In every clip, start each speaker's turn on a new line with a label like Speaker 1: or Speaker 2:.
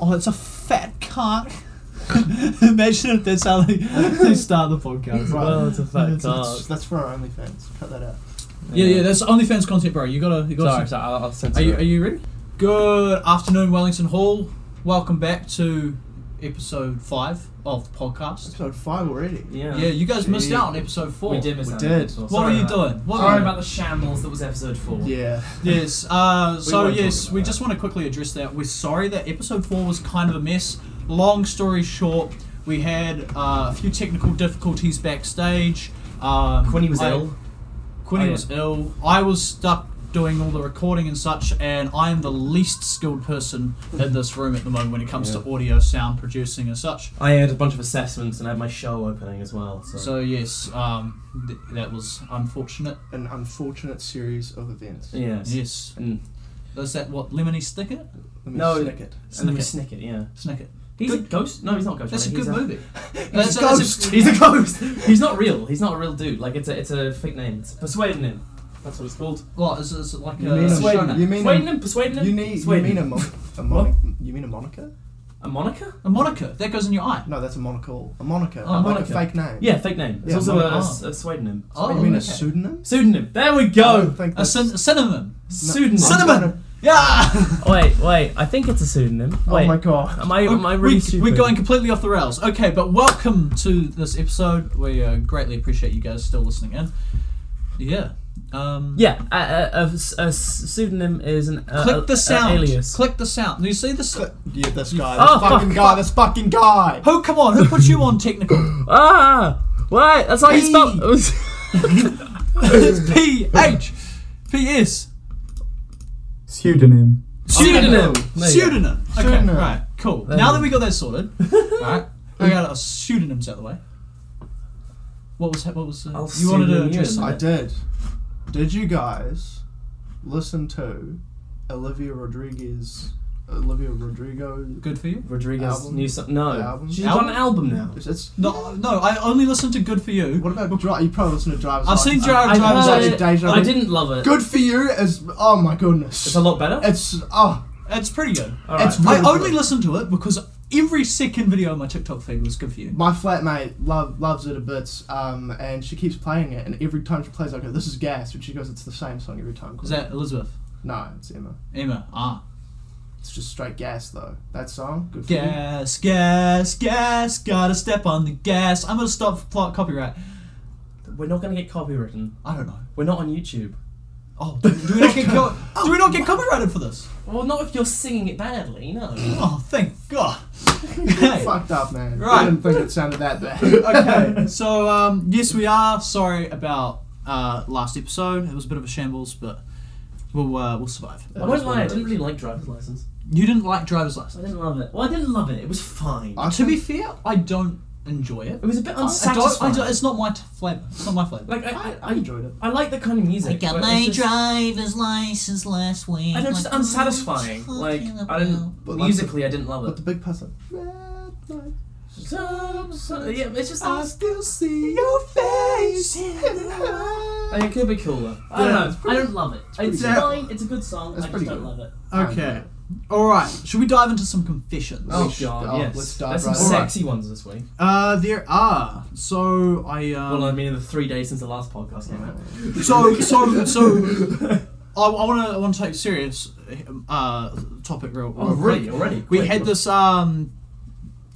Speaker 1: oh, it's a fat cock. Imagine if that's how they, they start the podcast.
Speaker 2: Right.
Speaker 1: Well, it's a fat
Speaker 2: That's-
Speaker 1: cock.
Speaker 2: that's, that's for our OnlyFans. Cut that out.
Speaker 1: Yeah, yeah, that's OnlyFans content, bro. You gotta, you gotta.
Speaker 3: Sorry, sorry, I'll, I'll censor
Speaker 1: Are you,
Speaker 3: it.
Speaker 1: are you ready? Good afternoon, Wellington Hall. Welcome back to episode five of the podcast.
Speaker 2: Episode five already.
Speaker 3: yeah.
Speaker 1: Yeah, you guys missed
Speaker 3: Yeah.
Speaker 1: out on episode four.
Speaker 3: We did miss
Speaker 2: We
Speaker 3: out.
Speaker 2: did.
Speaker 3: Sorry
Speaker 1: What were you
Speaker 3: about-
Speaker 1: doing? What were
Speaker 3: Sorry
Speaker 1: you-
Speaker 3: about the shambles that was episode four.
Speaker 2: Yeah.
Speaker 1: Yes. Uh, so
Speaker 3: won't talk
Speaker 1: yes,
Speaker 3: about
Speaker 1: we
Speaker 3: that.
Speaker 1: just want to quickly address that. We're sorry that episode four was kind of a mess. Long story short, we had uh, a few technical difficulties backstage. Um,
Speaker 3: Quinny was
Speaker 1: I-
Speaker 3: ill.
Speaker 1: Quinny
Speaker 3: Oh, yeah.
Speaker 1: was ill. I was stuck doing all the recording and such, and I am the least skilled person in this room at the moment when it comes to
Speaker 3: Yeah.
Speaker 1: audio, sound producing, and such.
Speaker 3: I had a bunch of assessments and I had my show opening as well. So,
Speaker 1: So yes, um, th- that was unfortunate.
Speaker 2: An unfortunate series of events.
Speaker 3: yes.
Speaker 1: Yes.
Speaker 3: And,
Speaker 1: Is that what lemony sticker?
Speaker 2: Let me
Speaker 3: No,
Speaker 2: snick it.
Speaker 3: and we
Speaker 1: Snicket.
Speaker 3: snick it, yeah.
Speaker 1: Snicket.
Speaker 3: He's a
Speaker 1: Good-
Speaker 3: ghost. No, he's not a ghost.
Speaker 1: That's a
Speaker 3: runner,
Speaker 1: good
Speaker 3: he's
Speaker 1: movie. That's
Speaker 3: He's a
Speaker 1: a- that's a-
Speaker 3: ghost. He's a ghost. He's not real. He's not a real dude. Like it's a it's a fake name. It's Persuadenim. That's what it's called.
Speaker 1: What is this like
Speaker 2: You
Speaker 1: a
Speaker 2: mean,
Speaker 1: show
Speaker 2: a,
Speaker 1: now?
Speaker 2: you mean a,
Speaker 3: Persuadenim. Persuadenim.
Speaker 2: you need you
Speaker 3: Persuadenim.
Speaker 2: mean a, mon- a mon- you mean a moniker?
Speaker 3: a moniker?
Speaker 1: a moniker that goes in your eye?
Speaker 2: No, that's a monocle. A moniker.
Speaker 1: Oh, a
Speaker 2: like
Speaker 3: moniker.
Speaker 2: a fake name.
Speaker 3: Yeah, fake name. It's
Speaker 2: Yeah,
Speaker 3: also
Speaker 2: moniker.
Speaker 3: a, a,
Speaker 1: Oh.
Speaker 3: pseudonym.
Speaker 1: Oh,
Speaker 2: you mean a Oh,
Speaker 1: okay.
Speaker 2: pseudonym?
Speaker 3: Pseudonym. There we
Speaker 2: I
Speaker 3: go.
Speaker 2: don't think
Speaker 1: A,
Speaker 2: that's-
Speaker 1: syn- synonym.
Speaker 3: Pseudonym.
Speaker 1: Cinnamon!
Speaker 2: gonna-
Speaker 1: Yeah.
Speaker 3: Wait, wait. I think it's a pseudonym. Wait.
Speaker 2: Oh my god.
Speaker 3: Am I, am I really
Speaker 1: we,
Speaker 3: stupid?
Speaker 1: We're going completely off the rails. Okay, but welcome to this episode. We uh, greatly appreciate you guys still listening in. Yeah. Um,
Speaker 3: Yeah, a, a, a, a s- pseudonym is an a,
Speaker 1: Click
Speaker 3: a-
Speaker 1: the sound.
Speaker 3: a uh, alias.
Speaker 1: Click the sound. Do you see this?
Speaker 2: Yeah, this guy.
Speaker 3: Oh,
Speaker 2: This fucking
Speaker 3: fuck.
Speaker 2: guy. This fucking guy.
Speaker 1: Oh, come on. Who put you on technical?
Speaker 3: ah, what? That's how you
Speaker 1: P.
Speaker 3: spell.
Speaker 1: it's P H P S.
Speaker 4: Pseudonym.
Speaker 1: Pseudonym.
Speaker 3: There you go.
Speaker 1: Pseudonym. Okay,
Speaker 2: Pseudonym.
Speaker 1: right, cool.
Speaker 3: There
Speaker 1: now
Speaker 3: you
Speaker 1: that
Speaker 3: go.
Speaker 1: we got that sorted, right, we got our pseudonyms out the way. What was what was uh,
Speaker 3: I'll
Speaker 1: you wanted to
Speaker 3: pseudonym
Speaker 1: address?
Speaker 3: you.
Speaker 2: I
Speaker 1: something?
Speaker 2: did. Did you guys listen to Olivia Rodriguez? Olivia Rodrigo.
Speaker 1: Good for you.
Speaker 3: Rodriguez
Speaker 2: Album?
Speaker 3: new so- no.
Speaker 2: Album?
Speaker 3: She's
Speaker 1: Album?
Speaker 3: got an album now.
Speaker 2: It's, it's
Speaker 1: No, no. I only listened to Good for You.
Speaker 2: what about Drive? You probably listen to Driver's.
Speaker 1: I've seen
Speaker 2: License.
Speaker 1: Drive-
Speaker 3: I,
Speaker 1: I've
Speaker 2: Driver's
Speaker 1: heard
Speaker 3: heard it,
Speaker 2: License. Deja
Speaker 3: but I
Speaker 2: Vu.
Speaker 3: didn't love it.
Speaker 2: Good for you is oh my goodness.
Speaker 3: It's a lot better.
Speaker 2: It's oh
Speaker 1: It's pretty good.
Speaker 3: All right.
Speaker 2: it's really
Speaker 1: I only
Speaker 2: good.
Speaker 1: listened to it because every second video on my TikTok feed was Good for You.
Speaker 2: My flatmate love, loves it a bit, um, and she keeps playing it. And every time she plays, it, I go, "This is gas," and she goes, "It's the same song every time."
Speaker 1: Was that Elizabeth?
Speaker 2: No, it's Emma.
Speaker 1: Emma. Ah.
Speaker 2: It's just straight gas though. That song, good for you.
Speaker 1: Gas, gas, gas. Gotta step on the gas. I'm gonna stop for plot copyright.
Speaker 3: We're not gonna get copywritten.
Speaker 1: I don't know.
Speaker 3: We're not on YouTube.
Speaker 1: Oh, do we not get co- do we not get copyrighted for this?
Speaker 3: Well, not if you're singing it badly. No.
Speaker 1: Oh, thank God. Okay.
Speaker 2: Fucked up, man.
Speaker 1: Right.
Speaker 2: I didn't think it sounded that bad.
Speaker 1: okay. So um, yes, we are sorry about uh, last episode. It was a bit of a shambles, but we'll uh, we'll survive.
Speaker 3: I won't lie. I didn't really like Driver's License.
Speaker 1: You didn't like driver's
Speaker 3: I
Speaker 1: license.
Speaker 3: didn't love it. Well, I didn't love it. It was fine.
Speaker 2: I
Speaker 1: To be fair, I don't enjoy it.
Speaker 3: it was a
Speaker 1: I-
Speaker 3: bit
Speaker 1: I don't, I
Speaker 3: unsatisfying.
Speaker 1: don't, it's not my t- flavor. It's not my flavor.
Speaker 3: like I,
Speaker 2: I,
Speaker 3: I,
Speaker 2: I enjoyed it.
Speaker 3: I like the kind of music. but it's just-
Speaker 1: driver's license last week.
Speaker 3: I know, just unsatisfying. Like I didn't
Speaker 2: But like
Speaker 3: musically, I didn't love
Speaker 2: But the
Speaker 3: it.
Speaker 2: big puzzle. Red light.
Speaker 3: So, so- uh, yeah, it's just.
Speaker 1: Uh,
Speaker 2: I
Speaker 3: I
Speaker 2: still see your face. in the light.
Speaker 3: mean, it could be cooler. I don't
Speaker 2: Yeah,
Speaker 3: know.
Speaker 2: it's pretty-
Speaker 3: I don't love it. It's,
Speaker 2: pretty good.
Speaker 3: fine. It's a good song. I
Speaker 2: It's
Speaker 3: just
Speaker 2: pretty
Speaker 3: don't
Speaker 2: good.
Speaker 3: love it.
Speaker 1: Okay. All right. Should we dive into some confessions?
Speaker 2: Oh,
Speaker 3: Oh god,
Speaker 2: oh,
Speaker 3: yes.
Speaker 2: let's dive
Speaker 3: There's
Speaker 2: right
Speaker 3: some
Speaker 2: in.
Speaker 3: sexy ones this week.
Speaker 1: Uh, there are. So I. Um,
Speaker 3: well, I mean, in the three days since the last podcast. I know.
Speaker 1: So so so, I, I want to I want to take serious uh, topic real.
Speaker 3: Oh,
Speaker 1: real
Speaker 3: already,
Speaker 1: quick.
Speaker 3: already.
Speaker 1: We
Speaker 3: quick.
Speaker 1: had this um,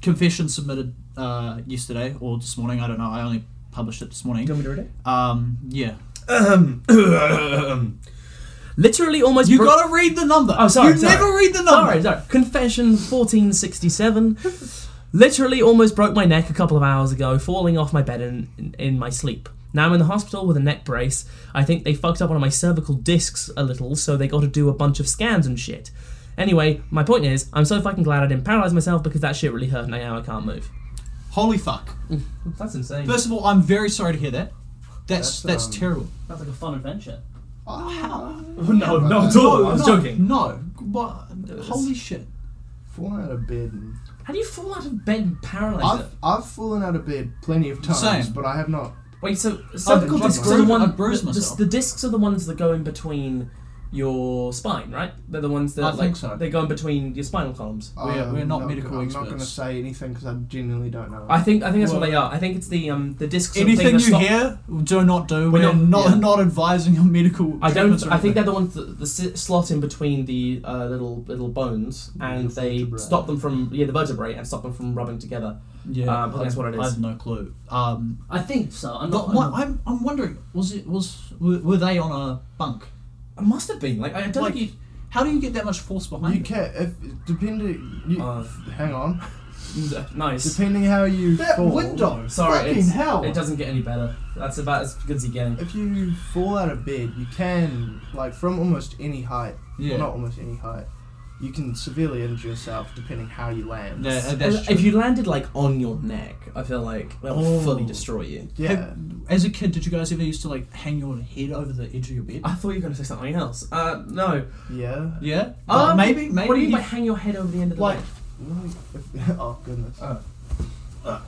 Speaker 1: confession submitted uh, yesterday or this morning. I don't know. I only published it this morning.
Speaker 3: Do you want me to read it?
Speaker 1: Um, yeah.
Speaker 3: Um, literally almost.
Speaker 1: You
Speaker 3: bro-
Speaker 1: gotta read the number.
Speaker 3: Oh, sorry,
Speaker 1: You
Speaker 3: sorry.
Speaker 1: never read the number.
Speaker 3: Sorry, sorry. Confession 1467. Literally almost broke my neck a couple of hours ago, falling off my bed in, in, in my sleep. Now I'm in the hospital with a neck brace. I think they fucked up one of my cervical discs a little, so they got to do a bunch of scans and shit. Anyway, my point is, I'm so fucking glad I didn't paralyze myself because that shit really hurt and now I can't move.
Speaker 1: Holy fuck!
Speaker 3: That's insane.
Speaker 1: First of all, I'm very sorry to hear that. That's that's,
Speaker 2: That's, um,
Speaker 1: terrible.
Speaker 3: That's like a fun adventure.
Speaker 2: Oh, how?
Speaker 3: no, no,
Speaker 2: at
Speaker 3: all. I was
Speaker 1: no,
Speaker 3: joking.
Speaker 1: No. What? Holy shit.
Speaker 2: Falling out of bed. And
Speaker 3: How do you fall out of bed and paralyze
Speaker 2: I've I've fallen out of bed plenty of times,
Speaker 1: Same.
Speaker 2: but I have not.
Speaker 1: Oh,
Speaker 3: Wait, so cervical
Speaker 2: I've
Speaker 3: discs
Speaker 2: bruised-
Speaker 3: are the one.
Speaker 1: I've bruised
Speaker 3: the, the-
Speaker 1: myself.
Speaker 3: the discs are the ones that go in between your spine, right? They're the ones that
Speaker 1: I
Speaker 3: like
Speaker 1: think so.
Speaker 3: they go in between your spinal columns.
Speaker 1: We're-
Speaker 2: I'm
Speaker 1: we're not
Speaker 2: gonna-
Speaker 1: medical
Speaker 2: um, I'm not going to
Speaker 1: experts.
Speaker 2: say anything because I genuinely don't know.
Speaker 3: I think I think that's what
Speaker 1: Well-
Speaker 3: they are. I think it's the um the discs. sort of thing
Speaker 1: Anything
Speaker 3: that
Speaker 1: you
Speaker 3: stop-
Speaker 1: hear, do not do. We're,
Speaker 3: not-
Speaker 1: not not,
Speaker 2: yeah.
Speaker 1: advising on medical.
Speaker 3: I
Speaker 1: treatments
Speaker 3: don't.
Speaker 1: or
Speaker 3: I
Speaker 1: anything.
Speaker 3: think they're the ones that the si- slot in between the uh, little little bones, and
Speaker 2: The
Speaker 3: they
Speaker 2: vertebrae.
Speaker 3: stop them from yeah the vertebrae and stop them from rubbing together.
Speaker 1: Yeah,
Speaker 3: Um, that's what it
Speaker 1: I
Speaker 3: is.
Speaker 1: have no clue. Um,
Speaker 3: I think so. I'm
Speaker 1: but what, I'm I'm wondering was it was were, were they on a bunk?
Speaker 3: it must have been like I don't
Speaker 1: Like,
Speaker 3: think
Speaker 1: how do you get that much force behind
Speaker 2: you
Speaker 1: it?
Speaker 2: can if depending. You,
Speaker 3: Uh,
Speaker 2: hang on.
Speaker 3: you nice.
Speaker 2: Depending how you
Speaker 1: That
Speaker 2: fall.
Speaker 1: window.
Speaker 3: Sorry,
Speaker 2: Fucking
Speaker 3: it's,
Speaker 2: hell.
Speaker 3: it doesn't get any better. That's about as good as you're getting.
Speaker 2: If you fall out of bed, you can like from almost any height.
Speaker 1: Yeah.
Speaker 2: Well, not almost any height. You can severely injure yourself depending how you land.
Speaker 1: Yeah, uh, that's true.
Speaker 3: If you landed like on your neck, I feel like that would
Speaker 1: Oh.
Speaker 3: fully destroy you.
Speaker 2: yeah.
Speaker 1: Have- as a kid, did you guys ever used to like hang your head over the edge of your bed?
Speaker 3: I thought you were going to say something else. Uh, no.
Speaker 2: Yeah.
Speaker 1: yeah, Uh,
Speaker 3: Um,
Speaker 1: maybe maybe
Speaker 3: What do you mean by
Speaker 1: if-
Speaker 3: hang your head over the end of the
Speaker 2: Like.
Speaker 3: bed?
Speaker 2: like, if- oh goodness. Uh.
Speaker 1: Oh. Oh.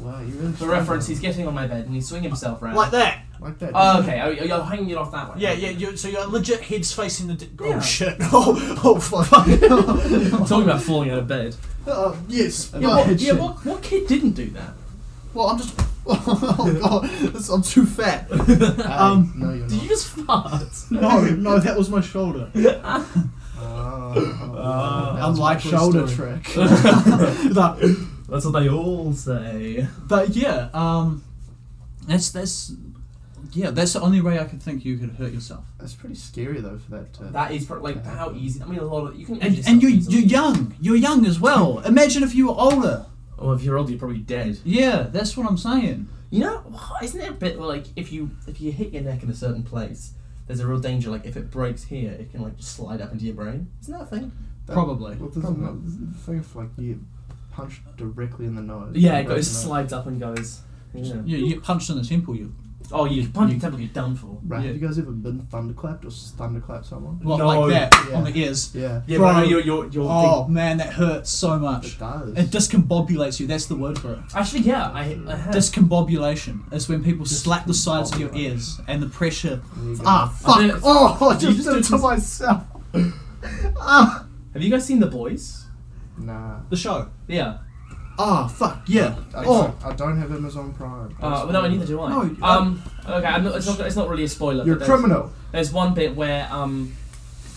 Speaker 2: Wow, you really.
Speaker 3: Uh. The reference he's getting on my bed and he's swinging himself around.
Speaker 1: like that?
Speaker 2: Like that.
Speaker 3: Oh, okay. Oh, You're you're hanging it off that way.
Speaker 1: Yeah, yeah. You're, so you're legit heads facing the. Di-
Speaker 3: Yeah.
Speaker 1: Oh shit! Oh, oh fuck!
Speaker 3: I'm talking about falling out of bed.
Speaker 2: Uh,
Speaker 1: Um,
Speaker 2: yes.
Speaker 3: Yeah, what, yeah what, what kid didn't do that?
Speaker 1: well, I'm just. Oh god, this- I'm too fat.
Speaker 2: um,
Speaker 1: Um,
Speaker 2: no, you're
Speaker 3: Did you
Speaker 2: not.
Speaker 3: just fart?
Speaker 1: No, no, that was my shoulder.
Speaker 2: Uh, Oh, that was my
Speaker 1: Unlike
Speaker 2: shoulder
Speaker 1: story.
Speaker 2: trick.
Speaker 1: But-
Speaker 3: That's what they all say.
Speaker 1: But yeah, um, that's that's yeah, that's the only way I could think you could hurt yourself.
Speaker 2: That's pretty scary though for that. uh, To,
Speaker 3: That is pro- like how easy. I mean, a lot of you can.
Speaker 1: And,
Speaker 3: injure
Speaker 1: and you
Speaker 3: yourself
Speaker 1: you're
Speaker 3: easily.
Speaker 1: young, you're young as well. Imagine if you were older.
Speaker 3: Well, Oh, if you're old, you're probably dead.
Speaker 1: Yeah, that's what I'm saying.
Speaker 3: You know, isn't it a bit like if you if you hit your neck in a certain place, there's a real danger. Like if it breaks here, it can like just slide up into your brain. Isn't that a thing?
Speaker 2: that-
Speaker 1: Probably.
Speaker 2: Well, doesn't
Speaker 3: Probably.
Speaker 2: that- doesn't the thing if like you punch directly in the nose.
Speaker 3: Yeah,
Speaker 2: you
Speaker 3: it goes
Speaker 2: break the nose.
Speaker 3: slides up and goes. Yeah.
Speaker 1: You, you get punched in the temple, you.
Speaker 3: Oh, you punch your temple, you're done for.
Speaker 2: Right.
Speaker 1: yeah.
Speaker 2: Have you guys ever been thunderclapped or thunderclapped someone?
Speaker 1: Well,
Speaker 3: No,
Speaker 1: like that
Speaker 2: yeah.
Speaker 1: on the ears.
Speaker 2: Yeah.
Speaker 3: Yeah,
Speaker 1: Bro.
Speaker 3: but no, you're you're you're.
Speaker 1: Oh man, that hurts so
Speaker 2: It
Speaker 1: much.
Speaker 2: does.
Speaker 1: It discombobulates you. That's the word for it.
Speaker 3: Actually, yeah, I, I have.
Speaker 1: Discombobulation is when people slap the sides of your
Speaker 2: Discombobulation.
Speaker 1: ears and the pressure.
Speaker 2: There you go.
Speaker 1: Ah,
Speaker 3: I did
Speaker 1: fuck!
Speaker 3: it-
Speaker 1: Oh,
Speaker 2: Oh, I
Speaker 3: Did you
Speaker 2: just
Speaker 3: just
Speaker 2: did
Speaker 3: do
Speaker 2: it
Speaker 3: it
Speaker 2: to
Speaker 3: to-
Speaker 2: myself. ah.
Speaker 3: Have you guys seen The Boys?
Speaker 2: Nah.
Speaker 1: the show.
Speaker 3: Yeah.
Speaker 1: Ah, fuck, yeah.
Speaker 2: I,
Speaker 1: Oh,
Speaker 2: I don't have Amazon Prime.
Speaker 3: Uh, well, no, neither do I.
Speaker 1: No, you-
Speaker 3: um. Okay, I'm not, it's not. It's not really a spoiler.
Speaker 2: You're a
Speaker 3: but there's-
Speaker 2: criminal.
Speaker 3: There's one bit where um,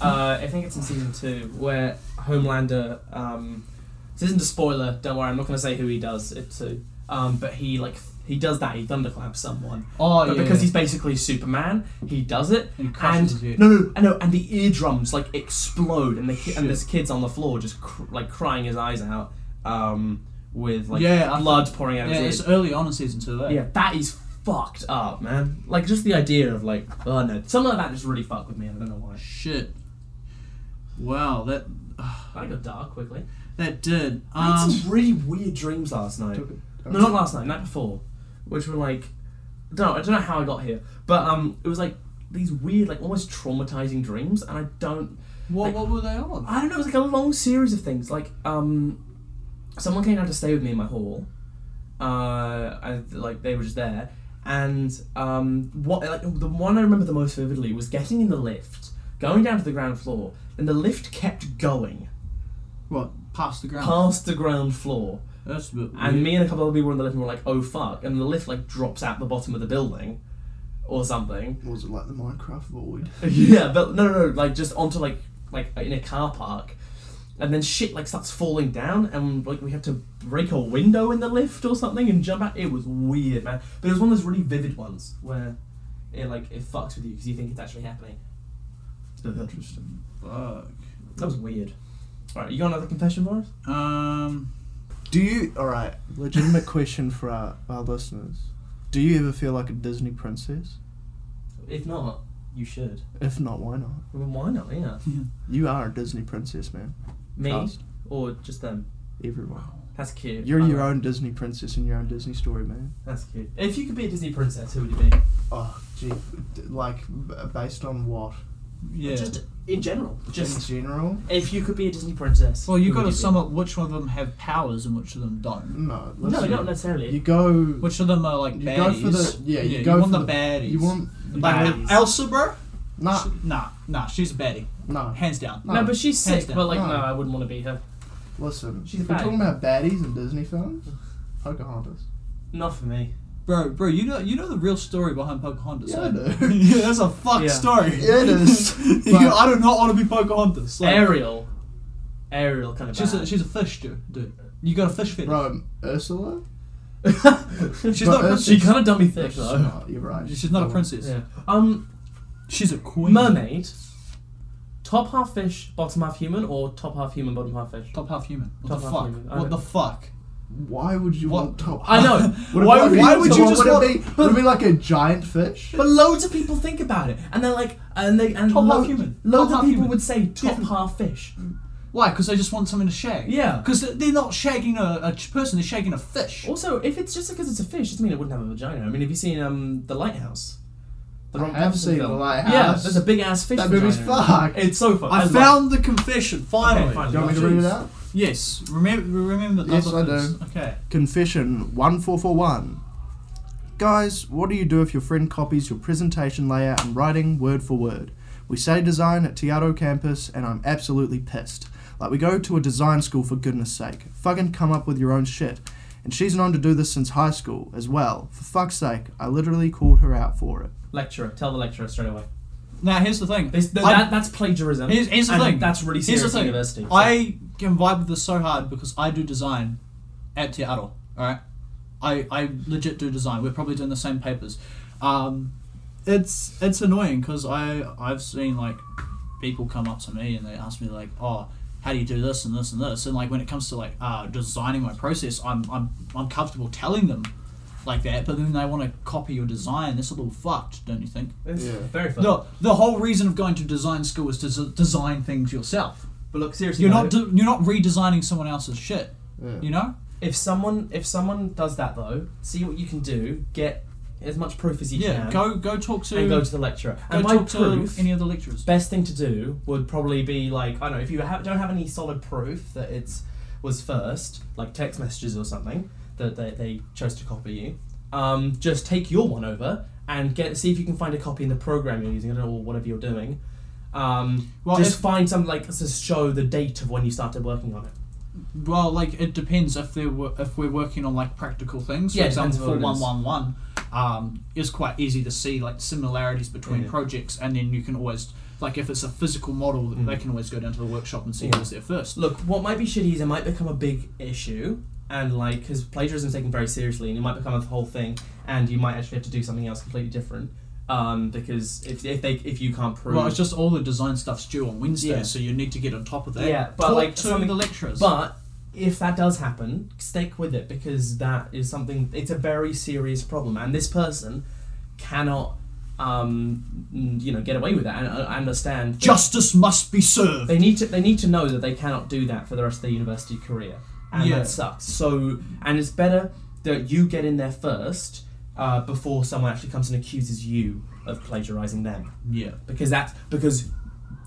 Speaker 3: uh, I think it's in season two where Homelander um, this isn't a spoiler. Don't worry, I'm not going to say who he does it to. Um, but he like he does that. He thunderclaps someone.
Speaker 1: oh
Speaker 3: but
Speaker 1: yeah.
Speaker 3: because he's basically Superman, he does it.
Speaker 1: And he crushes
Speaker 3: And
Speaker 1: his ear.
Speaker 3: no, no, no, no, and the eardrums like explode, and they
Speaker 1: Shit.
Speaker 3: and there's kids on the floor just cr- like crying his eyes out, um, with like
Speaker 1: Yeah, I-
Speaker 3: blood pouring out of
Speaker 1: yeah, it's
Speaker 3: his ears.
Speaker 1: early on in season two. Eh?
Speaker 3: Yeah, that is fucked up, man. Like just the idea of like, oh no, something like that just really fucked with me. and I don't know why.
Speaker 1: Shit. Wow, that
Speaker 3: I got dark quickly.
Speaker 1: that did.
Speaker 3: I had
Speaker 1: Um,
Speaker 3: some really weird dreams last night.
Speaker 2: Took it.
Speaker 3: No, not last night, night before, which were like, I don't know, I don't know how I got here, but um, it was like these weird, like almost traumatizing dreams, and I don't,
Speaker 1: what what were they on?
Speaker 3: I don't know, it was like a long series of things. Like um, someone came down to stay with me in my hall, uh, and like they were just there, and um, what like the one I remember the most vividly was getting in the lift, going down to the ground floor, and the lift kept going
Speaker 1: What past the ground?
Speaker 3: past the ground floor.
Speaker 1: That's a bit weird.
Speaker 3: And me and a couple of people were in the lift and were like, oh fuck. And the lift like drops out the bottom of the building or something.
Speaker 2: Was it like the Minecraft void?
Speaker 3: yeah, but no, no, no, like just onto like, like uh, in a car park. And then shit like starts falling down and like we have to break a window in the lift or something and jump out. It was weird, man. But it was one of those really vivid ones where it like, it fucks with you because you think it's actually happening.
Speaker 1: Interesting. Fuck.
Speaker 3: That was weird. Alright, you got another confession for us?
Speaker 1: Um,
Speaker 2: Do you? All right. Legitimate question for our, our listeners. Do you ever feel like a Disney princess?
Speaker 3: If not, you should.
Speaker 2: If not, why not?
Speaker 3: Well, why not, yeah.
Speaker 2: You are a Disney princess, man.
Speaker 3: Me
Speaker 2: Cast.
Speaker 3: or just them.
Speaker 2: Everyone.
Speaker 3: That's cute.
Speaker 2: You're
Speaker 3: I
Speaker 2: your
Speaker 3: like-
Speaker 2: own Disney princess in your own Disney story, man.
Speaker 3: That's cute. If you could be a Disney princess, who would you be?
Speaker 2: Oh, gee. d- Like, b- based on what?
Speaker 1: yeah.
Speaker 3: Just in general. Just
Speaker 2: in general?
Speaker 3: if you could be a Disney princess.
Speaker 1: well, you
Speaker 3: who
Speaker 1: got
Speaker 3: would
Speaker 1: to
Speaker 3: be?
Speaker 1: sum up which one of them have powers and which of them don't.
Speaker 2: No.
Speaker 3: No,
Speaker 2: listen.
Speaker 3: not necessarily.
Speaker 2: You go.
Speaker 1: Which of them are like
Speaker 2: Mm. you
Speaker 1: baddies?
Speaker 2: go for the yeah. You
Speaker 1: you
Speaker 2: go
Speaker 1: want
Speaker 2: for
Speaker 1: the baddies.
Speaker 2: You want
Speaker 1: like
Speaker 3: baddies.
Speaker 1: Elsa, bro.
Speaker 2: Nah,
Speaker 1: She- nah, nah, she's a baddie.
Speaker 2: no.
Speaker 1: Hands down.
Speaker 2: No.
Speaker 3: No, but she's
Speaker 1: Hands
Speaker 3: sick.
Speaker 1: down.
Speaker 3: But like,
Speaker 2: No.
Speaker 3: no, I wouldn't want to be her.
Speaker 2: Listen,
Speaker 3: She's
Speaker 2: if we're
Speaker 3: bad.
Speaker 2: talking about baddies in Disney films, Pocahontas.
Speaker 3: Not for me.
Speaker 1: Bro, bro, you know you know the real story behind Pocahontas.
Speaker 2: Yeah, I
Speaker 1: right?
Speaker 2: do.
Speaker 1: yeah, that's a fucked
Speaker 3: Yeah.
Speaker 1: story.
Speaker 2: Yeah, it is,
Speaker 1: You-
Speaker 2: but-
Speaker 1: I do not want to be Pocahontas. Like,
Speaker 3: Ariel. Ariel kind of.
Speaker 1: she's a,
Speaker 3: bad.
Speaker 1: she's a fish, dude. dude. You got a fish fetish.
Speaker 2: Bro, Ursula?
Speaker 1: She's
Speaker 2: Bro,
Speaker 1: not a
Speaker 2: uh,
Speaker 1: princess.
Speaker 3: she kind of dummy thick
Speaker 2: She's
Speaker 3: though.
Speaker 2: not, You're right.
Speaker 1: She's not a
Speaker 2: Oh.
Speaker 1: princess.
Speaker 3: Yeah. Um,
Speaker 1: She's a queen.
Speaker 3: mermaid. Top half fish, bottom half human, or top half human, bottom half fish.
Speaker 1: Top half human. What
Speaker 3: Top
Speaker 1: the
Speaker 3: half
Speaker 1: fuck?
Speaker 3: human. I
Speaker 1: What
Speaker 3: don't-
Speaker 1: the fuck?
Speaker 2: Why would you
Speaker 1: What-
Speaker 2: want top?
Speaker 3: I know.
Speaker 2: Would it
Speaker 1: Why-
Speaker 2: be-
Speaker 1: why would you
Speaker 2: would
Speaker 1: just
Speaker 2: it
Speaker 1: want-
Speaker 2: be? Would it be like a giant fish?
Speaker 3: But loads of people think about it, and they're like, and they and
Speaker 1: Top half
Speaker 3: lo-
Speaker 1: human.
Speaker 3: Loads
Speaker 1: Top half
Speaker 3: of people
Speaker 1: human.
Speaker 3: would say top
Speaker 1: Definitely.
Speaker 3: half fish.
Speaker 1: Why? Because they just want something to shag.
Speaker 3: Yeah. Oh,
Speaker 1: Because they're not shagging a, a ch- person. They're shagging a fish.
Speaker 3: Also, if it's just because it's a fish, doesn't mean it wouldn't have a vagina. I mean, have you seen um the lighthouse? The
Speaker 2: I
Speaker 3: Ron
Speaker 2: have
Speaker 3: Patterson
Speaker 2: seen The Lighthouse.
Speaker 3: Yeah, there's a big ass fish.
Speaker 2: That movie's
Speaker 3: vagina.
Speaker 2: fucked.
Speaker 3: It's so fun.
Speaker 1: I,
Speaker 3: love
Speaker 1: found the confession finally.
Speaker 3: Okay, fine.
Speaker 2: Do you want me to read it
Speaker 1: Jeez.
Speaker 2: out?
Speaker 1: Yes. Remember. Remember. the
Speaker 2: Yes,
Speaker 1: other
Speaker 2: I
Speaker 1: things.
Speaker 2: do.
Speaker 1: Okay.
Speaker 2: Confession 1441. Guys, what do you do if your friend copies your presentation layout and writing word for word? We study design at Teatro campus and I'm absolutely pissed. Like, we go to a design school for goodness sake. Fucking come up with your own shit. And she's known to do this since high school as well. For fuck's sake, I literally called her out for it.
Speaker 3: it. lecturer. Tell the lecturer straight away.
Speaker 1: Now here's the thing.
Speaker 3: They, th-
Speaker 1: I-
Speaker 3: that, that's plagiarism.
Speaker 1: Here's, here's the
Speaker 3: and
Speaker 1: thing.
Speaker 3: That's really
Speaker 1: here's
Speaker 3: serious
Speaker 1: the thing.
Speaker 3: university. so-
Speaker 1: I can vibe with this so hard because I do design at Te Aro. All right, I I legit do design. We're probably doing the same papers. Um, it's it's annoying because I I've seen like people come up to me and they ask me like, oh. How do you do this and this and this? And like when it comes to like uh, designing my process, I'm, I'm I'm comfortable telling them like that, but then they want to copy your design. That's a little fucked, don't you think?
Speaker 3: It's
Speaker 2: Yeah.
Speaker 3: very fun.
Speaker 1: No, the whole reason of going to design school is to s- design things yourself.
Speaker 3: but look seriously.
Speaker 1: You're
Speaker 3: though,
Speaker 1: not de- you're not redesigning someone else's shit. You know?
Speaker 3: if someone if someone does that though, see what you can do. Get as much proof as you
Speaker 1: Yeah.
Speaker 3: can.
Speaker 1: Go go talk to
Speaker 3: and go to the lecturer.
Speaker 1: go
Speaker 3: and by
Speaker 1: talk
Speaker 3: proof,
Speaker 1: to any of the lecturers.
Speaker 3: best thing to do would probably be like I don't know if you have, don't have any solid proof that it's was first, like text messages or something that they, they chose to copy you. Um, just take your one over and get see if you can find a copy in the program you're using I don't know, or whatever you're doing. Um,
Speaker 1: Well,
Speaker 3: just
Speaker 1: if-
Speaker 3: find some like to show the date of when you started working on it.
Speaker 1: Well, like it depends if they were if we're working on like practical things. For
Speaker 3: Yeah, it
Speaker 1: example,
Speaker 3: depends
Speaker 1: for
Speaker 3: on what it
Speaker 1: one
Speaker 3: is.
Speaker 1: one one, um, it's quite easy to see like similarities between
Speaker 3: Yeah.
Speaker 1: projects, and then you can always like if it's a physical model,
Speaker 3: Mm.
Speaker 1: they can always go down to the workshop and see
Speaker 3: Yeah.
Speaker 1: who was there first.
Speaker 3: Look, what might be shitty is it might become a big issue, and like, because plagiarism is taken very seriously, and it might become a whole thing, and you might actually have to do something else completely different. Um, because if, if they if you can't prove,
Speaker 1: Well, it's just all the design stuff's due on Wednesday,
Speaker 3: Yeah.
Speaker 1: so you need to get on top of that.
Speaker 3: Yeah, but,
Speaker 1: Talk
Speaker 3: like,
Speaker 1: to
Speaker 3: something-
Speaker 1: the lecturers.
Speaker 3: but if that does happen, stick with it because that is something. It's a very serious problem, and this person cannot, um, you know, get away with that. And I I understand that
Speaker 1: justice must be served.
Speaker 3: they need to they need to know that they cannot do that for the rest of their university career, and
Speaker 1: Yeah.
Speaker 3: that sucks. So, and it's better that you get in there first uh, before someone actually comes and accuses you of plagiarizing them,
Speaker 1: Yeah.
Speaker 3: because that's because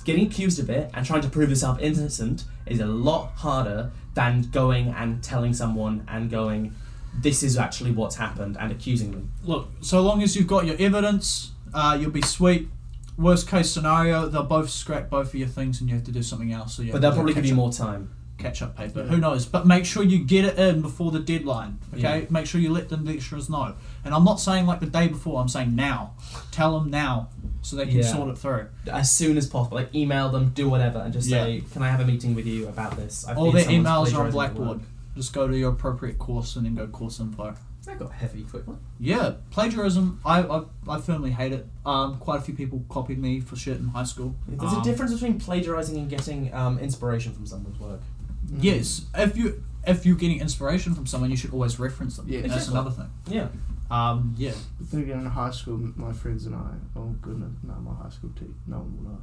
Speaker 3: getting accused of it and trying to prove yourself innocent is a lot harder than going and telling someone and going, this is actually what's happened, and accusing them.
Speaker 1: Look, so long as you've got your evidence, uh, you'll be sweet. Worst case scenario, they'll both scrap both of your things and you have to do something else. So you
Speaker 3: But
Speaker 1: have
Speaker 3: they'll
Speaker 1: to
Speaker 3: probably
Speaker 1: catch
Speaker 3: give you
Speaker 1: up-
Speaker 3: more time.
Speaker 1: catch up paper.
Speaker 2: Yeah.
Speaker 1: Who knows? But make sure you get it in before the deadline. Okay,
Speaker 3: Yeah.
Speaker 1: make sure you let the lecturers know. And I'm not saying like the day before. I'm saying now. Tell them now so they can
Speaker 3: Yeah.
Speaker 1: sort it through.
Speaker 3: As soon as possible, like email them, do whatever, and just say, "Can I have a meeting with you about this?"
Speaker 1: All
Speaker 3: I feel
Speaker 1: Oh, their
Speaker 3: someone's
Speaker 1: emails are on
Speaker 3: plagiarising my work."
Speaker 1: Blackboard. Just go to your appropriate course and then go course info.
Speaker 3: That got heavy quick one.
Speaker 1: Yeah, plagiarism. I, I, I firmly hate it. Um, quite a few people copied me for shit in high school.
Speaker 3: There's
Speaker 1: Um,
Speaker 3: a difference between plagiarizing and getting um, inspiration from someone's work.
Speaker 2: Mm.
Speaker 1: Yes, if you if you're getting inspiration from someone, you should always reference them.
Speaker 2: Yeah.
Speaker 1: that's
Speaker 3: Exactly.
Speaker 1: another thing.
Speaker 3: Yeah.
Speaker 1: Um, yeah,
Speaker 2: Then again, in high school, m- my friends and I. Oh goodness, no, my high school teacher. No one will know.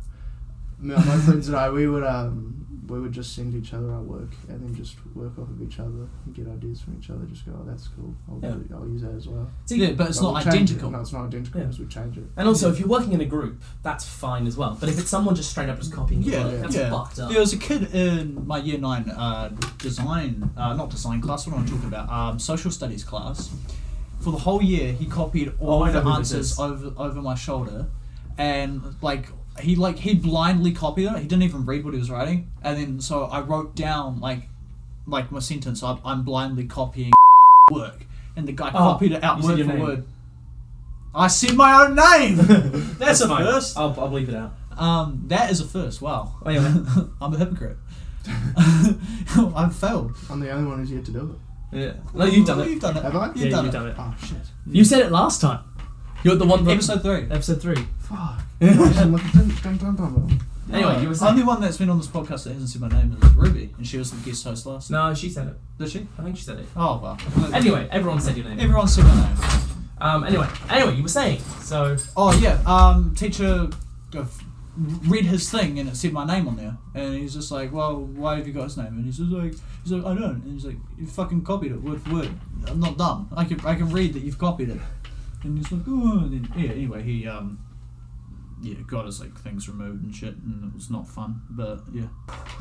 Speaker 2: My, my friends and I, we would um, we would just send each other our work and then just work off of each other and get ideas from each other. Just go, oh, that's cool. I'll
Speaker 3: Yeah.
Speaker 2: do, I'll use that as well.
Speaker 3: See,
Speaker 1: yeah, but it's
Speaker 2: But
Speaker 1: not
Speaker 2: we'll change it.
Speaker 1: identical.
Speaker 2: No, it's not identical
Speaker 3: Yeah.
Speaker 2: because we change it.
Speaker 3: And also, if you're working in a group, that's fine as well. But if it's someone just straight up just copying your
Speaker 1: Yeah,
Speaker 3: work, that's
Speaker 1: yeah.
Speaker 3: fucked up.
Speaker 1: There was a kid in my year nine uh, design, uh, not design class. What am I talking about? Um, social studies class. For the whole year, he copied all
Speaker 3: Oh, I
Speaker 1: the
Speaker 3: know who this
Speaker 1: answers
Speaker 3: is.
Speaker 1: over over my shoulder, and like he like he blindly copied it. He didn't even read what he was writing, and then so I wrote down like like my sentence. I'm, I'm blindly copying work, and the guy copied it out
Speaker 3: Oh, you said
Speaker 1: word
Speaker 3: your
Speaker 1: for
Speaker 3: name.
Speaker 1: word. I said my own name. That's a
Speaker 3: fine.
Speaker 1: first.
Speaker 3: I'll, I'll leave it out.
Speaker 1: Um, that is a first. Wow.
Speaker 3: Oh, yeah, man.
Speaker 1: I'm a hypocrite. I've failed.
Speaker 2: I'm the only one who's yet to do
Speaker 3: Yeah. No, you've done
Speaker 1: You've
Speaker 3: it.
Speaker 1: done it.
Speaker 2: Have I?
Speaker 1: You've
Speaker 3: Yeah,
Speaker 1: done
Speaker 3: you've
Speaker 1: it.
Speaker 3: done it.
Speaker 2: it. Oh shit!
Speaker 3: You said it last time. You're the one. that-
Speaker 1: Episode three.
Speaker 3: Episode three.
Speaker 2: Fuck. Anyway,
Speaker 3: Anyway, you were
Speaker 1: the only
Speaker 3: saying.
Speaker 1: one that's been on this podcast that hasn't said my name is Ruby, and she was the guest host last.
Speaker 3: No, she said it.
Speaker 1: Did she?
Speaker 3: I think she said it.
Speaker 1: Oh well.
Speaker 3: Anyway, everyone said your name.
Speaker 1: everyone said my name.
Speaker 3: Um. Anyway, anyway, you were saying. So
Speaker 1: Oh yeah, um, teacher uh, f- read his thing and it said my name on there, and he's just like, "Well, why have you got his name?" And he's just like, "He's like, I don't." And he's like, "You fucking copied it word for word. I'm not dumb. I can I can read that you've copied it." And he's like, "Oh," and then yeah. Anyway, he um, yeah, got his like things removed and shit, and it was not fun. But yeah,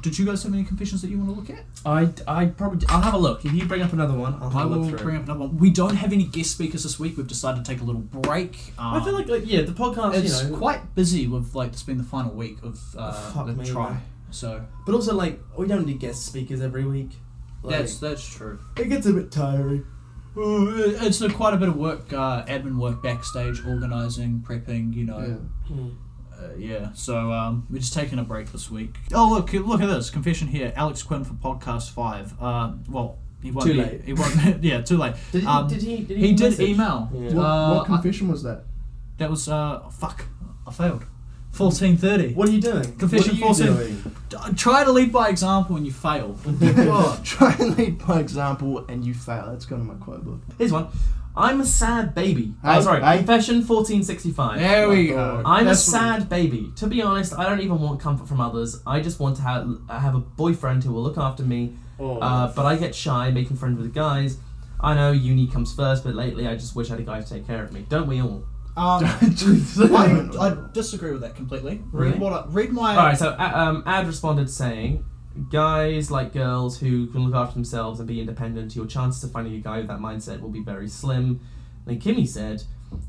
Speaker 1: did you guys have any confessions that you want to look at?
Speaker 3: I I probably I'll have a look. If you bring up another one, I'll have
Speaker 1: I
Speaker 3: a
Speaker 1: will
Speaker 3: look through.
Speaker 1: bring up another one. We don't have any guest speakers this week. We've decided to take a little break. Um,
Speaker 3: I feel like, like yeah, the podcast.
Speaker 1: it's
Speaker 3: you know,
Speaker 1: quite busy with like this being the final week of uh,
Speaker 3: Oh, fuck
Speaker 1: the
Speaker 3: me,
Speaker 1: try.
Speaker 3: man.
Speaker 1: So
Speaker 3: But also, like, we don't need guest speakers every week. Like,
Speaker 1: that's that's true.
Speaker 2: it gets a bit tiring.
Speaker 1: It's a, quite a bit of work, uh, admin work backstage, organising, prepping. You know,
Speaker 2: Yeah.
Speaker 3: Hmm.
Speaker 1: Uh, yeah. So um, we're just taking a break this week. Oh look, look at this confession here. Alex Quinn for podcast five. Uh, well, he won't.
Speaker 3: Too
Speaker 1: be-
Speaker 3: late.
Speaker 1: He won't. yeah, too late.
Speaker 3: Did he?
Speaker 1: Um,
Speaker 3: did he? Did he?
Speaker 1: He did
Speaker 3: message?
Speaker 1: email.
Speaker 3: Yeah.
Speaker 2: What,
Speaker 1: Uh,
Speaker 2: what confession was that?
Speaker 1: I- that was uh, fuck. I failed. Fourteen thirty.
Speaker 3: What are you doing?
Speaker 1: Confession
Speaker 3: what are you
Speaker 1: 14.
Speaker 3: doing?
Speaker 1: Try to lead by example and you fail.
Speaker 2: Try and lead by example, and you fail. That's going to my quote book.
Speaker 3: Here's one. I'm a sad baby.
Speaker 2: Hey,
Speaker 3: oh, sorry.
Speaker 2: hey.
Speaker 3: Confession 1465.
Speaker 1: There we
Speaker 2: Oh my
Speaker 1: go.
Speaker 2: God.
Speaker 3: I'm
Speaker 1: That's
Speaker 3: a
Speaker 1: what-
Speaker 3: sad baby. To be honest, I don't even want comfort from others. I just want to have, have a boyfriend who will look after me.
Speaker 1: Oh.
Speaker 3: Uh, but I get shy making friends with guys. I know uni comes first, but lately I just wish I had a guy to take care of me. Don't we all?
Speaker 1: Um, I,
Speaker 2: I,
Speaker 1: I disagree with that completely.
Speaker 3: Really?
Speaker 1: Read what? I, read my.
Speaker 3: All right. So a- um, Ad responded saying, "Guys like girls who can look after themselves and be independent. Your chances of finding a guy with that mindset will be very slim." Then Kimmy said,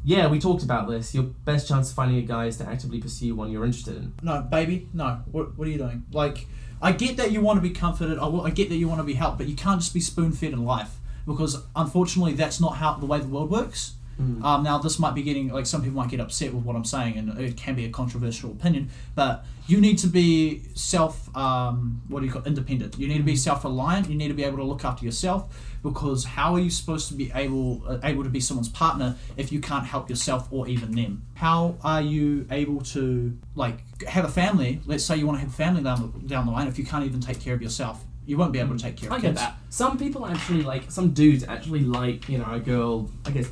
Speaker 3: "Yeah, we talked about this. Your best chance of finding a guy is to actively pursue one you're interested in."
Speaker 1: No, baby, no. What, what are you doing? Like, I get that you want to be comforted. I, w- I get that you want to be helped, but you can't just be spoon fed in life because unfortunately that's not how the way the world works.
Speaker 3: Hmm.
Speaker 1: Um, now this might be getting like some people might get upset with what I'm saying, and it can be a controversial opinion. But you need to be self, um, what do you call independent? You need to be self-reliant. You need to be able to look after yourself because how are you supposed to be able uh, able to be someone's partner if you can't help yourself or even them? How are you able to like have a family? Let's say you want to have a family down the, down the line. If you can't even take care of yourself, you won't be able to take care of
Speaker 3: I get
Speaker 1: kids.
Speaker 3: that. Some people actually like some dudes actually like you know a girl. I guess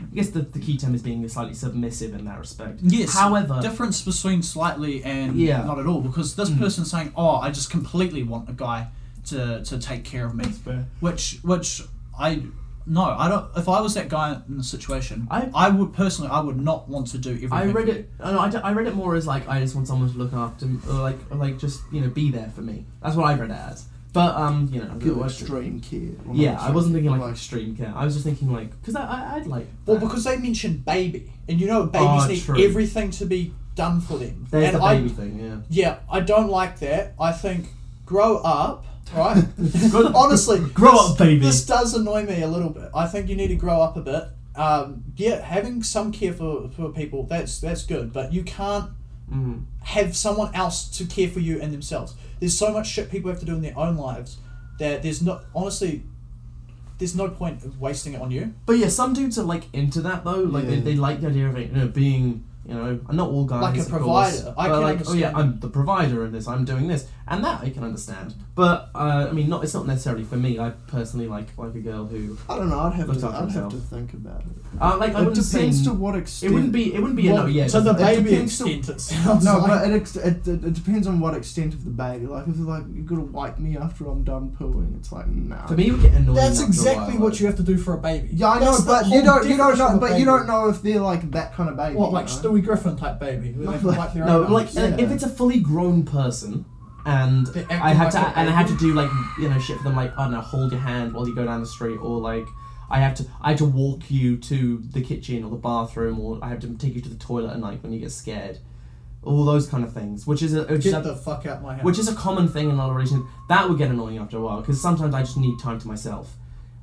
Speaker 3: I guess the, the key term is being slightly submissive in that respect.
Speaker 1: Yes.
Speaker 3: However,
Speaker 1: difference between slightly and
Speaker 3: Yeah.
Speaker 1: not at all because
Speaker 4: Hmm.
Speaker 1: this person's saying, "Oh, I just completely want a guy to, to take care of me,"
Speaker 2: fair.
Speaker 1: which which I no, I don't. If I was that guy in the situation,
Speaker 3: I-
Speaker 1: I, would personally, I would not want to do everything.
Speaker 3: I read
Speaker 1: for you.
Speaker 3: it. uh, I, know, I, d- I read it more as like I just want someone to look after, me, or like or like just you know be there for me. That's what I read it as. But um, you know,
Speaker 2: Good
Speaker 3: I-
Speaker 2: extreme care. Well,
Speaker 3: Yeah,
Speaker 2: not
Speaker 3: I wasn't
Speaker 2: extreme,
Speaker 3: thinking like extreme care. I was just thinking like because I, I I'd like.
Speaker 4: Well,
Speaker 3: that.
Speaker 4: because they mentioned baby, and you know babies
Speaker 1: Oh,
Speaker 3: Ah,
Speaker 4: need
Speaker 3: true.
Speaker 4: everything to be done for them.
Speaker 3: there's
Speaker 4: and
Speaker 3: the
Speaker 4: I,
Speaker 3: baby thing. Yeah.
Speaker 4: yeah, I don't like that. I think grow up, right? Honestly,
Speaker 3: Grow
Speaker 4: this-
Speaker 3: up, baby.
Speaker 4: This does annoy me a little bit. I think you need to grow up a bit. Um, yeah, having some care for, for people that's that's good, but you can't
Speaker 3: Mm.
Speaker 4: have someone else to care for you and themselves. There's so much shit people have to do in their own lives that there's not honestly. There's no point of wasting it on you.
Speaker 3: But yeah, some dudes are like into that though. Like they,
Speaker 2: Yeah.
Speaker 3: they like the idea of it, you know being you know and not all guys
Speaker 4: Like a
Speaker 3: of
Speaker 4: provider.
Speaker 3: Course,
Speaker 4: I
Speaker 3: but
Speaker 4: can
Speaker 3: like oh yeah,
Speaker 4: understand
Speaker 3: I'm the provider in this. I'm doing this and that I can understand. But uh, I mean, not it's not necessarily for me. I personally like like a girl who
Speaker 2: I don't know. I'd have
Speaker 3: Looked
Speaker 2: to.
Speaker 3: after
Speaker 2: I'd have
Speaker 3: myself.
Speaker 2: to think about it.
Speaker 3: uh, like I
Speaker 2: it
Speaker 3: wouldn't
Speaker 2: depends
Speaker 3: say,
Speaker 2: to what extent.
Speaker 3: It wouldn't be. It wouldn't be. a no,
Speaker 2: Well,
Speaker 3: yeah.
Speaker 4: to the
Speaker 3: it
Speaker 4: baby
Speaker 3: depends to-
Speaker 4: extent, it sounds
Speaker 2: No,
Speaker 4: like.
Speaker 2: but it, ex- it, it, it depends on what extent of the baby. Like, if they're like, you gotta wipe me after I'm done pooing, it's like, nah.
Speaker 3: For me, it would get annoying.
Speaker 4: That's
Speaker 3: after a
Speaker 4: exactly
Speaker 3: while,
Speaker 4: what
Speaker 3: like-
Speaker 4: you have to do for a baby.
Speaker 2: yeah, I know,
Speaker 4: That's the
Speaker 2: but you
Speaker 4: whole
Speaker 2: don't, you don't
Speaker 4: definition of
Speaker 2: know,
Speaker 4: a
Speaker 2: but
Speaker 4: baby.
Speaker 2: you don't know if they're like that kind of baby.
Speaker 4: What, like
Speaker 2: you know?
Speaker 4: Stewie Griffin type baby? Where they
Speaker 2: Like-
Speaker 4: can wipe their
Speaker 3: No,
Speaker 4: own
Speaker 3: but like
Speaker 4: arms?
Speaker 3: uh, if it's a fully grown person. And
Speaker 4: They act
Speaker 3: I had
Speaker 4: like
Speaker 3: to,
Speaker 4: a
Speaker 3: and I had to
Speaker 4: baby.
Speaker 3: do like you know shit for them, like I don't know, hold your hand while you go down the street, or like I have to I have to walk you to the kitchen or the bathroom or I have to take you to the toilet at night when you get scared. All those kind of things, which is a which is
Speaker 5: Get
Speaker 3: a-
Speaker 5: the fuck out my house.
Speaker 3: which is a common thing in a lot of relations. That would get annoying after a while because sometimes I just need time to myself.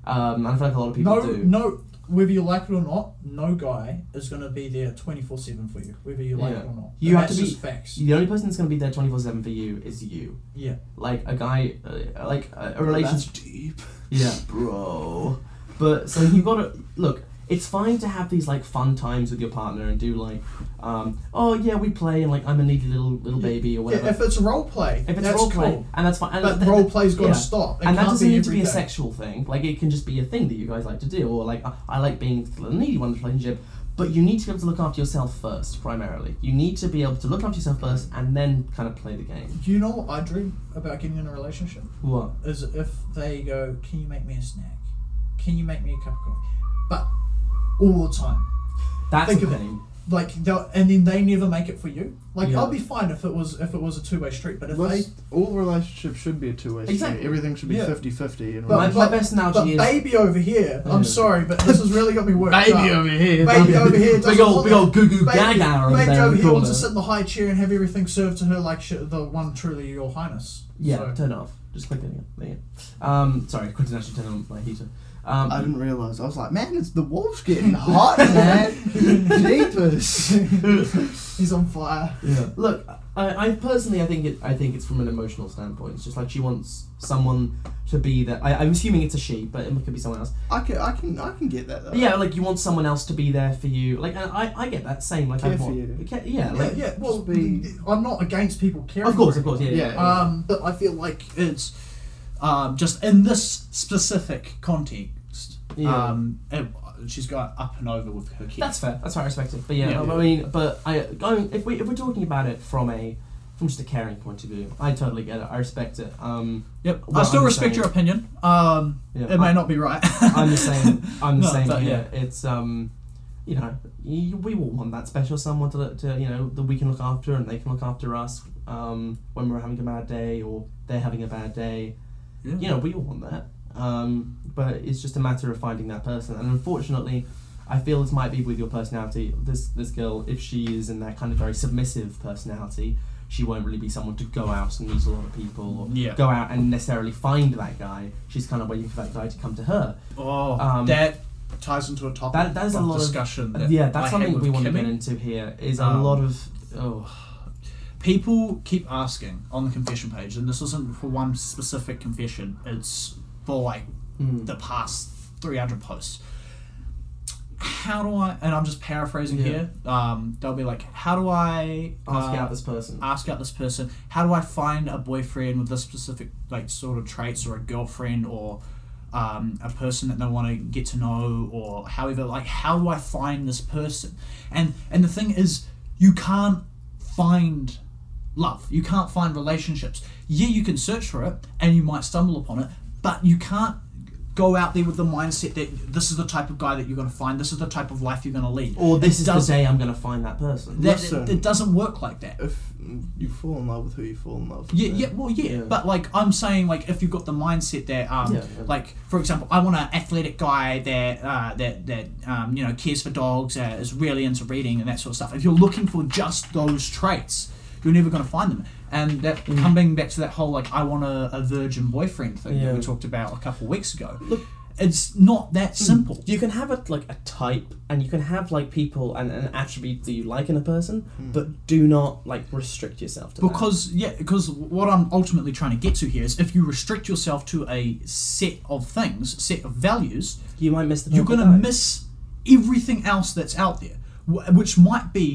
Speaker 3: Um, and I feel like a lot of people
Speaker 5: no,
Speaker 3: do.
Speaker 5: no. Whether you like it or not, no guy is gonna be there twenty four seven for you. Whether you like
Speaker 3: Yeah.
Speaker 5: it or not,
Speaker 3: You
Speaker 5: And
Speaker 3: have to
Speaker 5: that's
Speaker 3: be-
Speaker 5: just facts.
Speaker 3: The only person that's going to be there 24 7 for you is you.
Speaker 5: Yeah,
Speaker 3: Like a guy, uh, like a, a relationship.
Speaker 2: deep,
Speaker 3: Yeah.
Speaker 2: bro.
Speaker 3: But so you gotta look. It's fine to have these like fun times with your partner and do like, um, oh yeah, we play and like I'm a needy little little baby or whatever.
Speaker 5: Yeah, if it's role play,
Speaker 3: If it's
Speaker 5: that's
Speaker 3: role play,
Speaker 5: cool.
Speaker 3: and that's fine. And
Speaker 5: But
Speaker 3: th-
Speaker 5: role play's got to
Speaker 3: yeah.
Speaker 5: stop. It
Speaker 3: and that
Speaker 5: can't
Speaker 3: doesn't
Speaker 5: be
Speaker 3: need to be a
Speaker 5: every day.
Speaker 3: sexual thing. Like it can just be a thing that you guys like to do, or like I, I like being the needy one in the relationship. But you need to be able to look after yourself first, primarily. You need to be able to look after yourself first, and then kind of play the game.
Speaker 5: Do you know what I dream about getting in a relationship?
Speaker 3: What?
Speaker 5: Is if they go, Can you make me a snack? Can you make me a cup of coffee? But all the time.
Speaker 3: That's
Speaker 5: Think
Speaker 3: the
Speaker 5: of it.
Speaker 3: thing.
Speaker 5: Like they'll and then they never make it for you. Like
Speaker 3: Yeah.
Speaker 5: I'll be fine if it was if it was a two way street, but if
Speaker 2: Most, all relationships should be a two way street.
Speaker 3: Exactly.
Speaker 2: Everything should be
Speaker 5: Yeah.
Speaker 2: 50 50. And
Speaker 5: But-
Speaker 3: My,
Speaker 2: right.
Speaker 3: my best
Speaker 5: they But
Speaker 3: analogy is
Speaker 5: baby over here, I'm
Speaker 3: Yeah.
Speaker 5: sorry, but this has really got me worked up.
Speaker 2: here.
Speaker 5: Baby over here doesn't
Speaker 3: big old
Speaker 5: want
Speaker 3: big old
Speaker 5: that.
Speaker 3: goo goo
Speaker 5: Baby,
Speaker 3: gaga over
Speaker 5: baby
Speaker 3: there in
Speaker 5: over
Speaker 3: the
Speaker 5: here wants
Speaker 3: corner.
Speaker 5: to sit in the high chair and have everything served to her like sh- the one truly your highness.
Speaker 3: Yeah,
Speaker 5: So-
Speaker 3: turn it off. Just click it again. There you go. Um, sorry, Quentin actually turned on my heater. Um,
Speaker 2: I didn't realise. I was like, man, it's the wolf's getting hot, man. Jeepers.
Speaker 5: He's on fire.
Speaker 3: yeah. Look, I, I personally, I think it. I think it's from an emotional standpoint. It's just like she wants someone to be there. I, I'm assuming it's a she, but it could be someone else.
Speaker 2: I can, I can, I can get that though.
Speaker 3: But yeah, like you want someone else to be there for you. Like, and I, I get that same. Like, I
Speaker 2: Care for
Speaker 3: want,
Speaker 2: you.
Speaker 3: Ca-
Speaker 5: Yeah,
Speaker 3: yeah, like,
Speaker 5: yeah. Well,
Speaker 2: be-
Speaker 5: th- I'm not against people caring.
Speaker 3: Of course,
Speaker 5: for
Speaker 3: of course, yeah,
Speaker 2: Yeah.
Speaker 3: yeah.
Speaker 5: it. Um, but I feel like
Speaker 1: it's um, just in this specific context.
Speaker 3: Yeah.
Speaker 1: Um, it, she's got up and over with her kid.
Speaker 3: That's fair. That's fair. I respect it. But yeah,
Speaker 1: Yeah.
Speaker 3: I mean, but I going if we if we're talking about it from a from just a caring point of view, I totally get it. I respect it. Um,
Speaker 1: yep. I
Speaker 3: Well,
Speaker 1: still
Speaker 3: I'm
Speaker 1: respect
Speaker 3: saying-
Speaker 1: your opinion. Um,
Speaker 3: yeah,
Speaker 1: it may
Speaker 3: I-
Speaker 1: not be right.
Speaker 3: I'm the same. I'm the
Speaker 1: No,
Speaker 3: same
Speaker 1: but
Speaker 3: here. It's um, you know, y we all want that special someone to look to you know that we can look after and they can look after us um when we're having a bad day or they're having a bad day.
Speaker 1: Yeah.
Speaker 3: You know, we all want that. Um, but it's just a matter of finding that person. And unfortunately, I feel this might be with your personality. This this girl, if she is in that kind of very submissive personality, she won't really be someone to go out and meet a lot of people or
Speaker 1: Yeah.
Speaker 3: go out and necessarily find that guy. She's kind of waiting for that guy to come to her.
Speaker 1: Oh,
Speaker 3: Um,
Speaker 1: that ties into a topic
Speaker 3: that- that is a
Speaker 1: of
Speaker 3: lot of-
Speaker 1: discussion.
Speaker 3: Uh,
Speaker 1: that
Speaker 3: yeah,
Speaker 1: I had
Speaker 3: that's something
Speaker 1: with
Speaker 3: we want to
Speaker 1: Kimmy.
Speaker 3: get into here. Is a
Speaker 1: Um,
Speaker 3: lot of oh
Speaker 1: people keep asking on the confession page, and this isn't for one specific confession, it's for like
Speaker 3: Mm.
Speaker 1: the past 300 posts. How do I, and I'm just paraphrasing
Speaker 3: Yeah.
Speaker 1: here, um, they'll be like, how do I
Speaker 3: ask
Speaker 1: uh,
Speaker 3: out this person.
Speaker 1: ask out this person? How do I find a boyfriend with this specific like sort of traits or a girlfriend or um, a person that they want to get to know or however like how do I find this person? And and the thing is you can't find love. You can't find relationships. Yeah, you can search for it and you might stumble upon it, but you can't go out there with the mindset that this is the type of guy that you're going to find, this is the type of life you're going to lead.
Speaker 3: or this is the
Speaker 1: does-
Speaker 3: day I'm going to find that person.
Speaker 1: That,
Speaker 2: Listen.
Speaker 1: it doesn't work like that.
Speaker 2: If you fall in love with who you fall in love with.
Speaker 1: Yeah,
Speaker 2: man.
Speaker 1: yeah, well, yeah,
Speaker 3: Yeah.
Speaker 1: but like I'm saying, like if you've got the mindset that, um,
Speaker 3: Yeah, yeah.
Speaker 1: like for example, I want an athletic guy that uh, that that um, you know cares for dogs, uh, is really into reading and that sort of stuff. If you're looking for just those traits, you're never going to find them. And that coming back to that whole like I want a, a virgin boyfriend thing that
Speaker 3: Yeah.
Speaker 1: we talked about a couple weeks ago. Look, Mm. it's not that simple.
Speaker 3: You can have a, like a type, and you can have like people and an attribute that you like in a person, but do not like restrict yourself to
Speaker 1: Hmm. Because yeah, because what I'm ultimately trying to get to here is if you restrict yourself to a set of things, set of values,
Speaker 3: that. you might miss the.
Speaker 1: you're
Speaker 3: perfect
Speaker 1: going
Speaker 3: guy.
Speaker 1: to miss everything else that's out there, wh- which might be,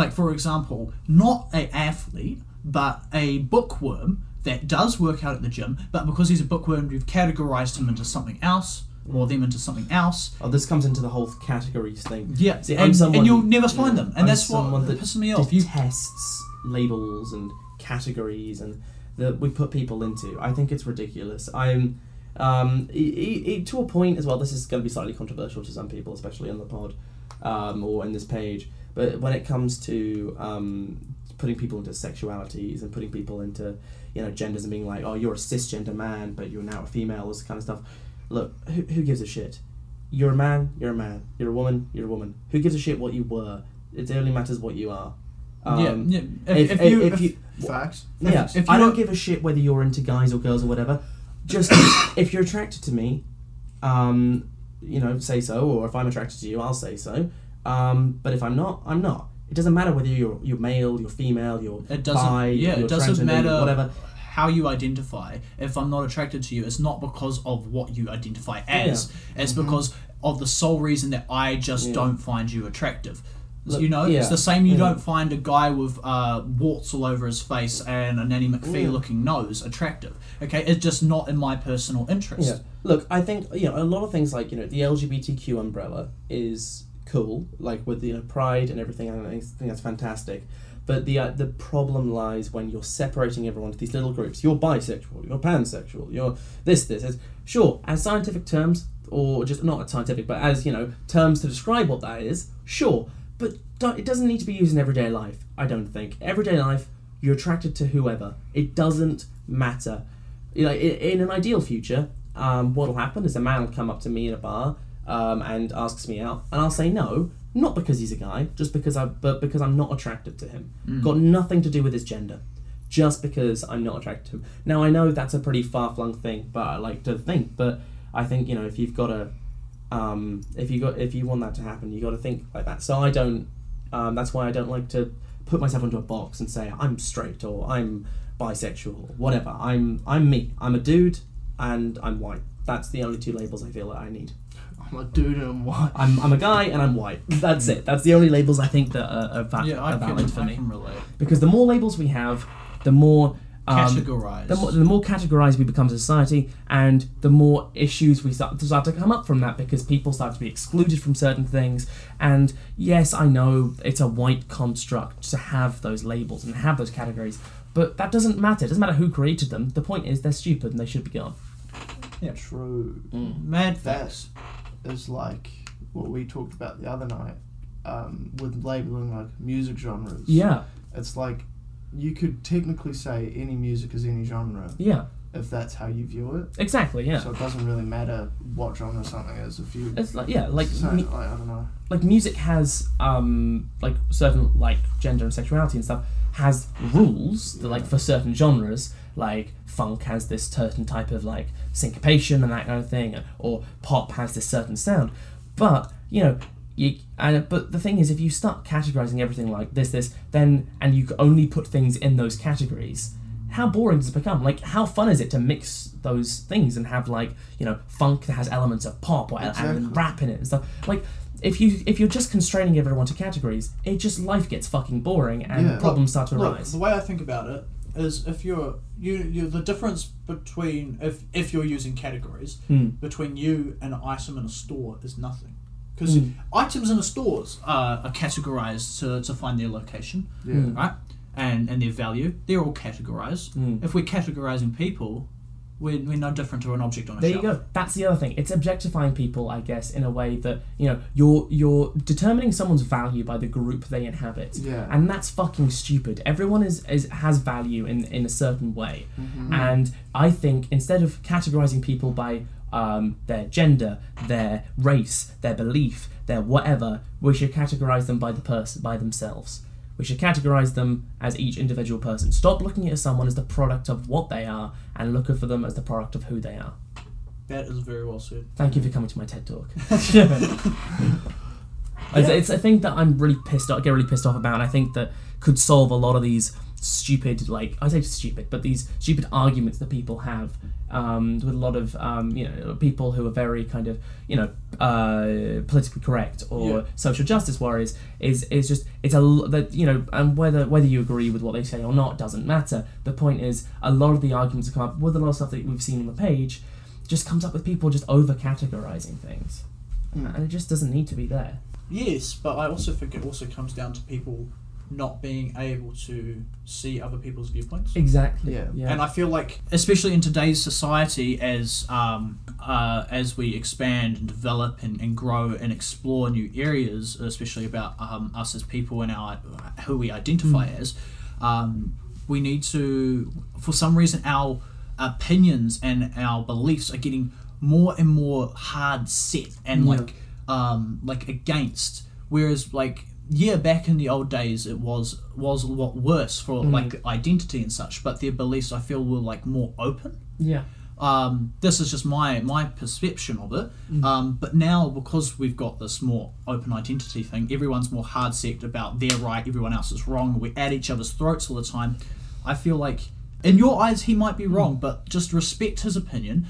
Speaker 1: like, for example, not a athlete, but a bookworm that does work out at the gym, but because he's a bookworm, you've categorized him into something else or them into something else.
Speaker 3: Oh, this comes into the whole categories thing.
Speaker 1: Yeah,
Speaker 3: See, I'm
Speaker 1: and,
Speaker 3: someone-
Speaker 1: and you'll never find them, and
Speaker 3: I'm
Speaker 1: that's what
Speaker 3: someone that
Speaker 1: pisses me off. You,
Speaker 3: detests labels and categories and that we put people into. I think it's ridiculous. I'm um, e- e- e- to a point as well. This is going to be slightly controversial to some people, especially on the pod um, or in this page. But when it comes to um, putting people into sexualities and putting people into you know genders and being like, oh, you're a cisgender man, but you're now a female, this kind of stuff. Look, who, who gives a shit? You're a man, you're a man. You're a woman, you're a woman. Who gives a shit what you were? It only matters what you are. Um,
Speaker 1: yeah, yeah.
Speaker 3: If, if you, if you,
Speaker 2: Facts.
Speaker 3: yeah,
Speaker 1: if
Speaker 3: I
Speaker 1: you
Speaker 3: don't
Speaker 1: are-
Speaker 3: give a shit whether you're into guys or girls or whatever. Just if you're attracted to me, um, you know, say so. Or if I'm attracted to you, I'll say so. Um, but if I'm not, I'm not. It doesn't matter whether you're you're male, you're female, you're
Speaker 1: It doesn't.
Speaker 3: bi,
Speaker 1: yeah,
Speaker 3: you're
Speaker 1: it doesn't
Speaker 3: transgender,
Speaker 1: matter
Speaker 3: Whatever.
Speaker 1: how you identify. If I'm not attracted to you, it's not because of what you identify as. It's because of the sole reason that I just
Speaker 3: Mm-hmm. Yeah.
Speaker 1: don't find you attractive.
Speaker 3: Look,
Speaker 1: you know,
Speaker 3: yeah, Mm-hmm.
Speaker 1: it's the same. You
Speaker 3: yeah.
Speaker 1: don't find a guy with uh, warts all over his face and a Nanny McPhee
Speaker 3: Mm.
Speaker 1: looking nose attractive. Okay, it's just not in my personal interest.
Speaker 3: Yeah. Look, I think you know a lot of things like you know the LGBTQ umbrella is cool, like with you know pride and everything. and I think that's fantastic. But the uh, the problem lies when you're separating everyone to these little groups. You're bisexual. You're pansexual. You're this this. this. Sure, as scientific terms, or just not as scientific, but as you know terms to describe what that is. Sure, but don't, it doesn't need to be used in everyday life. I don't think everyday life. You're attracted to whoever. It doesn't matter you know, i- in, in an ideal future, um, what'll happen is a man will come up to me in a bar um, and asks me out, and I'll say no, not because he's a guy, just because I, but because I'm not attracted to him. Got nothing to do with his gender, just because I'm not attracted to him. Now I know that's a pretty far flung thing, but I like to think. But I think you know if you've got a, um, if you got if you want that to happen, you got to think like that. So I don't. Um, that's why I don't like to put myself into a box and say I'm straight or I'm bisexual or whatever. I'm I'm me. I'm a dude and I'm white. That's the only two labels I feel that I need.
Speaker 2: I'm a dude and what?
Speaker 3: I'm, I'm a guy and I'm white. That's it. That's the only labels I think that are, are, va-
Speaker 1: Yeah, I,
Speaker 3: are
Speaker 1: can,
Speaker 3: valid for
Speaker 1: I
Speaker 3: me.
Speaker 1: can relate.
Speaker 3: Because the more labels we have, the more um,
Speaker 1: Categorize.
Speaker 3: the more, the more categorized we become as a society and the more issues we start, start to come up from that because people start to be excluded from certain things and yes i know it's a white construct to have those labels and have those categories but that doesn't matter it doesn't matter who created them the point is they're stupid and they should be gone
Speaker 2: True.
Speaker 1: Mad
Speaker 2: That is like what we talked about the other night um, with labeling like music genres.
Speaker 3: yeah
Speaker 2: It's like you could technically say any music is any genre
Speaker 3: yeah
Speaker 2: if that's how you view it.
Speaker 3: exactly yeah
Speaker 2: So it doesn't really matter what genre something is if you.
Speaker 3: it's like yeah like
Speaker 2: so,
Speaker 3: me-
Speaker 2: like, I don't know.
Speaker 3: like music has um like certain like gender and sexuality and stuff has rules that, like for certain genres like funk has this certain type of like syncopation and that kind of thing or pop has this certain sound but you know you and but the thing is if you start categorizing everything like this this then and you only put things in those categories how boring does it become? Like, how fun is it to mix those things and have like you know funk that has elements of pop or
Speaker 2: Exactly.
Speaker 3: and rap in it and stuff? Like, if you if you're just constraining everyone to categories, it just life gets fucking boring and
Speaker 2: Yeah.
Speaker 3: problems start to
Speaker 6: Look,
Speaker 3: arise.
Speaker 6: the way I think about it is if you're you you the difference between if if you're using categories
Speaker 3: Hmm.
Speaker 6: between you and an item in a store is nothing. Because
Speaker 3: Hmm.
Speaker 6: items in the stores
Speaker 1: uh, are categorized to, to find their location,
Speaker 2: Yeah.
Speaker 3: Hmm.
Speaker 1: right? And and their value. They're all categorized.
Speaker 3: Hmm.
Speaker 1: If we're categorizing people, we're, we're no different to an object on a
Speaker 3: There you
Speaker 1: shelf.
Speaker 3: go. That's the other thing. It's objectifying people, I guess, in a way that you know you're you're determining someone's value by the group they inhabit.
Speaker 2: Yeah.
Speaker 3: and that's fucking stupid. Everyone is, is has value in in a certain way, and I think instead of categorizing people by um, their gender, their race, their belief, their whatever, we should categorize them by the person by themselves. We should categorize them as each individual person. Stop looking at someone as the product of what they are, and look for them as the product of who they are.
Speaker 6: that is very well said.
Speaker 3: Thank you for coming to my TED talk. It's, it's a thing that I'm really pissed off. Get really pissed off about. And I think that could solve a lot of these stupid, like I say stupid, but these stupid arguments that people have um, with a lot of um, you know people who are very kind of you know uh, politically correct or
Speaker 6: Yeah.
Speaker 3: social justice warriors is is just it's a l- that you know and whether whether you agree with what they say or not doesn't matter. The point is a lot of the arguments that come up with a lot of stuff that we've seen on the page just comes up with people just over categorizing things. And it just doesn't need to be there.
Speaker 6: Yes, but I also think it also comes down to people not being able to see other people's viewpoints.
Speaker 3: Exactly.
Speaker 2: Yeah.
Speaker 3: yeah.
Speaker 6: And I feel like
Speaker 1: Especially in today's society, as um, uh, as we expand and develop and, and grow and explore new areas, especially about um, us as people and our who we identify
Speaker 6: Mm.
Speaker 1: as, um, we need to, for some reason, our opinions and our beliefs are getting
Speaker 7: more and more hard set and like um like against whereas like yeah back in the old days it was was a lot worse for like identity and such but their beliefs i feel were like more open
Speaker 3: Yeah.
Speaker 7: um, this is just my my perception of it.
Speaker 3: Mm.
Speaker 7: Um, but now because we've got this more open identity thing, everyone's more hard set about their right, everyone else is wrong. We're at each other's throats all the time. I feel like in your eyes he might be
Speaker 3: Mm.
Speaker 7: wrong, but just respect his opinion.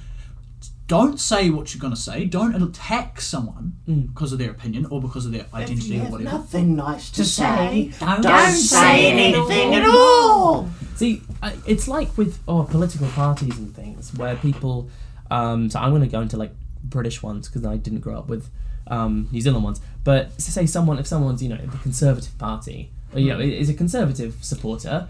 Speaker 7: Don't say what you're gonna say. Don't attack someone
Speaker 3: Mm.
Speaker 7: because of their opinion or because of their identity or whatever.
Speaker 4: Nothing nice to say.
Speaker 7: Don't,
Speaker 4: Don't say anything at
Speaker 1: Oh.
Speaker 4: all.
Speaker 3: See, I- it's like with oh political parties and things where people. Um, so I'm going to go into like British ones because I didn't grow up with um, New Zealand ones. But to say someone, if someone's you know the Conservative Party, or, you know, i- is a Conservative supporter,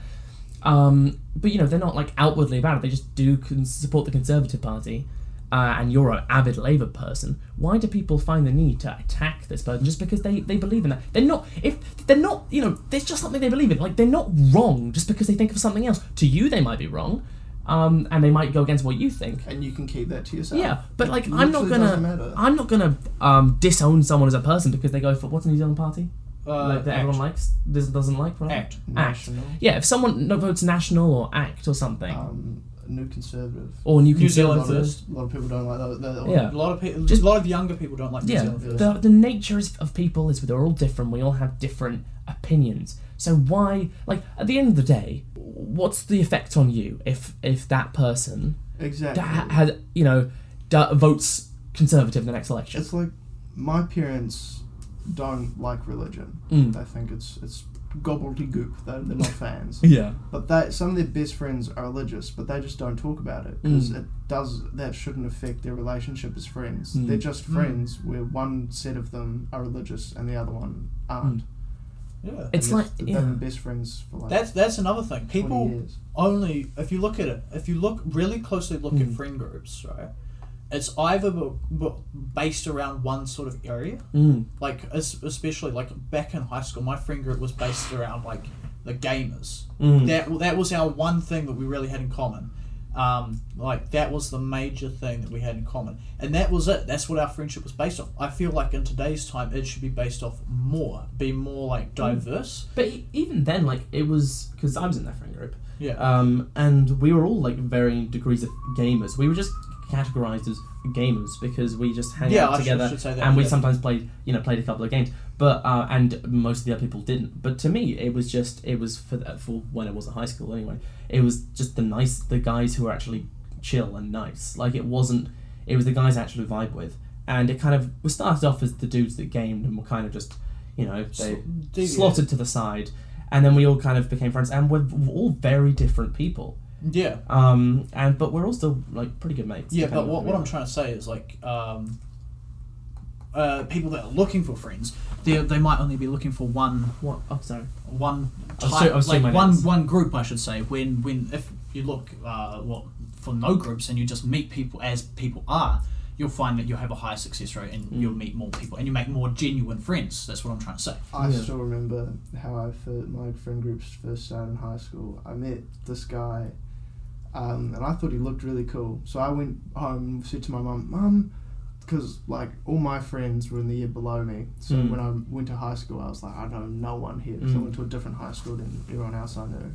Speaker 3: um, but you know they're not like outwardly about it. They just do con- support the Conservative Party. Uh, and you're an avid Labour person. Why do people find the need to attack this person just because they, they believe in that? They're not if they're not you know there's just something they believe in. Like they're not wrong just because they think of something else. To you they might be wrong, um, and they might go against what you think.
Speaker 2: and you can keep that to yourself.
Speaker 3: Yeah, but like
Speaker 2: It
Speaker 3: I'm not
Speaker 2: literally doesn't
Speaker 3: gonna
Speaker 2: matter.
Speaker 3: I'm not gonna um, disown someone as a person because they go for what's the New Zealand party
Speaker 1: Uh,
Speaker 3: like, that everyone likes doesn't doesn't like right?
Speaker 1: Act.
Speaker 3: Act.
Speaker 2: National.
Speaker 3: Yeah, if someone no- votes National or Act or something
Speaker 2: Um, new conservative.
Speaker 3: or New,
Speaker 1: New Zealand
Speaker 2: A lot,
Speaker 3: Conservative.
Speaker 2: of, a lot of people don't like that. They're-
Speaker 3: Yeah.
Speaker 1: A lot of people,
Speaker 3: Just-
Speaker 1: a lot of younger people don't like New
Speaker 3: yeah,
Speaker 1: Zealand.
Speaker 3: the, the nature is, of people is they're all different. We all have different opinions. So why, like, at the end of the day, what's the effect on you if if that person
Speaker 2: Exactly.
Speaker 3: da- has you know da- votes conservative in the next election?
Speaker 2: It's like my parents don't like religion.
Speaker 3: Mm.
Speaker 2: They think it's it's gobbledygook. They're, they're not fans.
Speaker 3: Yeah,
Speaker 2: But they, some of their best friends are religious, but they just don't talk about it because
Speaker 3: Mm.
Speaker 2: it does that shouldn't affect their relationship as friends.
Speaker 3: Mm.
Speaker 2: They're just friends where one set of them are religious and the other one aren't.
Speaker 1: Yeah.
Speaker 3: it's
Speaker 2: Yet
Speaker 3: like
Speaker 2: they've
Speaker 3: Mm. yeah.
Speaker 2: been best friends for like
Speaker 1: That's that's another thing.
Speaker 2: 20
Speaker 1: People
Speaker 2: years.
Speaker 1: only if you look at it, if you look really closely, look at friend groups, right? It's either b- b- based around one sort of area,
Speaker 3: Mm.
Speaker 1: like es- especially like back in high school, my friend group was based around like the gamers. That that was our one thing that we really had in common. Um, like that was the major thing that we had in common, and that was it. That's what our friendship was based off. I feel like in today's time, it should be based off more, be more like diverse.
Speaker 8: But e- even then, like it was because I was in that friend group.
Speaker 1: Yeah.
Speaker 8: Um, and we were all like varying degrees of gamers. We were just categorized as gamers because we just hang
Speaker 1: Yeah, I
Speaker 8: out
Speaker 1: should-
Speaker 8: together,
Speaker 1: should say that,
Speaker 8: and we
Speaker 1: yeah.
Speaker 8: sometimes played, you know, played a couple of games. But uh, and most of the other people didn't. But to me, it was just it was for the, for when it was at high school anyway. It was just the nice the guys who were actually chill and nice. Like it wasn't. It was the guys I actually vibe with, and it kind of we started off as the dudes that gamed and were kind of just. You know, they
Speaker 1: deviate.
Speaker 8: slotted to the side, and then we all kind of became friends. And we're v- all very different people.
Speaker 1: Yeah,
Speaker 8: Um, and but we're all still like pretty good mates.
Speaker 1: yeah. But
Speaker 8: depending
Speaker 1: what,
Speaker 8: on
Speaker 1: what
Speaker 8: who
Speaker 1: I'm
Speaker 8: we
Speaker 1: trying to say is like, um, uh, people that are looking for friends, they they might only be looking for one
Speaker 8: are. What? Oh, sorry.
Speaker 1: one
Speaker 8: I was
Speaker 1: type,
Speaker 8: so- I was so
Speaker 1: like
Speaker 8: my
Speaker 1: one
Speaker 8: notes.
Speaker 1: one group, I should say. When when if you look, uh, well, for no groups and you just meet people as people are, you'll find that you'll have a higher success rate and
Speaker 8: Hmm.
Speaker 1: you'll meet more people and you make more genuine friends. That's what I'm trying to say.
Speaker 2: I
Speaker 8: Yeah.
Speaker 2: still remember how I fir- my friend groups first started in high school. I met this guy, um, and I thought he looked really cool. So I went home and said to my mum, "Mum," because like all my friends were in the year below me. So
Speaker 8: Mm.
Speaker 2: when I went to high school, I was like, I know no one here. 'cause I
Speaker 8: Mm.
Speaker 2: went to a different high school than everyone else I knew.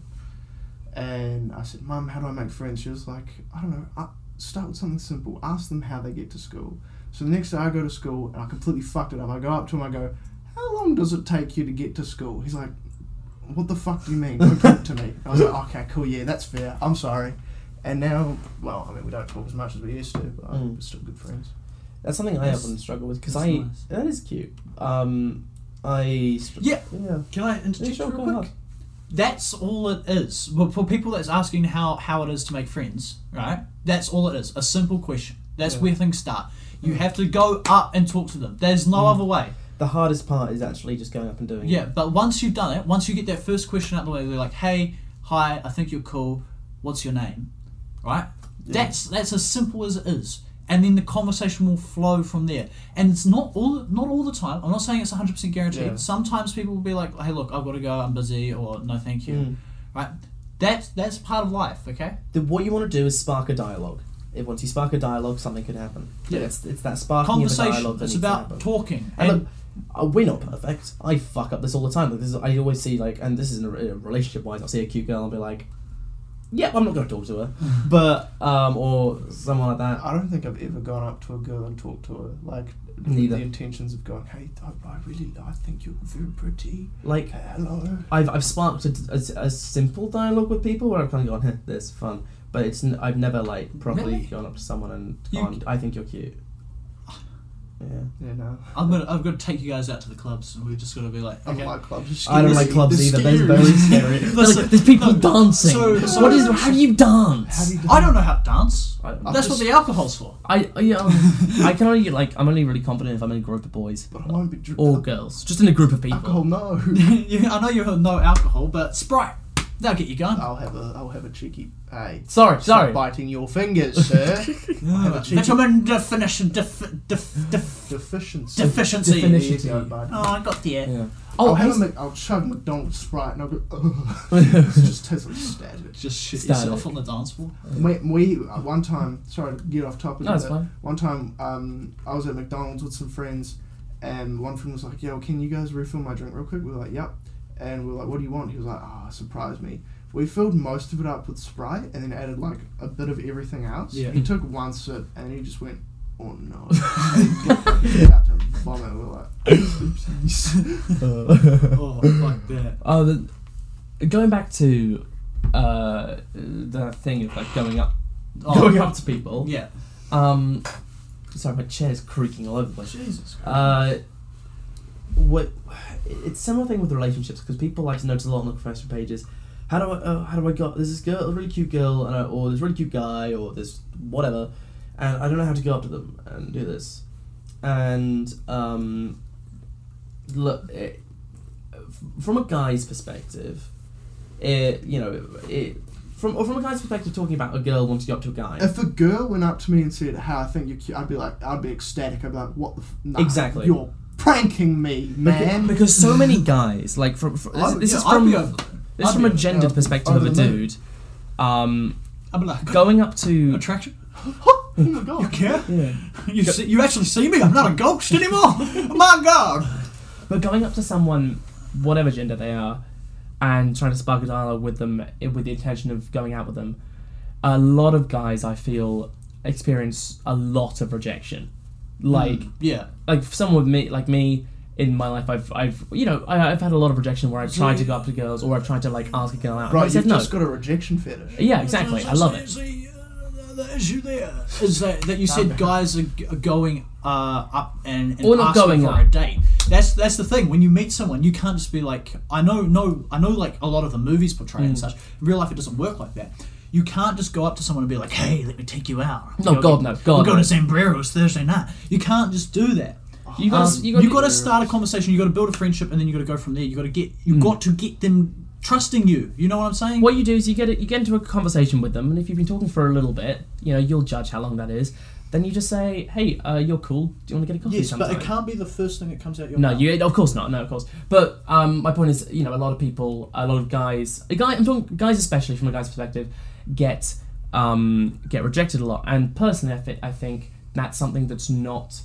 Speaker 2: And I said, "Mum, how do I make friends?" She was like, "I don't know. I, start with something simple. Ask them how they get to school." So the next day I go to school and I completely fucked it up. I go up to him, I go, How long does it take you to get to school? He's like, What the fuck do you mean? Don't talk to me. I was like, Okay, cool, yeah, that's fair. I'm sorry. And now, well, I mean, we don't talk as much as we used to, but
Speaker 8: Mm.
Speaker 2: we're still good friends.
Speaker 8: That's something I often struggle with because
Speaker 7: that's
Speaker 8: I
Speaker 7: nice.
Speaker 8: that is cute. Um, I str-
Speaker 1: Yeah.
Speaker 8: yeah.
Speaker 1: Can I
Speaker 8: Yeah,
Speaker 1: interject
Speaker 8: sure,
Speaker 1: real
Speaker 8: go
Speaker 1: quick?
Speaker 8: ahead.
Speaker 1: That's all it is. Well, for people that's asking how, how it is to make friends, right? That's all it is. A simple question. That's where things start. You have to go up and talk to them. There's no other way.
Speaker 8: The hardest part is actually just going up and doing.
Speaker 1: Yeah, but once you've done it, once you get that first question out the way, they're like, "Hey, hi, I think you're cool. What's your name?" Right? That's that's as simple as it is, and then the conversation will flow from there. And it's not all not all the time. I'm not saying it's 100 percent guaranteed.
Speaker 2: Yeah.
Speaker 1: Sometimes people will be like, "Hey, look, I've got to go. I'm busy," or "No,
Speaker 9: Mm.
Speaker 1: thank you." Right? That's that's part of life. Okay.
Speaker 8: The, what you want to do is spark a dialogue.
Speaker 9: if once you spark a dialogue, something could happen.
Speaker 1: Yeah.
Speaker 9: It's, it's that sparking of a
Speaker 1: Conversation.
Speaker 9: dialogue that
Speaker 1: It's
Speaker 9: needs to
Speaker 1: about
Speaker 9: happen.
Speaker 1: talking.
Speaker 9: And look, uh, we're not perfect. I fuck up this all the time. Like this is, I always see like, and this is in a relationship wise. I'll see a cute girl and be like, "Yeah, I'm not gonna talk to her," but um, or someone like that.
Speaker 2: I don't think I've ever gone up to a girl and talked to her like with
Speaker 9: Neither.
Speaker 2: the intentions of going, "Hey, I, I really, I think you're very pretty."
Speaker 9: Like
Speaker 2: Hello.
Speaker 9: I've I've sparked a, a, a simple dialogue with people where I've kind of gone, "Heh, "This is fun," but it's n- I've never like properly
Speaker 1: Really?
Speaker 9: gone up to someone and
Speaker 1: You-
Speaker 9: gone, "I think you're cute." Yeah.
Speaker 2: Yeah, no.
Speaker 1: I'm gonna I'm gonna take you guys out to the clubs and we're just gonna be
Speaker 9: Oh
Speaker 1: like
Speaker 2: I don't
Speaker 1: okay.
Speaker 2: like clubs.
Speaker 9: I don't like clubs either. They're very scary.
Speaker 3: They're
Speaker 1: Listen,
Speaker 3: like, there's people
Speaker 1: no,
Speaker 3: dancing.
Speaker 1: so- so-
Speaker 3: what is? How do you dance?
Speaker 2: How do you
Speaker 1: I don't know how to dance.
Speaker 9: I, don't-
Speaker 2: I'm
Speaker 1: That's what
Speaker 2: just-
Speaker 1: the alcohol's for.
Speaker 3: I I, yeah, um, I can only like I'm only really confident if I'm in a group of boys
Speaker 2: But I won't be drinking
Speaker 3: or girls, just in a group of people.
Speaker 2: alcohol. No.
Speaker 1: You- I know you have no alcohol, but Sprite that'll get you
Speaker 3: Oh,
Speaker 1: going.
Speaker 2: I'll have a, I'll have a cheeky. Hey,
Speaker 3: Sorry,
Speaker 2: stop
Speaker 3: sorry.
Speaker 2: biting your fingers, sir. I'll have a cheeky
Speaker 1: Vitamin definition def, def, def,
Speaker 2: deficiency.
Speaker 1: deficiency.
Speaker 2: There
Speaker 3: Definition.
Speaker 2: you go, bud.
Speaker 1: Oh, I got the air.
Speaker 9: yeah.
Speaker 2: I'll
Speaker 3: Oh,
Speaker 2: have a
Speaker 3: hey,
Speaker 2: Mc, I'll chug McDonald's Sprite and I'll go. Ugh. It's just tastes like static.
Speaker 1: Just shit
Speaker 9: Static.
Speaker 1: yourself on the dance floor.
Speaker 2: We, we uh, one time, sorry to get off topic.
Speaker 3: No, it's
Speaker 2: but
Speaker 3: fine.
Speaker 2: One time, um, I was at McDonald's with some friends, and one of them was like, "Yo, can you guys refill my drink real quick?" We were like, "Yep," and we were like, "What do you want?" He was like, "Ah, surprise me." We filled most of it up with Sprite and then added like a bit of everything else.
Speaker 1: Yeah.
Speaker 2: He took one sip and he just went, "Oh no!" And he got to vomit. We were like, "Oopsies."
Speaker 1: Oh, fuck that.
Speaker 3: uh, the- going back to uh, the thing of like going up,
Speaker 1: Oh.
Speaker 3: going up to people.
Speaker 1: Yeah.
Speaker 9: Um, sorry, my chair's creaking all over the place.
Speaker 1: Jesus.
Speaker 9: Uh, what? It's similar thing with relationships because people like to notice a lot on the professional pages. How do I? Oh, how do I got? There's this girl, a really cute girl, and I, or this really cute guy, or this whatever, and I don't know how to go up to them and do this. And um, look, it, from a guy's perspective, it you know it. From, or from a guy's perspective, talking about a girl wanting to go up to a guy.
Speaker 2: if a girl went up to me and said, "Hey, I think you're cute," I'd be like, I'd be ecstatic. I'd be like, "What the? F- nah,
Speaker 9: Exactly.
Speaker 2: You're pranking me, man."
Speaker 3: Because so many guys, like, from, from
Speaker 1: I
Speaker 3: this,
Speaker 1: would-
Speaker 3: this
Speaker 1: yeah,
Speaker 3: is
Speaker 1: I'd
Speaker 3: from
Speaker 1: be over there.
Speaker 3: this
Speaker 1: I'd
Speaker 3: is from
Speaker 1: be
Speaker 3: a
Speaker 1: over-
Speaker 3: gendered
Speaker 2: yeah,
Speaker 3: perspective of
Speaker 2: over
Speaker 3: a
Speaker 2: the
Speaker 3: dude. Um,
Speaker 1: I'm like,
Speaker 3: going up to
Speaker 1: attraction?
Speaker 2: oh my god.
Speaker 1: You care? You, see, you actually see me? I'm not a ghost anymore. My God.
Speaker 3: but going up to someone, whatever gender they are, and trying to spark a dialogue with them eh, with the intention of going out with them, a lot of guys I feel experience a lot of rejection. Like
Speaker 1: Yeah.
Speaker 3: like for someone with me like me in my life I've I've you know I, I've had a lot of rejection where I've tried to go up to girls or I've tried to like ask a girl out. and
Speaker 2: Right,
Speaker 3: they
Speaker 2: you've
Speaker 3: said no.
Speaker 2: just got a rejection fetish.
Speaker 3: yeah, exactly. I love it.
Speaker 1: See, uh, the issue there is that, that you said guys are, g- are going uh, up and, and
Speaker 3: Or not
Speaker 1: asking
Speaker 3: going
Speaker 1: for
Speaker 3: up.
Speaker 1: a date. That's that's the thing. When you meet someone, you can't just be like, I know, no, I know. Like a lot of the movies portray
Speaker 3: Mm.
Speaker 1: and such. In real life, it doesn't work like that. You can't just go up to someone and be like, Hey, let me take you out.
Speaker 3: No, God, no,
Speaker 1: We're
Speaker 3: God.
Speaker 1: going to Zambreros Thursday night. You can't just do that.
Speaker 3: you got
Speaker 1: Um,
Speaker 3: to,
Speaker 1: you
Speaker 3: you
Speaker 1: got
Speaker 3: got
Speaker 1: to start a conversation. You got to build a friendship, and then you got to go from there. You got to get you
Speaker 3: Mm.
Speaker 1: got to get them trusting you. You know what I'm saying?
Speaker 3: what you do is you get it, you get into a conversation with them, and if you've been talking for a little bit, you know you'll judge how long that is. Then you just say, "Hey, uh, you're cool. Do you want to get a coffee
Speaker 4: Yes,
Speaker 3: sometime?"
Speaker 4: but it can't be the first thing that comes out your
Speaker 3: no,
Speaker 4: mouth.
Speaker 3: you of course not. No, of course. But um, my point is, you know, a lot of people, a lot of guys, a guy, I'm talking guys especially from a guy's perspective, get um, get rejected a lot. And personally, I, thi- I think that's something that's not.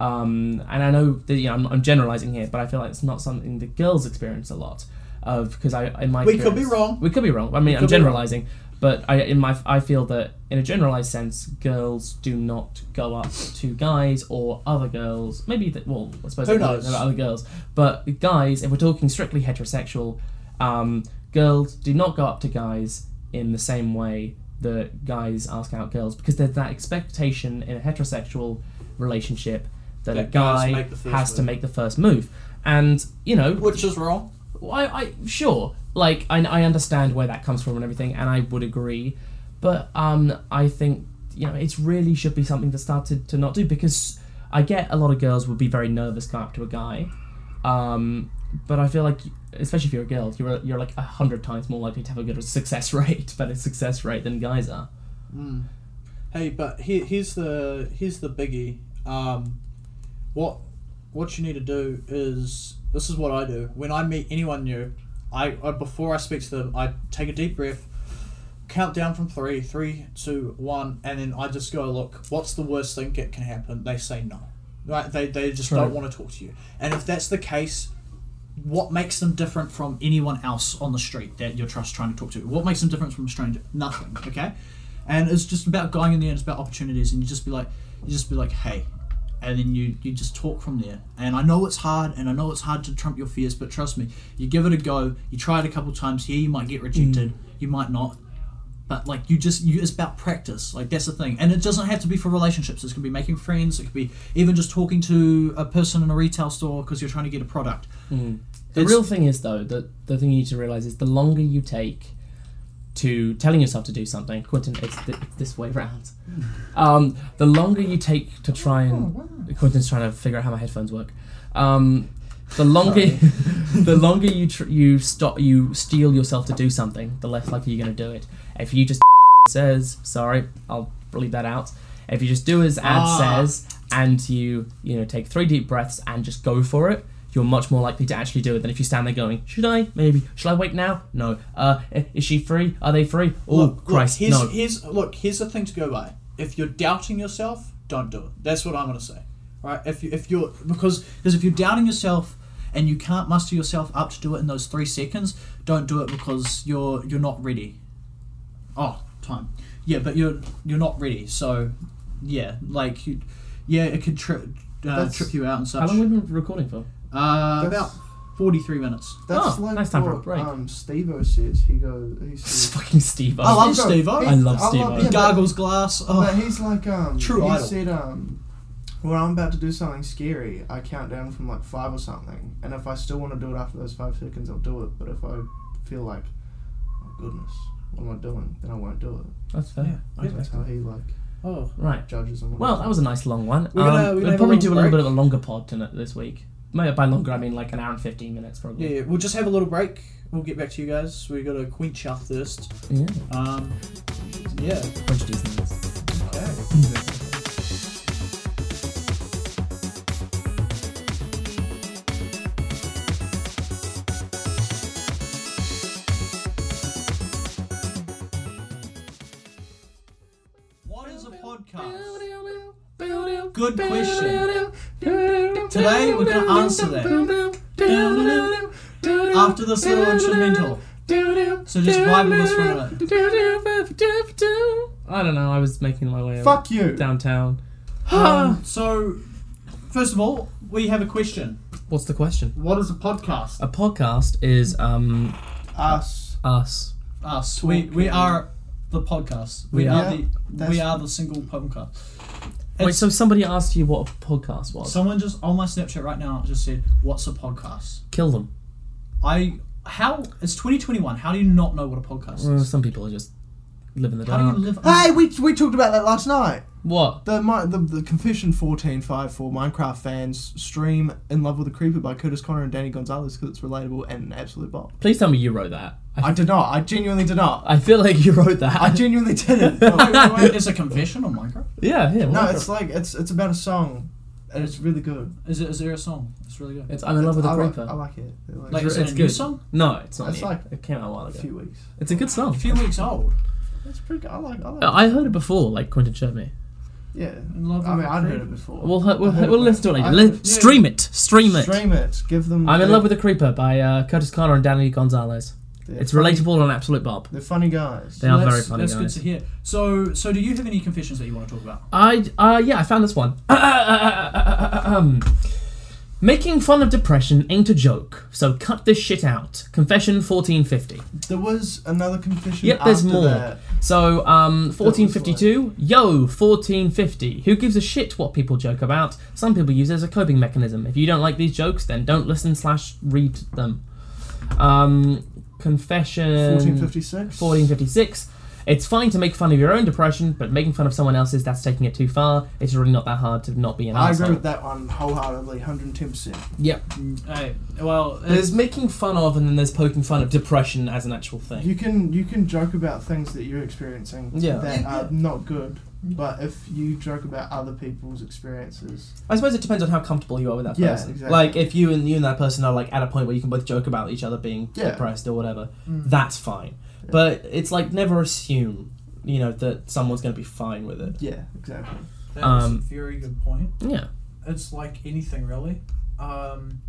Speaker 3: Um, and I know that you know I'm, I'm generalizing here, but I feel like it's not something that girls experience a lot of because I in my
Speaker 4: We could be
Speaker 3: experience-
Speaker 4: wrong.
Speaker 3: we could be wrong. I mean, I'm
Speaker 4: could be wrong.
Speaker 3: generalizing, but I in my I feel that in a generalized sense, girls do not go up to guys or other girls. Maybe that well, I suppose
Speaker 4: Who
Speaker 3: I don't know
Speaker 4: knows?
Speaker 3: about other girls, but guys, if we're talking strictly heterosexual, um, girls do not go up to guys in the same way that guys ask out girls because there's that expectation in a heterosexual relationship that, a
Speaker 4: That guys
Speaker 3: guy
Speaker 4: make the first
Speaker 3: has to
Speaker 4: move.
Speaker 3: make the first move. And you know,
Speaker 4: Which is wrong.
Speaker 3: I, I sure like I, I understand where that comes from and everything and i would agree but um i think you know it's really should be something that started to not do because i get a lot of girls would be very nervous going up to a guy um but i feel like especially if you're a girl you're, you're like a hundred times more likely to have a good success rate better success rate than guys are
Speaker 4: Hey, but here, here's the here's the biggie. Um, what what you need to do is this is what I do when I meet anyone new. I, I before I speak to them, I take a deep breath,
Speaker 1: count down from three, three, two, one, and then I just go, look, what's the worst thing that can happen? They say no. Right? They, they just don't want to talk to you. And if that's the case, what makes them different from anyone else on the street that you're just trying to talk to? What makes them different from a stranger? Nothing, okay? And it's just about going in there and it's about opportunities and you just be like you just be like, hey. And then you, you just talk from there. And I know it's hard and I know it's hard to trump your fears, but trust me, you give it a go, you try it a couple times, yeah, you might get rejected, you might not. But like you just you it's about practice. Like that's the thing. And it doesn't have to be for relationships. It can be making friends, it could be even just talking to a person in a retail store because you're trying to get a product.
Speaker 3: The
Speaker 1: It's-
Speaker 3: real thing is though that the thing you need to realize is the longer you take to telling yourself to do something, Quentin, it's th- this way round. Um, the longer you take to try and Quentin's trying to figure out how my headphones work. Um, the longer, the longer you tr- you stop you steal yourself to do something, the less likely you're going to do it. If you just says sorry, I'll leave that out. If you just do as Ad
Speaker 1: Ah.
Speaker 3: says and you you know take three deep breaths and just go for it, you're much more likely to actually do it than if you stand there going, should I? Maybe. Shall I wait now? No. Uh, i- is she free? Are they free? Oh
Speaker 1: look,
Speaker 3: Christ,
Speaker 1: look, here's,
Speaker 3: no.
Speaker 1: Here's look. Here's the thing to go by. If you're doubting yourself, don't do it. That's what I'm gonna say. Right? If you if you're because because if you're doubting yourself and you can't muster yourself up to do it in those three seconds, don't do it because you're you're not ready. Oh, time. Yeah, but you're you're not ready. So, yeah, like you, yeah, it could trip uh,
Speaker 2: That's-
Speaker 1: trip you out and
Speaker 3: How
Speaker 1: such.
Speaker 3: long have we been recording for?
Speaker 1: uh,
Speaker 2: That's-
Speaker 1: about forty three minutes.
Speaker 2: That's
Speaker 3: Oh,
Speaker 2: like
Speaker 3: nice time for a
Speaker 2: what
Speaker 3: break.
Speaker 2: um, Steve-O says. He goes. He says,
Speaker 3: fucking Steve.
Speaker 1: I love
Speaker 2: He's-
Speaker 1: Steve-O.
Speaker 2: he's-
Speaker 3: I love
Speaker 2: yeah,
Speaker 3: Steve-O.
Speaker 2: but-
Speaker 1: He gargles glass.
Speaker 2: But
Speaker 1: Oh,
Speaker 2: he's like um.
Speaker 1: True
Speaker 2: he
Speaker 1: idol.
Speaker 2: said um. When I'm about to do something scary, I count down from like five or something, and if I still want to do it after those five seconds, I'll do it. But if I feel like, oh goodness, what am I doing? Then I won't do it.
Speaker 3: That's fair.
Speaker 1: Yeah.
Speaker 2: That's how he like
Speaker 1: oh.
Speaker 3: Right.
Speaker 2: judges and
Speaker 3: Well,
Speaker 2: whatnot.
Speaker 3: that was a nice long one.
Speaker 1: We're gonna-
Speaker 3: um,
Speaker 1: we're
Speaker 3: we'll
Speaker 1: gonna have a
Speaker 3: probably
Speaker 1: little
Speaker 3: do a little
Speaker 1: break.
Speaker 3: bit of a longer pod tonight this week. Maybe by longer, I mean like an hour and fifteen minutes, probably.
Speaker 1: Yeah, yeah, we'll just have a little break. We'll get back to you guys. We got to quench our thirst.
Speaker 3: yeah.
Speaker 1: Um, yeah.
Speaker 3: French Disney.
Speaker 1: What is a podcast? Good question.
Speaker 3: Today we're going to answer that.
Speaker 1: After this little instrumental. So just vibe with us for a minute.
Speaker 3: I don't know. I was making my way
Speaker 2: fuck you.
Speaker 3: downtown.
Speaker 1: Um, so, first of all, we have a question.
Speaker 3: What's the question?
Speaker 1: What is a podcast?
Speaker 3: A podcast is um
Speaker 2: Us.
Speaker 3: us.
Speaker 1: Us. We, we are the podcast. We
Speaker 3: We
Speaker 1: are
Speaker 2: are-
Speaker 1: the
Speaker 2: that's-
Speaker 1: we are the single podcast.
Speaker 3: Wait,
Speaker 1: It's-
Speaker 3: so somebody asked you what a podcast was?
Speaker 1: Someone just on my Snapchat right now just said, "What's a podcast?"
Speaker 3: Kill them.
Speaker 1: I how it's 2021. How do you not know what a podcast
Speaker 3: Well,
Speaker 1: is?
Speaker 3: some people are just live in the
Speaker 1: How
Speaker 3: dark.
Speaker 1: do you live?
Speaker 2: Hey, we, we talked about that last night.
Speaker 3: What?
Speaker 2: The, my, the the Confession 14.5 for Minecraft fans stream In Love with a Creeper by Curtis Connor and Danny Gonzalez because it's relatable and an absolute bop.
Speaker 3: Please tell me you wrote that. I,
Speaker 2: I did not. I genuinely did not.
Speaker 3: I feel like you wrote that.
Speaker 2: I genuinely didn't.
Speaker 1: Wait, wait, wait, It's a confession on Minecraft.
Speaker 3: yeah, yeah.
Speaker 2: no,
Speaker 3: whatever.
Speaker 2: it's like, it's it's about a song and it's really good.
Speaker 1: Is it? Is there a song? It's really good.
Speaker 3: It's I'm in love with a
Speaker 2: I like-
Speaker 3: creeper.
Speaker 2: I like it. I like
Speaker 1: Like
Speaker 2: it.
Speaker 1: is it
Speaker 3: it's
Speaker 1: a new
Speaker 3: good.
Speaker 1: song?
Speaker 3: no, it's not.
Speaker 2: It's
Speaker 3: new.
Speaker 2: like-
Speaker 3: it came out a while
Speaker 2: a
Speaker 3: ago.
Speaker 2: few weeks.
Speaker 3: It's a good
Speaker 1: A
Speaker 3: song.
Speaker 1: few weeks old.
Speaker 2: It's pretty good. I like, I like it.
Speaker 3: Uh, I heard it before, like Quentin showed me.
Speaker 2: Yeah.
Speaker 1: In Love
Speaker 2: I
Speaker 1: with
Speaker 2: mean,
Speaker 1: a
Speaker 2: I'd heard
Speaker 1: Creeper.
Speaker 2: it before.
Speaker 3: We'll we'll, we'll,
Speaker 2: heard
Speaker 3: listen to it later.
Speaker 2: I-
Speaker 3: Li-
Speaker 2: yeah.
Speaker 3: Stream it. Stream it.
Speaker 2: Stream it. Give them.
Speaker 3: I'm in
Speaker 2: they're-
Speaker 3: love with a creeper by uh, Curtis Connor and Danny Gonzalez.
Speaker 2: they're
Speaker 3: It's
Speaker 2: funny-
Speaker 3: relatable and an absolute bob.
Speaker 2: They're funny guys.
Speaker 3: They are
Speaker 1: that's,
Speaker 3: very funny
Speaker 1: That's
Speaker 3: guys.
Speaker 1: good to hear. So, so do you have any confessions that you want to talk about?
Speaker 3: I uh yeah, I found this one. Um, Making fun of depression ain't a joke, so cut this shit out. Confession 1450.
Speaker 2: There was another confession.
Speaker 3: Yep, there's
Speaker 2: after
Speaker 3: more.
Speaker 2: That.
Speaker 3: So, um, 1452, yo, 1450. Who gives a shit what people joke about? Some people use it as a coping mechanism. If you don't like these jokes, then don't listen slash read them. Um, confession...
Speaker 2: 1456.
Speaker 3: 1456. It's fine to make fun of your own depression, but making fun of someone else's, that's taking it too far. It's really not that hard to not be an
Speaker 2: I
Speaker 3: asshole.
Speaker 2: agree with that one wholeheartedly, 110%.
Speaker 3: Yep.
Speaker 1: Hey, well,
Speaker 3: There's making fun of, and then there's poking fun of depression as an actual thing.
Speaker 2: You can you can joke about things that you're experiencing
Speaker 3: Yeah.
Speaker 2: that are not good, but if you joke about other people's experiences,
Speaker 3: I suppose it depends on how comfortable you are with that
Speaker 2: Yeah,
Speaker 3: person.
Speaker 2: exactly.
Speaker 3: Like if you and you and that person are like at a point where you can both joke about each other being
Speaker 2: Yeah.
Speaker 3: depressed or whatever, that's fine. But it's like never assume, you know, that someone's going to be fine with it.
Speaker 2: Yeah, exactly.
Speaker 4: That's was a
Speaker 10: Um,
Speaker 4: very good point.
Speaker 10: Yeah.
Speaker 4: It's like anything really. Um,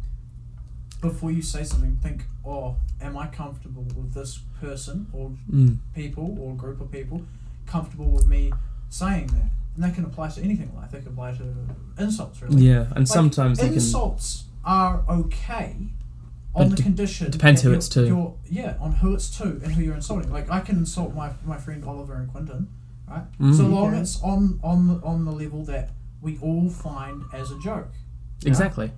Speaker 4: before you say something, think, oh, am I comfortable with this person or
Speaker 10: Mm.
Speaker 4: people or group of people comfortable with me saying that? And that can apply to anything in life. They can apply to insults, really.
Speaker 10: Yeah, and sometimes they can.
Speaker 4: insults are okay
Speaker 10: But
Speaker 4: on the
Speaker 10: de-
Speaker 4: condition
Speaker 10: depends
Speaker 4: that
Speaker 10: who
Speaker 4: you're-
Speaker 10: it's to.
Speaker 4: you're- yeah on who it's to and who you're insulting like i can insult my, my friend oliver and quinton right so
Speaker 10: Mm.
Speaker 4: long
Speaker 2: Okay.
Speaker 4: it's on on the, on the level that we all find as a joke
Speaker 10: Exactly.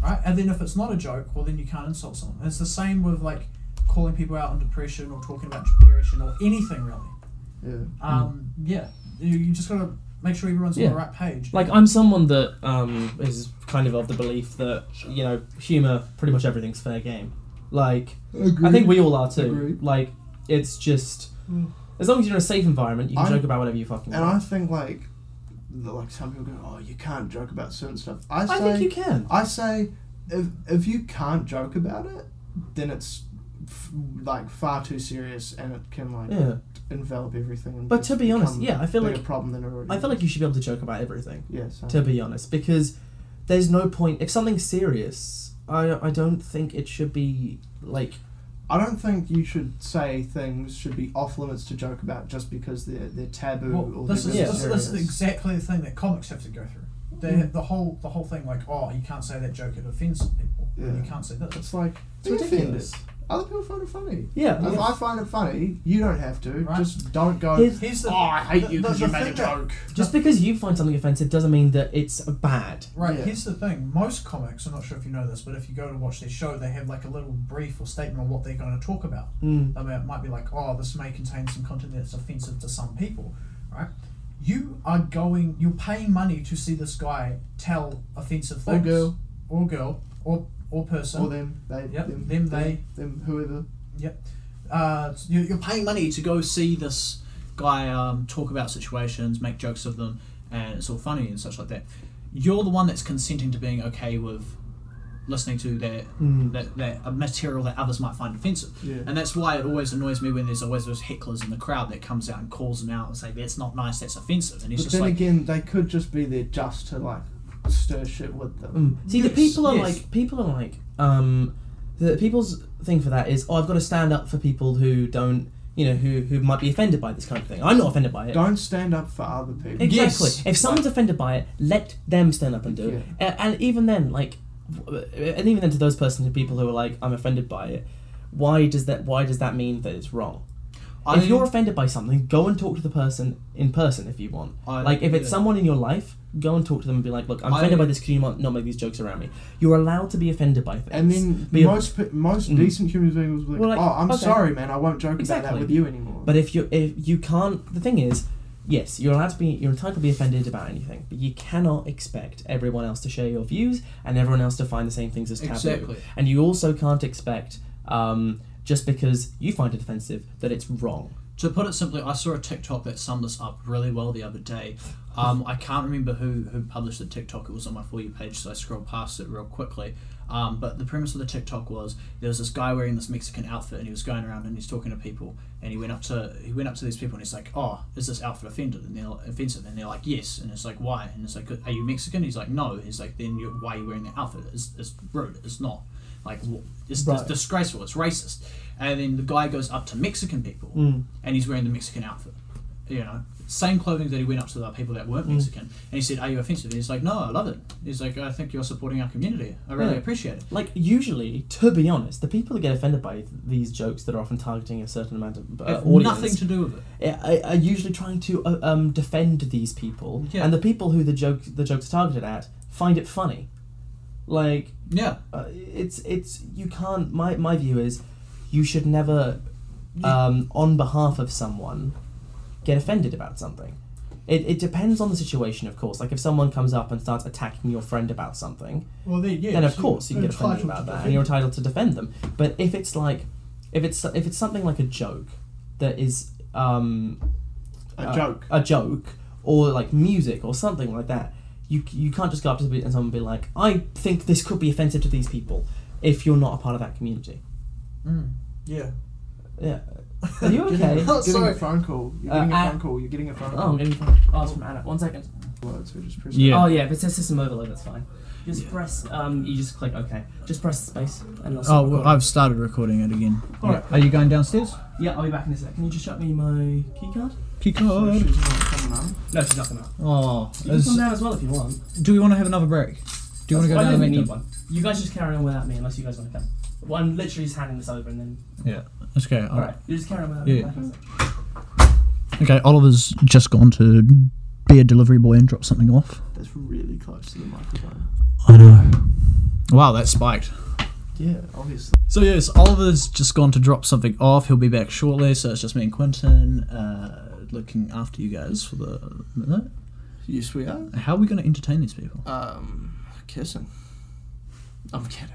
Speaker 4: right and then if it's not a joke well then you can't insult someone it's the same with like calling people out on depression or talking about depression or anything really
Speaker 2: Yeah.
Speaker 4: um, yeah you, you just gotta make sure everyone's
Speaker 3: Yeah.
Speaker 4: on the right page
Speaker 3: Like I'm someone that um, is kind of of the belief that you know humor, pretty much everything's fair game. Like I think we all are too.
Speaker 2: Agreed.
Speaker 3: Like it's just
Speaker 4: Mm.
Speaker 3: as long as you're in a safe environment, you can
Speaker 2: I-
Speaker 3: joke about whatever you fucking
Speaker 2: And
Speaker 3: want.
Speaker 2: I think like, the, like some people go, oh, you can't joke about certain stuff. I say,
Speaker 3: I,
Speaker 2: I,
Speaker 3: think you can.
Speaker 2: say, if if you can't joke about it, then it's f- like far too serious, and it can like
Speaker 3: Yeah,
Speaker 2: envelop everything. And
Speaker 3: but to be honest,
Speaker 2: become
Speaker 3: yeah, I feel
Speaker 2: bigger
Speaker 3: like
Speaker 2: problem than it already.
Speaker 3: I feel like you should be able to joke about everything.
Speaker 2: yes.
Speaker 3: To be honest, because there's no point if something's serious. I I don't think it should be like
Speaker 2: I don't think you should say things should be off limits to joke about just because they're they're taboo
Speaker 4: Well,
Speaker 2: or
Speaker 4: this
Speaker 2: they're
Speaker 4: is,
Speaker 3: Yeah.
Speaker 4: this,
Speaker 2: really
Speaker 4: this is
Speaker 2: serious.
Speaker 4: exactly the thing that comics have to go through. They, The whole the whole thing, like, oh, you can't say that joke; it offends people. and
Speaker 2: Yeah.
Speaker 4: You can't say this.
Speaker 2: It's like
Speaker 3: it's
Speaker 2: be offended.
Speaker 3: ridiculous.
Speaker 2: Other people find it funny.
Speaker 3: Yeah,
Speaker 2: If I find it funny, you don't have to.
Speaker 4: Right.
Speaker 2: Just don't go.
Speaker 3: Here's-
Speaker 4: Here's the
Speaker 2: oh, I hate you
Speaker 4: the-
Speaker 2: because
Speaker 4: the
Speaker 2: you made a
Speaker 4: thing that-
Speaker 2: joke.
Speaker 3: Just because you find something offensive doesn't mean that it's bad.
Speaker 4: Right.
Speaker 2: Yeah.
Speaker 4: Here's the thing: most comics, I'm not sure if you know this, but if you go to watch their show, they have like a little brief or statement on what they're going to talk about.
Speaker 2: Mm.
Speaker 4: I mean, it might be like, oh, this may contain some content that's offensive to some people, right? You are going, you're paying money to see this guy tell offensive
Speaker 2: Or
Speaker 4: things,
Speaker 2: girl.
Speaker 4: or girl, or or person,
Speaker 2: Or them, they,
Speaker 4: Yep,
Speaker 2: them,
Speaker 4: them, they.
Speaker 2: them, whoever.
Speaker 4: uh,
Speaker 1: you- you're paying money to go see this guy um, talk about situations, make jokes of them, and it's all funny and such like that. You're the one that's consenting to being okay with listening to their
Speaker 3: Mm.
Speaker 1: that that a material that others might find offensive,
Speaker 2: Yeah.
Speaker 1: and that's why it always annoys me when there's always those hecklers in the crowd that comes out and calls them out and say that's not nice, that's offensive, and he's
Speaker 2: But
Speaker 1: just
Speaker 2: then
Speaker 1: like,
Speaker 2: again, they could just be there just to like stir shit with them.
Speaker 3: Mm. See, the
Speaker 4: Yes,
Speaker 3: people are
Speaker 4: yes.
Speaker 3: like people are like um, the people's thing for that is oh I've got to stand up for people who don't you know who who might be offended by this kind of thing. I'm not offended by it.
Speaker 2: Don't stand up for other people.
Speaker 3: Exactly.
Speaker 1: Yes.
Speaker 3: If someone's offended by it, let them stand up and do it. A- And even then, like, w- and even then to those persons and people who are like, I'm offended by it. Why does that? Why does that mean that it's wrong?
Speaker 1: I,
Speaker 3: if you're offended by something, go and talk to the person in person if you want.
Speaker 1: I-
Speaker 3: like, if it's
Speaker 1: yeah.
Speaker 3: someone in your life, go and talk to them and be like, "Look, I'm
Speaker 1: I-
Speaker 3: offended by this. Can you not not make these jokes around me?" You're allowed to be offended by things.
Speaker 2: And then
Speaker 3: Be-
Speaker 2: most pe- most
Speaker 3: Mm.
Speaker 2: decent human beings will be
Speaker 3: Well,
Speaker 2: like,
Speaker 3: like,
Speaker 2: "Oh, I'm
Speaker 3: okay.
Speaker 2: sorry, man. I won't joke about
Speaker 3: Exactly.
Speaker 2: that with you anymore."
Speaker 3: But if you if you can't, the thing is, yes, you're allowed to be you're entitled to be offended about anything, but you cannot expect everyone else to share your views and everyone else to find the same things as taboo.
Speaker 1: Exactly.
Speaker 3: And you also can't expect um, just because you find it offensive that it's wrong.
Speaker 1: to put it simply, I saw a TikTok that summed this up really well the other day. Um, I can't remember who, who published the TikTok. It was on my For You page, so I scrolled past it real quickly. Um, but the premise of the TikTok was there was this guy wearing this Mexican outfit, and he was going around and he's talking to people, and he went up to he went up to these people, and he's like, "Oh, is this outfit offended?" And they're like- offensive, and they're like, "Yes," and it's like, "Why?" And it's like, "Are you Mexican?" He's like, "No." He's like, "Then you why are you wearing that outfit? It's, it's rude. It's not." Like wh- it's,
Speaker 3: Right.
Speaker 1: it's disgraceful. It's racist. And then the guy goes up to Mexican people, and he's wearing the Mexican outfit. You know, same clothing that he went up to the people that weren't Mexican, and he said, "Are you offensive?" And he's like, "No, I love it." He's like, "I think you're supporting our community. I really
Speaker 3: Yeah.
Speaker 1: appreciate it."
Speaker 3: Like usually, to be honest, the people that get offended by these jokes that are often targeting a certain amount of uh,
Speaker 1: Have
Speaker 3: audience
Speaker 1: nothing to do with it.
Speaker 3: are, are usually trying to uh, um, defend these people,
Speaker 1: Yeah.
Speaker 3: and the people who the joke the jokes are targeted at find it funny. Like
Speaker 1: Yeah,
Speaker 3: uh, it's it's you can't. My my view is you should never, um, on behalf of someone, get offended about something. It, it depends on the situation, of course. Like if someone comes up and starts attacking your friend about something,
Speaker 4: well, then, yeah,
Speaker 3: then of
Speaker 4: so
Speaker 3: course you
Speaker 4: you're
Speaker 3: can get offended
Speaker 4: entitled
Speaker 3: about
Speaker 4: to
Speaker 3: that, and
Speaker 4: defend
Speaker 3: you're entitled to defend them. But if it's like, if it's if it's something like a joke that is um,
Speaker 2: a
Speaker 3: uh,
Speaker 2: joke.
Speaker 3: a joke, or like music or something like that. You you can't just go up to somebody and someone be like, I think this could be offensive to these people if you're not a part of that community.
Speaker 4: Mm, yeah,
Speaker 3: Yeah, Are you okay?
Speaker 2: Getting
Speaker 11: Sorry.
Speaker 2: a phone call. You're
Speaker 3: Uh,
Speaker 2: getting
Speaker 3: I-
Speaker 2: a phone call. You're getting a phone
Speaker 3: Oh, I'm
Speaker 2: call.
Speaker 3: getting. Oh, it's from Anna. One second.
Speaker 2: Words, we just press
Speaker 1: Yeah.
Speaker 3: Oh yeah, if it says system overload, that's fine. Just press. Um, you just click OK. Just press space, and it'll
Speaker 1: Oh,
Speaker 3: stop
Speaker 1: well,
Speaker 3: recording.
Speaker 1: I've started recording it again.
Speaker 3: All right.
Speaker 1: Are you going downstairs?
Speaker 3: Yeah, I'll be back in a sec. Can you just shut me my key card?
Speaker 2: it.
Speaker 1: Keycard.
Speaker 2: She's not coming up.
Speaker 3: No, she's not coming out.
Speaker 1: Oh,
Speaker 3: You can
Speaker 1: is-
Speaker 3: come down as well if you want.
Speaker 1: do we want to have another break? Do you want to go
Speaker 3: I
Speaker 1: down
Speaker 3: don't
Speaker 1: and
Speaker 3: think we
Speaker 1: make
Speaker 3: need
Speaker 1: them?
Speaker 3: one. You guys just carry on without me unless you guys want to come. Well, I'm literally just handing this over and then.
Speaker 1: Okay. All
Speaker 3: Alright,
Speaker 1: right.
Speaker 3: you just carry on without me.
Speaker 1: Yeah.
Speaker 3: back in a sec.
Speaker 1: Okay. Oliver's just gone to be a delivery boy and drop something off.
Speaker 2: That's really close to the microphone.
Speaker 1: I know. Wow, that spiked.
Speaker 2: Yeah, obviously.
Speaker 1: So yes, Oliver's just gone to drop something off. He'll be back shortly. So it's just me and Quentin uh, looking after you guys for the minute.
Speaker 2: Yes, we are.
Speaker 1: How are we going to entertain these people?
Speaker 2: Um, kissing. I'm kidding.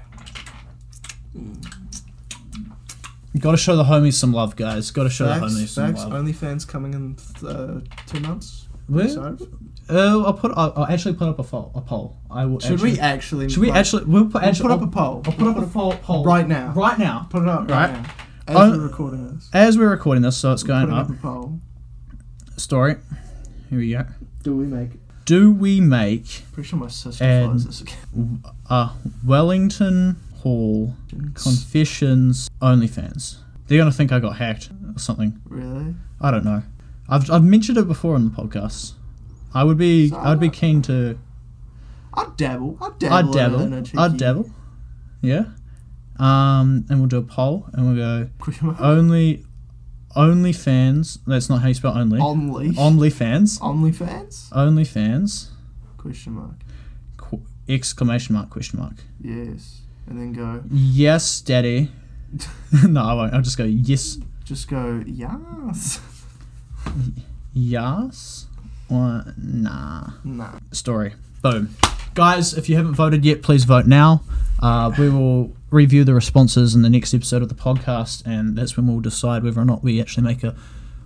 Speaker 1: Got to show the homies some love, guys. Got to show the homies
Speaker 2: Facts,
Speaker 1: some
Speaker 2: facts.
Speaker 1: love.
Speaker 2: OnlyFans coming in uh, two months.
Speaker 1: Where?
Speaker 2: So-
Speaker 1: Uh, I'll put. I'll, I'll actually put up a, fo- a poll. I will.
Speaker 2: Should
Speaker 1: actually,
Speaker 2: we actually?
Speaker 1: Should we
Speaker 2: like,
Speaker 1: actually? We'll put.
Speaker 2: we'll
Speaker 1: Actually,
Speaker 2: put up
Speaker 1: I'll-
Speaker 2: a poll?
Speaker 1: I'll put up a poll, poll
Speaker 2: Right now.
Speaker 1: Right now.
Speaker 2: Put it up right,
Speaker 1: Right.
Speaker 2: now. As
Speaker 1: Oh.
Speaker 2: we're recording this.
Speaker 1: As we're recording this, so it's going
Speaker 2: Putting
Speaker 1: up.
Speaker 2: up a poll.
Speaker 1: Story. Here we go.
Speaker 2: Do we make?
Speaker 1: Do we make
Speaker 2: Pretty sure my sister
Speaker 1: And-
Speaker 2: follows this again.
Speaker 1: a Wellington Hall confessions OnlyFans? They're gonna think I got hacked or something.
Speaker 2: really?
Speaker 1: I don't know. I've, I've mentioned it before on the podcast. I would be. I would be keen to.
Speaker 2: I'd dabble. I'd dabble.
Speaker 1: I'd
Speaker 2: In a, in a
Speaker 1: dabble.
Speaker 2: cheeky
Speaker 1: I'd dabble. Yeah. Um, and we'll do a poll, and we'll go.
Speaker 2: question mark.
Speaker 1: Only, only fans. That's not how you spell only.
Speaker 2: Only.
Speaker 1: Only fans.
Speaker 2: OnlyFans?
Speaker 1: Only fans.
Speaker 2: Question mark.
Speaker 1: Qu- exclamation mark? Question mark.
Speaker 2: Yes. And then go.
Speaker 1: Yes, daddy. no, I won't. I'll just go yes,
Speaker 2: Just go. Yes.
Speaker 1: yes, or nah.
Speaker 2: nah.
Speaker 1: Story. Boom. Guys, if you haven't voted yet, please vote now. Uh, we will review the responses in the next episode of the podcast, and that's when we'll decide whether or not we actually make a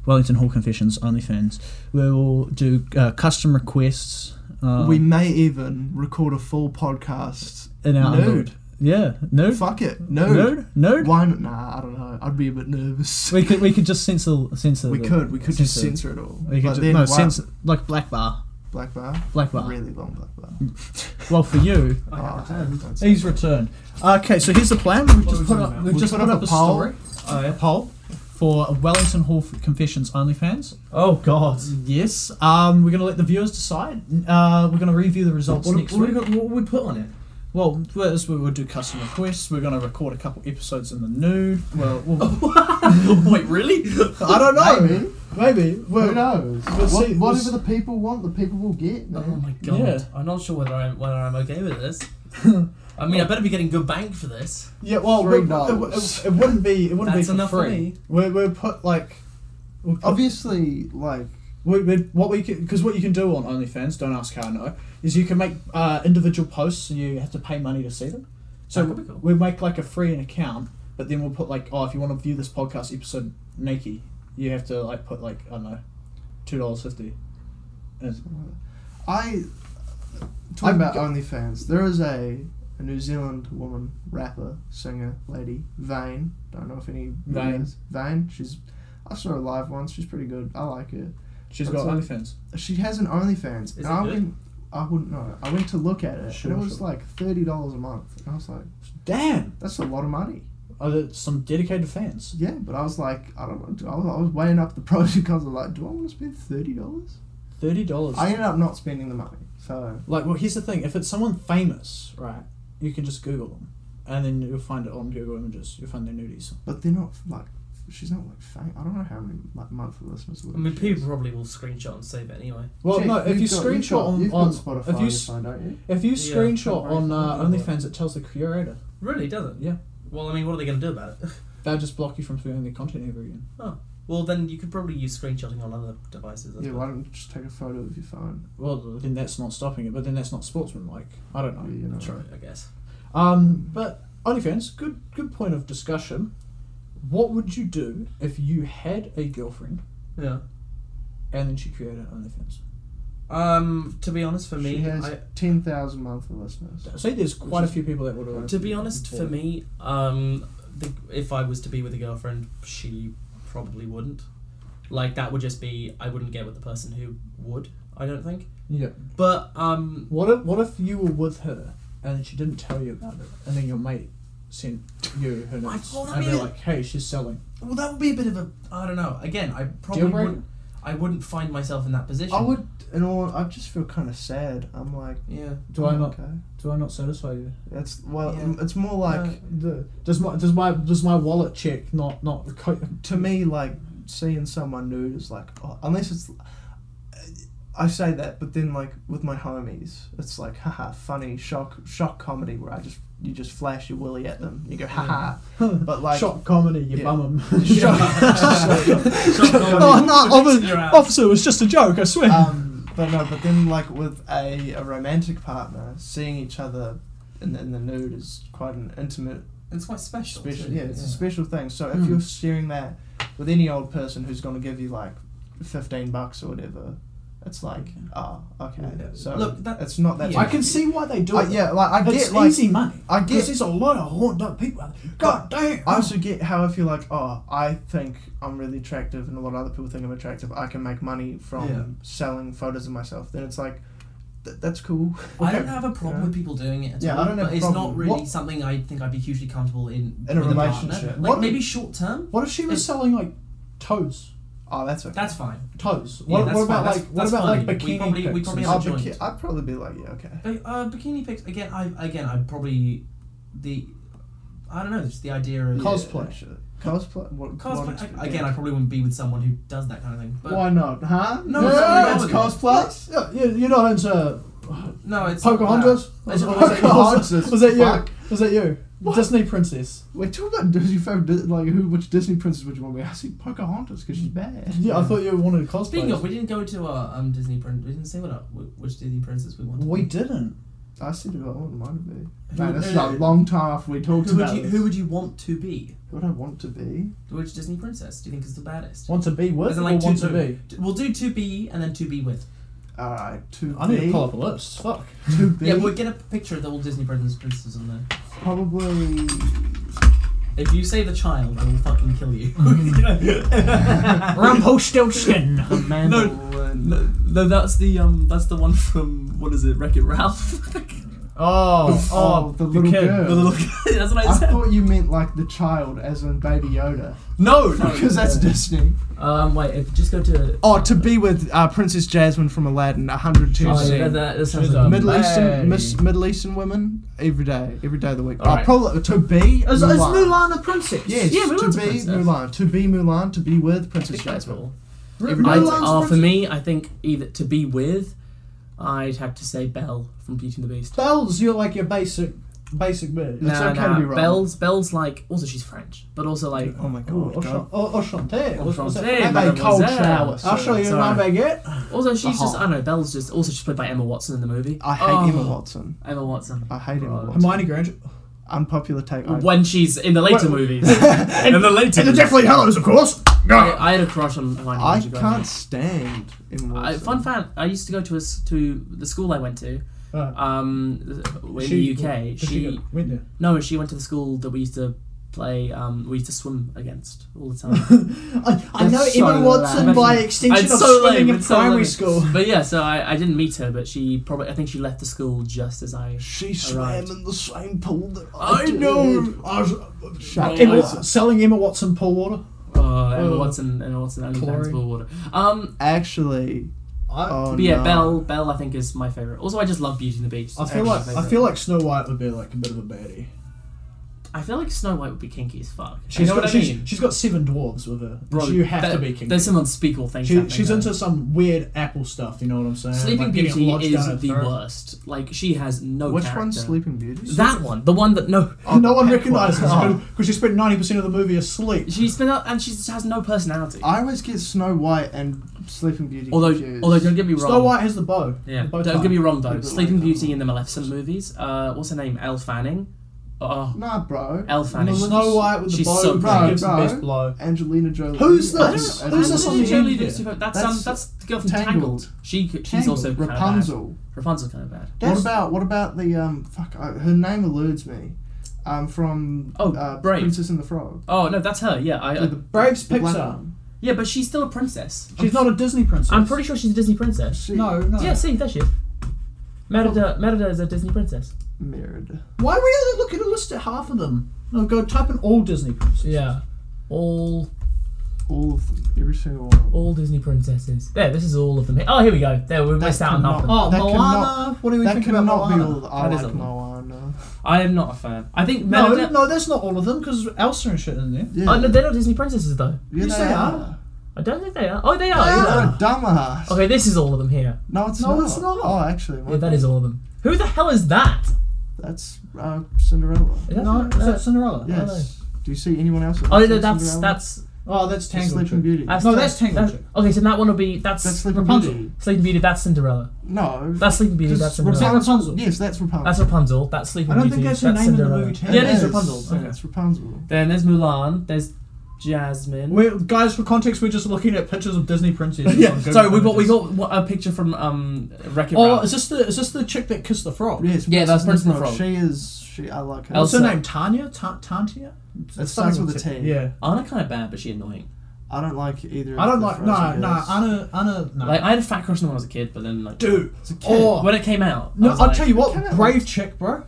Speaker 1: Wellington Hall Confessions OnlyFans. We will do uh, custom requests. Um,
Speaker 2: we may even record a full podcast.
Speaker 1: in our
Speaker 2: Nude.
Speaker 1: Yeah, nude.
Speaker 2: Fuck it.
Speaker 1: Nude.
Speaker 2: Nude.
Speaker 1: Nude.
Speaker 2: Why not? Nah, I don't know. I'd be a bit nervous.
Speaker 1: We could we could just censor censor.
Speaker 2: We
Speaker 1: the-
Speaker 2: could. We could just
Speaker 1: censor-
Speaker 2: censor it all.
Speaker 1: We could
Speaker 2: But
Speaker 1: ju-
Speaker 2: then
Speaker 1: no
Speaker 2: why-
Speaker 1: censor like black bar,
Speaker 2: Black bar.
Speaker 1: black bar.
Speaker 2: Really long black bar.
Speaker 1: Well, for you,
Speaker 2: Oh, that's-
Speaker 1: he's returned. Okay, so here's the plan. We've just put
Speaker 3: we doing
Speaker 1: up
Speaker 3: now?
Speaker 1: we've
Speaker 2: We've
Speaker 1: just put, up, a
Speaker 2: poll.
Speaker 1: story,
Speaker 3: Oh,
Speaker 1: a poll for Wellington Hall Confessions OnlyFans.
Speaker 3: Oh God.
Speaker 1: Yes, um, we're gonna let the viewers decide. Uh, we're gonna review the results
Speaker 3: What,
Speaker 1: next
Speaker 3: what,
Speaker 1: week.
Speaker 3: what, what would we put on it?
Speaker 1: Well, first we will do custom requests. We're gonna record a couple episodes in the nude. Well, we'll
Speaker 3: Wait, really?
Speaker 1: I don't know.
Speaker 2: Maybe.
Speaker 1: Maybe. Well,
Speaker 2: Who knows?
Speaker 1: see,
Speaker 2: What,
Speaker 1: we'll
Speaker 2: whatever
Speaker 1: s-
Speaker 2: the people want, the people will get.
Speaker 3: Oh
Speaker 2: Man.
Speaker 3: my God.
Speaker 1: Yeah.
Speaker 3: I'm not sure whether I'm whether I'm okay with this. I mean, I better be getting good bank for this.
Speaker 1: Yeah, well,
Speaker 2: Three
Speaker 1: we-
Speaker 2: dollars.
Speaker 1: It, it, it wouldn't be. It wouldn't
Speaker 3: That's
Speaker 1: be for
Speaker 3: enough for
Speaker 1: free.
Speaker 3: me.
Speaker 1: We we put like. we put-
Speaker 2: Obviously, like
Speaker 1: we, we, what we because what you can do on OnlyFans, don't ask how I know, is you can make uh, individual posts and you have to pay money to see them. So
Speaker 3: That could be cool.
Speaker 1: we make like a free an account, but then we'll put like, oh, if you want to view this podcast episode naked, you have to like put like I don't know, two dollars fifty.
Speaker 2: I
Speaker 1: I'm
Speaker 2: talking about
Speaker 1: go-
Speaker 2: OnlyFans. There is a a New Zealand woman rapper singer lady Vane. Don't know if any
Speaker 1: Vane.
Speaker 2: is. Vane. She's I saw her live once. She's pretty good. I like her.
Speaker 1: She's
Speaker 2: That's
Speaker 1: got
Speaker 2: all.
Speaker 1: OnlyFans.
Speaker 2: She has an OnlyFans, and
Speaker 3: it
Speaker 2: I
Speaker 3: good?
Speaker 2: went. I wouldn't know. I went to look at it,
Speaker 1: Sure,
Speaker 2: and it was
Speaker 1: sure.
Speaker 2: like thirty dollars a month. And I was like,
Speaker 1: Damn,
Speaker 2: that's a lot of money.
Speaker 1: are there some dedicated fans?
Speaker 2: Yeah, but I was like, I don't know. I was, I was weighing up the pros and cons. I was like, do I want to spend thirty dollars?
Speaker 1: Thirty dollars.
Speaker 2: I ended up not spending the money. So
Speaker 1: Like, well, here's the thing: if it's someone famous, right, you can just Google them, and then you'll find it on Google Images. You'll find their nudies.
Speaker 2: But they're not like she's not like fame. I don't know how many like monthly listeners.
Speaker 3: I mean, people probably will screenshot and save it anyway.
Speaker 1: Well,
Speaker 2: Jake,
Speaker 1: no, if you
Speaker 2: you've got- you've
Speaker 1: screenshot
Speaker 2: got-
Speaker 1: on,
Speaker 2: you've
Speaker 1: on
Speaker 2: got Spotify
Speaker 1: if you
Speaker 2: on
Speaker 1: s-
Speaker 2: your phone, don't you?
Speaker 1: if you
Speaker 3: Yeah,
Speaker 1: screenshot
Speaker 2: I'm
Speaker 1: on
Speaker 2: very
Speaker 1: uh,
Speaker 2: familiar with
Speaker 1: OnlyFans, it tells the curator.
Speaker 3: Really doesn't.
Speaker 1: Yeah.
Speaker 3: Well, I mean, what are they going to do about it?
Speaker 1: They'll just block you from viewing their content ever again.
Speaker 3: Well, then you could probably use screenshotting on other devices. as
Speaker 2: Yeah, why
Speaker 3: well.
Speaker 2: don't you just take a photo of your phone?
Speaker 1: Well, then that's not stopping it, but then that's not sportsmanlike. I don't know.
Speaker 2: uh, you know.
Speaker 3: True, I guess.
Speaker 1: Um, but OnlyFans, good good point of discussion. What would you do if you had a girlfriend
Speaker 3: Yeah.
Speaker 1: and then she created OnlyFans?
Speaker 3: Um, to be honest, for
Speaker 2: She
Speaker 3: me,
Speaker 2: has
Speaker 3: I,
Speaker 2: ten thousand monthly listeners.
Speaker 1: See, there's quite a few people that would. have-
Speaker 3: to be honest, for me, um, the, if I was to be with a girlfriend, she probably wouldn't. Like that would just be I wouldn't get with the person who would. I don't think.
Speaker 4: Yeah.
Speaker 3: But um,
Speaker 4: What if what if you were with her and she didn't tell you about it, and then your mate sent you her notes,
Speaker 3: God, I
Speaker 4: and they're
Speaker 3: mean-
Speaker 4: like, "Hey, she's selling."
Speaker 3: well, that would be a bit of a I don't know. Again, I probably
Speaker 4: Deal breaker?
Speaker 3: wouldn't. I wouldn't find myself in that position.
Speaker 2: I would, in all, I just feel kind of sad. I'm like,
Speaker 3: Yeah.
Speaker 4: Do I not?
Speaker 2: Oh, okay,
Speaker 4: Do I not satisfy you?
Speaker 2: that's well,
Speaker 3: Yeah.
Speaker 2: it's more like
Speaker 4: The, does my does my does my wallet check not not co-
Speaker 2: to me, like seeing someone nude is like, oh, unless it's. I say that, but then like with my homies, it's like haha, funny shock shock comedy where I just you just flash your willy at them, you go haha, but like
Speaker 4: shock comedy? You
Speaker 2: Yeah.
Speaker 4: bum 'em.
Speaker 2: Shock-
Speaker 4: oh, no,
Speaker 3: You're
Speaker 4: officer,
Speaker 3: out.
Speaker 4: officer, it was just a joke. I swear.
Speaker 2: um, but no, but then like with a, a romantic partner, seeing each other in, in the nude is quite an intimate
Speaker 3: It's quite special.
Speaker 2: special.
Speaker 3: too.
Speaker 2: Yeah, it's a special thing. So if
Speaker 4: Mm.
Speaker 2: you're sharing that with any old person who's going to give you like fifteen bucks or whatever, it's like ah okay.
Speaker 4: Yeah.
Speaker 2: So
Speaker 3: Look, that-
Speaker 2: it's not that.
Speaker 3: yeah.
Speaker 4: I can see why they do
Speaker 2: I-
Speaker 4: it.
Speaker 2: yeah, like I
Speaker 4: it's
Speaker 2: get like
Speaker 4: easy money.
Speaker 2: I get-
Speaker 4: Because there's a lot of horned up people. out there. God damn.
Speaker 2: I also get how if you're like, oh, I think I'm really attractive, and a lot of other people think I'm attractive. I can make money from
Speaker 4: Yeah.
Speaker 2: selling photos of myself. Then it's like, th- that's cool.
Speaker 3: I don't have a problem
Speaker 2: Yeah.
Speaker 3: with people doing it at
Speaker 2: Yeah, I
Speaker 3: all.
Speaker 2: don't have
Speaker 3: but
Speaker 2: a
Speaker 3: it's
Speaker 2: problem.
Speaker 3: not really
Speaker 2: What-
Speaker 3: something I think I'd be hugely comfortable in
Speaker 2: In a
Speaker 3: with
Speaker 2: relationship.
Speaker 3: partner. Like
Speaker 2: What-
Speaker 3: maybe short term.
Speaker 4: What if she was
Speaker 3: It-
Speaker 4: selling like toes?
Speaker 2: Oh, that's okay.
Speaker 3: That's fine.
Speaker 4: Toes.
Speaker 3: Yeah,
Speaker 4: What,
Speaker 3: that's
Speaker 4: what about
Speaker 3: fine. That's-
Speaker 4: like what
Speaker 3: that's
Speaker 4: about
Speaker 3: fine.
Speaker 4: like
Speaker 3: We
Speaker 4: bikini
Speaker 3: probably- we
Speaker 4: pics
Speaker 3: probably
Speaker 4: and
Speaker 3: have
Speaker 2: I'll
Speaker 4: stuff?
Speaker 3: a
Speaker 2: be
Speaker 3: joint.
Speaker 2: ki- I'd probably be like, yeah, okay.
Speaker 3: Ba- Uh, bikini pics again. I again. I probably the I don't know. Just the idea of
Speaker 2: Cosplay. shit. Cosplay. What,
Speaker 3: Cosplay
Speaker 2: what
Speaker 3: I- again. I probably wouldn't be with someone who does that kind of thing. But
Speaker 2: Why not? Huh?
Speaker 3: No,
Speaker 2: yeah,
Speaker 3: no,
Speaker 2: it's
Speaker 3: no.
Speaker 2: cosplay.
Speaker 4: Yeah, you- you're not into
Speaker 3: no, it's
Speaker 4: Pocahontas? Oh,
Speaker 3: No.
Speaker 4: Was,
Speaker 3: It's-
Speaker 2: Oh,
Speaker 4: it-
Speaker 3: was it-
Speaker 4: was,
Speaker 2: Pocahontas,
Speaker 4: it- was that
Speaker 2: fuck.
Speaker 4: you? Was that you? Disney princess.
Speaker 2: Wait, talk about who's your favorite, Dis- like who, which Disney princess would you want to be? I see Pocahontas because she's bad.
Speaker 4: Yeah, I thought you wanted cosplay.
Speaker 3: Speaking of, we didn't go to uh, um Disney Prin. We didn't say what uh, wh- which Disney princess we wanted.
Speaker 4: we didn't.
Speaker 2: I said who I wouldn't mind to be.
Speaker 3: Who-
Speaker 2: Man, this is
Speaker 3: who-
Speaker 2: a long time after we talked
Speaker 3: who would
Speaker 2: about
Speaker 3: you
Speaker 2: this.
Speaker 3: who would you want to be?
Speaker 2: Who would I want to be?
Speaker 3: Which Disney princess do you think is the baddest?
Speaker 4: Want to be
Speaker 3: As
Speaker 4: with
Speaker 3: in,
Speaker 4: or
Speaker 3: like,
Speaker 4: want
Speaker 3: two-
Speaker 4: to be?
Speaker 3: T- We'll do to be and then to be with.
Speaker 2: All right, to
Speaker 4: I
Speaker 2: be.
Speaker 4: need to pull up a list. Fuck.
Speaker 2: To be.
Speaker 3: Yeah, we'll get a picture of the old Disney princess princesses on there.
Speaker 2: probably.
Speaker 3: If you say the child, I will fucking kill you.
Speaker 4: Rumpelstiltskin.
Speaker 2: Amanda
Speaker 9: No, no, that's the um, that's the one from what is it, Wreck It Ralph?
Speaker 4: Oh,
Speaker 2: Oh, the little
Speaker 4: kid.
Speaker 2: girl.
Speaker 9: the little guy. That's what I
Speaker 2: I
Speaker 9: said.
Speaker 2: thought you meant like the child, as in Baby Yoda,
Speaker 9: No, no.
Speaker 2: because that's Disney.
Speaker 3: um, wait,
Speaker 9: uh,
Speaker 3: if, just go to.
Speaker 2: Oh, to be with uh, Princess Jasmine from Aladdin, 102
Speaker 3: Oh,
Speaker 2: percent.
Speaker 3: yeah, that, that sounds
Speaker 4: She's
Speaker 3: like
Speaker 4: a-
Speaker 2: Middle Eastern,
Speaker 4: Hey.
Speaker 2: Miss, Middle Eastern women every day, every day of the week.
Speaker 3: All
Speaker 2: Uh,
Speaker 3: right.
Speaker 2: probably to be
Speaker 4: Is, is
Speaker 2: Mulan.
Speaker 4: Mulan a princess?
Speaker 2: Yes,
Speaker 3: Yeah,
Speaker 2: to
Speaker 3: Mulan's a
Speaker 2: be
Speaker 3: princess.
Speaker 2: Mulan, to be Mulan, to be with Princess
Speaker 3: That's
Speaker 2: Jasmine.
Speaker 9: cool.
Speaker 2: Every day.
Speaker 9: I'd,
Speaker 4: Mulan's
Speaker 9: uh, for
Speaker 4: princess.
Speaker 9: me, I think either to be with, I'd have to say Belle from Beauty and the Beast.
Speaker 4: Bells, you're like your basic, basic bit.
Speaker 9: Nah,
Speaker 2: okay to
Speaker 9: nah,
Speaker 2: be wrong.
Speaker 9: Belle's Belle's like also she's French, but also like
Speaker 2: Oh my
Speaker 4: Oh,
Speaker 2: god!
Speaker 4: au
Speaker 2: go.
Speaker 4: chan- au- au chanter.
Speaker 9: Au
Speaker 4: What's- what's that?
Speaker 9: chanter,
Speaker 4: Have a cold
Speaker 9: mademoiselle.
Speaker 4: shower. I'll show you my
Speaker 9: Sorry.
Speaker 4: baguette.
Speaker 9: also she's just
Speaker 2: Uh-huh.
Speaker 9: I don't know Belle's just also she's played by Emma Watson in the movie.
Speaker 2: I hate
Speaker 9: Oh,
Speaker 2: Emma Watson.
Speaker 9: Emma Watson.
Speaker 2: I hate Emma
Speaker 9: Right.
Speaker 2: Watson.
Speaker 4: Hermione Granger.
Speaker 2: Unpopular take. I,
Speaker 9: When she's in the later
Speaker 2: Wait,
Speaker 9: movies, in the later, movies.
Speaker 2: Hallows, of course.
Speaker 9: I, I had a crush on Hermione
Speaker 2: I
Speaker 9: Granger growing
Speaker 2: can't
Speaker 9: up.
Speaker 2: stand Emma
Speaker 9: I,
Speaker 2: Watson.
Speaker 9: Uh, fun fact: I used to go to a s to the school I went to,
Speaker 4: Uh,
Speaker 9: um, in
Speaker 4: she-
Speaker 9: the UK.
Speaker 4: did
Speaker 9: She
Speaker 4: go- went there.
Speaker 9: no, she went to the school that we used to play. Um, we used to swim against all the time.
Speaker 4: I, I know
Speaker 2: That's so
Speaker 4: Emma Watson
Speaker 2: lame.
Speaker 4: by extension
Speaker 9: It's
Speaker 4: of
Speaker 9: so
Speaker 4: swimming
Speaker 9: lame,
Speaker 4: in
Speaker 9: it's so
Speaker 4: primary
Speaker 9: lame.
Speaker 4: school.
Speaker 9: but yeah, so I, I didn't meet her, but she probably I think she left the school just as I.
Speaker 2: She swam
Speaker 9: Arrived.
Speaker 2: in the same pool that
Speaker 9: I
Speaker 2: I, did.
Speaker 9: know.
Speaker 4: I was,
Speaker 2: Shut
Speaker 9: Emma-
Speaker 2: up.
Speaker 4: selling Emma Watson pool water.
Speaker 9: Oh, Emma
Speaker 4: Oh.
Speaker 9: Watson, Emma Watson, only
Speaker 4: Glory.
Speaker 9: fans for water. Um,
Speaker 2: Actually,
Speaker 4: I,
Speaker 2: oh,
Speaker 9: but yeah,
Speaker 2: no.
Speaker 9: Belle, Belle, I think is my favorite. Also, I just love Beauty and the Beast.
Speaker 4: I
Speaker 9: It's
Speaker 4: feel
Speaker 9: actually
Speaker 4: like
Speaker 9: my
Speaker 4: I
Speaker 9: favourite.
Speaker 4: feel like Snow White would be like a bit of a baddie.
Speaker 9: I feel like Snow White would be kinky as fuck.
Speaker 4: She's
Speaker 9: you know
Speaker 4: got
Speaker 9: what I
Speaker 4: she's,
Speaker 9: mean?
Speaker 4: she's got seven dwarves with her.
Speaker 9: Bro,
Speaker 4: you have
Speaker 9: that-
Speaker 4: to be king.
Speaker 9: There's some unspeakable things.
Speaker 4: She,
Speaker 9: happening
Speaker 4: she's
Speaker 9: there.
Speaker 4: into some weird apple stuff. You know what I'm saying?
Speaker 9: Sleeping
Speaker 4: Like getting
Speaker 9: Beauty
Speaker 4: lodged
Speaker 9: is
Speaker 4: down her
Speaker 9: the
Speaker 4: throat.
Speaker 9: worst. Like she has no.
Speaker 2: Which
Speaker 9: character.
Speaker 2: one's Sleeping Beauty?
Speaker 9: That one, the one that no.
Speaker 4: no one
Speaker 2: Oh.
Speaker 4: recognises her
Speaker 2: Oh.
Speaker 4: because she spent ninety percent of the movie asleep.
Speaker 9: She's been up and she just has no personality.
Speaker 2: I always get Snow White and Sleeping Beauty
Speaker 9: although,
Speaker 2: confused.
Speaker 9: although don't get me wrong.
Speaker 4: Snow White has the bow.
Speaker 9: Yeah,
Speaker 4: the bow
Speaker 9: don't get me wrong though.
Speaker 2: People
Speaker 9: Sleeping
Speaker 2: like that
Speaker 9: Beauty
Speaker 2: one.
Speaker 9: in the Maleficent movies. Uh, what's her name? Elle Fanning. Oh,
Speaker 2: Nah, bro.
Speaker 9: Elle Fanning.
Speaker 4: Snow White with the
Speaker 9: She's
Speaker 4: bow.
Speaker 9: so
Speaker 4: bro,
Speaker 2: pretty.
Speaker 4: gives the
Speaker 2: Bro.
Speaker 4: best blow.
Speaker 2: Angelina Jolie.
Speaker 4: Who's
Speaker 9: I don't
Speaker 4: this?
Speaker 9: know.
Speaker 2: As-
Speaker 4: Who's
Speaker 2: as-
Speaker 4: this on
Speaker 9: Angelina
Speaker 4: the
Speaker 9: Jolie
Speaker 4: end
Speaker 9: looks
Speaker 4: here?
Speaker 9: super- That's
Speaker 2: That's
Speaker 9: um, that's the girl from Tangled.
Speaker 2: Tangled.
Speaker 9: She she's
Speaker 2: Tangled.
Speaker 9: also kind
Speaker 2: Rapunzel.
Speaker 9: Of bad. Rapunzel's kind of bad.
Speaker 2: What
Speaker 4: That's-
Speaker 2: about what about the um? Fuck, I, her name eludes me. um, from
Speaker 12: Oh,
Speaker 2: uh,
Speaker 12: Brave.
Speaker 2: Princess and the Frog.
Speaker 12: Oh no, that's her. Yeah,
Speaker 9: Uh,
Speaker 12: I, I
Speaker 4: Brave's
Speaker 2: The black
Speaker 4: Pixar.
Speaker 2: one.
Speaker 12: yeah, but she's still a princess.
Speaker 4: She's not a Disney princess. Oh.
Speaker 12: I'm pretty sure she's a Disney princess.
Speaker 2: She-
Speaker 4: No, no.
Speaker 12: Yeah, see, there she is. Merida, Merida is a Disney princess.
Speaker 2: Merida.
Speaker 4: Why are we only looking at a list at half of them? No, go type in all Disney princesses.
Speaker 12: Yeah, all
Speaker 2: All of them. Every single one. of them.
Speaker 12: all Disney princesses. There, this is all of them. here. Oh, here we go. There, we missed out on half. of them.
Speaker 4: Oh,
Speaker 2: That
Speaker 4: Moana.
Speaker 2: cannot-
Speaker 4: what do we
Speaker 2: That
Speaker 4: think about
Speaker 2: cannot be
Speaker 4: Moana?
Speaker 2: all. I
Speaker 12: That is
Speaker 2: like
Speaker 12: a lot.
Speaker 2: Moana.
Speaker 12: I am not a fan. I think
Speaker 4: No,
Speaker 12: Merida.
Speaker 4: no, that's not all of them because Elsa and shit in there.
Speaker 2: Yeah.
Speaker 12: Oh, no, they're not Disney princesses though.
Speaker 2: Yeah,
Speaker 4: Yes,
Speaker 2: they
Speaker 4: they
Speaker 2: are.
Speaker 4: are.
Speaker 12: I don't think they are. Oh, they are.
Speaker 4: They
Speaker 12: yeah.
Speaker 2: You're
Speaker 4: are.
Speaker 2: a dumbass.
Speaker 12: Okay, this is all of them here.
Speaker 2: No, it's
Speaker 4: Ah. No,
Speaker 2: not.
Speaker 4: it's not.
Speaker 2: Oh, actually, my
Speaker 12: Yeah, that
Speaker 2: bad.
Speaker 12: is all of them. Who the hell is that?
Speaker 2: That's uh, Cinderella.
Speaker 12: Is that
Speaker 4: No,
Speaker 12: from-
Speaker 4: is
Speaker 12: uh,
Speaker 4: that Cinderella?
Speaker 12: Yeah.
Speaker 2: Yes. Do you see anyone else? that
Speaker 12: Oh
Speaker 2: looks
Speaker 12: no,
Speaker 2: like
Speaker 12: that's
Speaker 2: Cinderella?
Speaker 12: that's
Speaker 4: Oh, that's
Speaker 2: It's
Speaker 4: Tangled.
Speaker 2: Sleeping Beauty.
Speaker 12: that's
Speaker 4: No, that's Tangled
Speaker 12: that-
Speaker 4: Chick.
Speaker 12: Okay, so that one will be that's,
Speaker 2: That's Sleeping
Speaker 4: Rapunzel.
Speaker 2: Beauty.
Speaker 12: Sleeping Beauty. That's Cinderella.
Speaker 2: No.
Speaker 12: That's Sleeping Beauty. That's
Speaker 4: Just
Speaker 12: Cinderella.
Speaker 4: Rapunzel.
Speaker 2: yes, that's Rapunzel.
Speaker 12: That's Rapunzel. That's Sleeping
Speaker 4: I don't
Speaker 12: Beauty.
Speaker 4: think that's her name in the
Speaker 12: Cinderella.
Speaker 4: movie Tangled.
Speaker 12: Yeah, it is
Speaker 4: Yes.
Speaker 12: Rapunzel. Okay.
Speaker 2: That's Rapunzel.
Speaker 3: Then there's Mulan. There's Jasmine.
Speaker 4: We're, guys, for context, we're just looking at pictures of Disney princesses.
Speaker 3: yeah.
Speaker 4: on Google
Speaker 3: So we got we
Speaker 4: Images.
Speaker 3: got what, a picture from um Wreck-It
Speaker 4: Oh,
Speaker 3: Ralph.
Speaker 4: is this the is this the chick that kissed the frog?
Speaker 2: Yes.
Speaker 3: Yeah, that's
Speaker 2: Princess
Speaker 3: Princess Frog.
Speaker 2: She is. She. I like her.
Speaker 3: Elsa.
Speaker 4: What's her name? Tanya? Ta- Tantia?
Speaker 2: It starts with a T.
Speaker 4: Yeah.
Speaker 3: Anna kind of bad, but she annoying.
Speaker 2: I don't like either.
Speaker 4: I don't
Speaker 2: of the
Speaker 4: like. No,
Speaker 2: Frozen
Speaker 4: no.
Speaker 2: girls.
Speaker 4: Anna. Anna. No.
Speaker 3: Like I had a fat crush on her when I was a kid, but then like
Speaker 4: Dude.
Speaker 2: It's a kid.
Speaker 4: Oh.
Speaker 3: when it came out,
Speaker 4: No,
Speaker 3: I
Speaker 4: I'll
Speaker 3: was like,
Speaker 4: tell you what.
Speaker 2: Kinda-
Speaker 4: Brave chick, bro.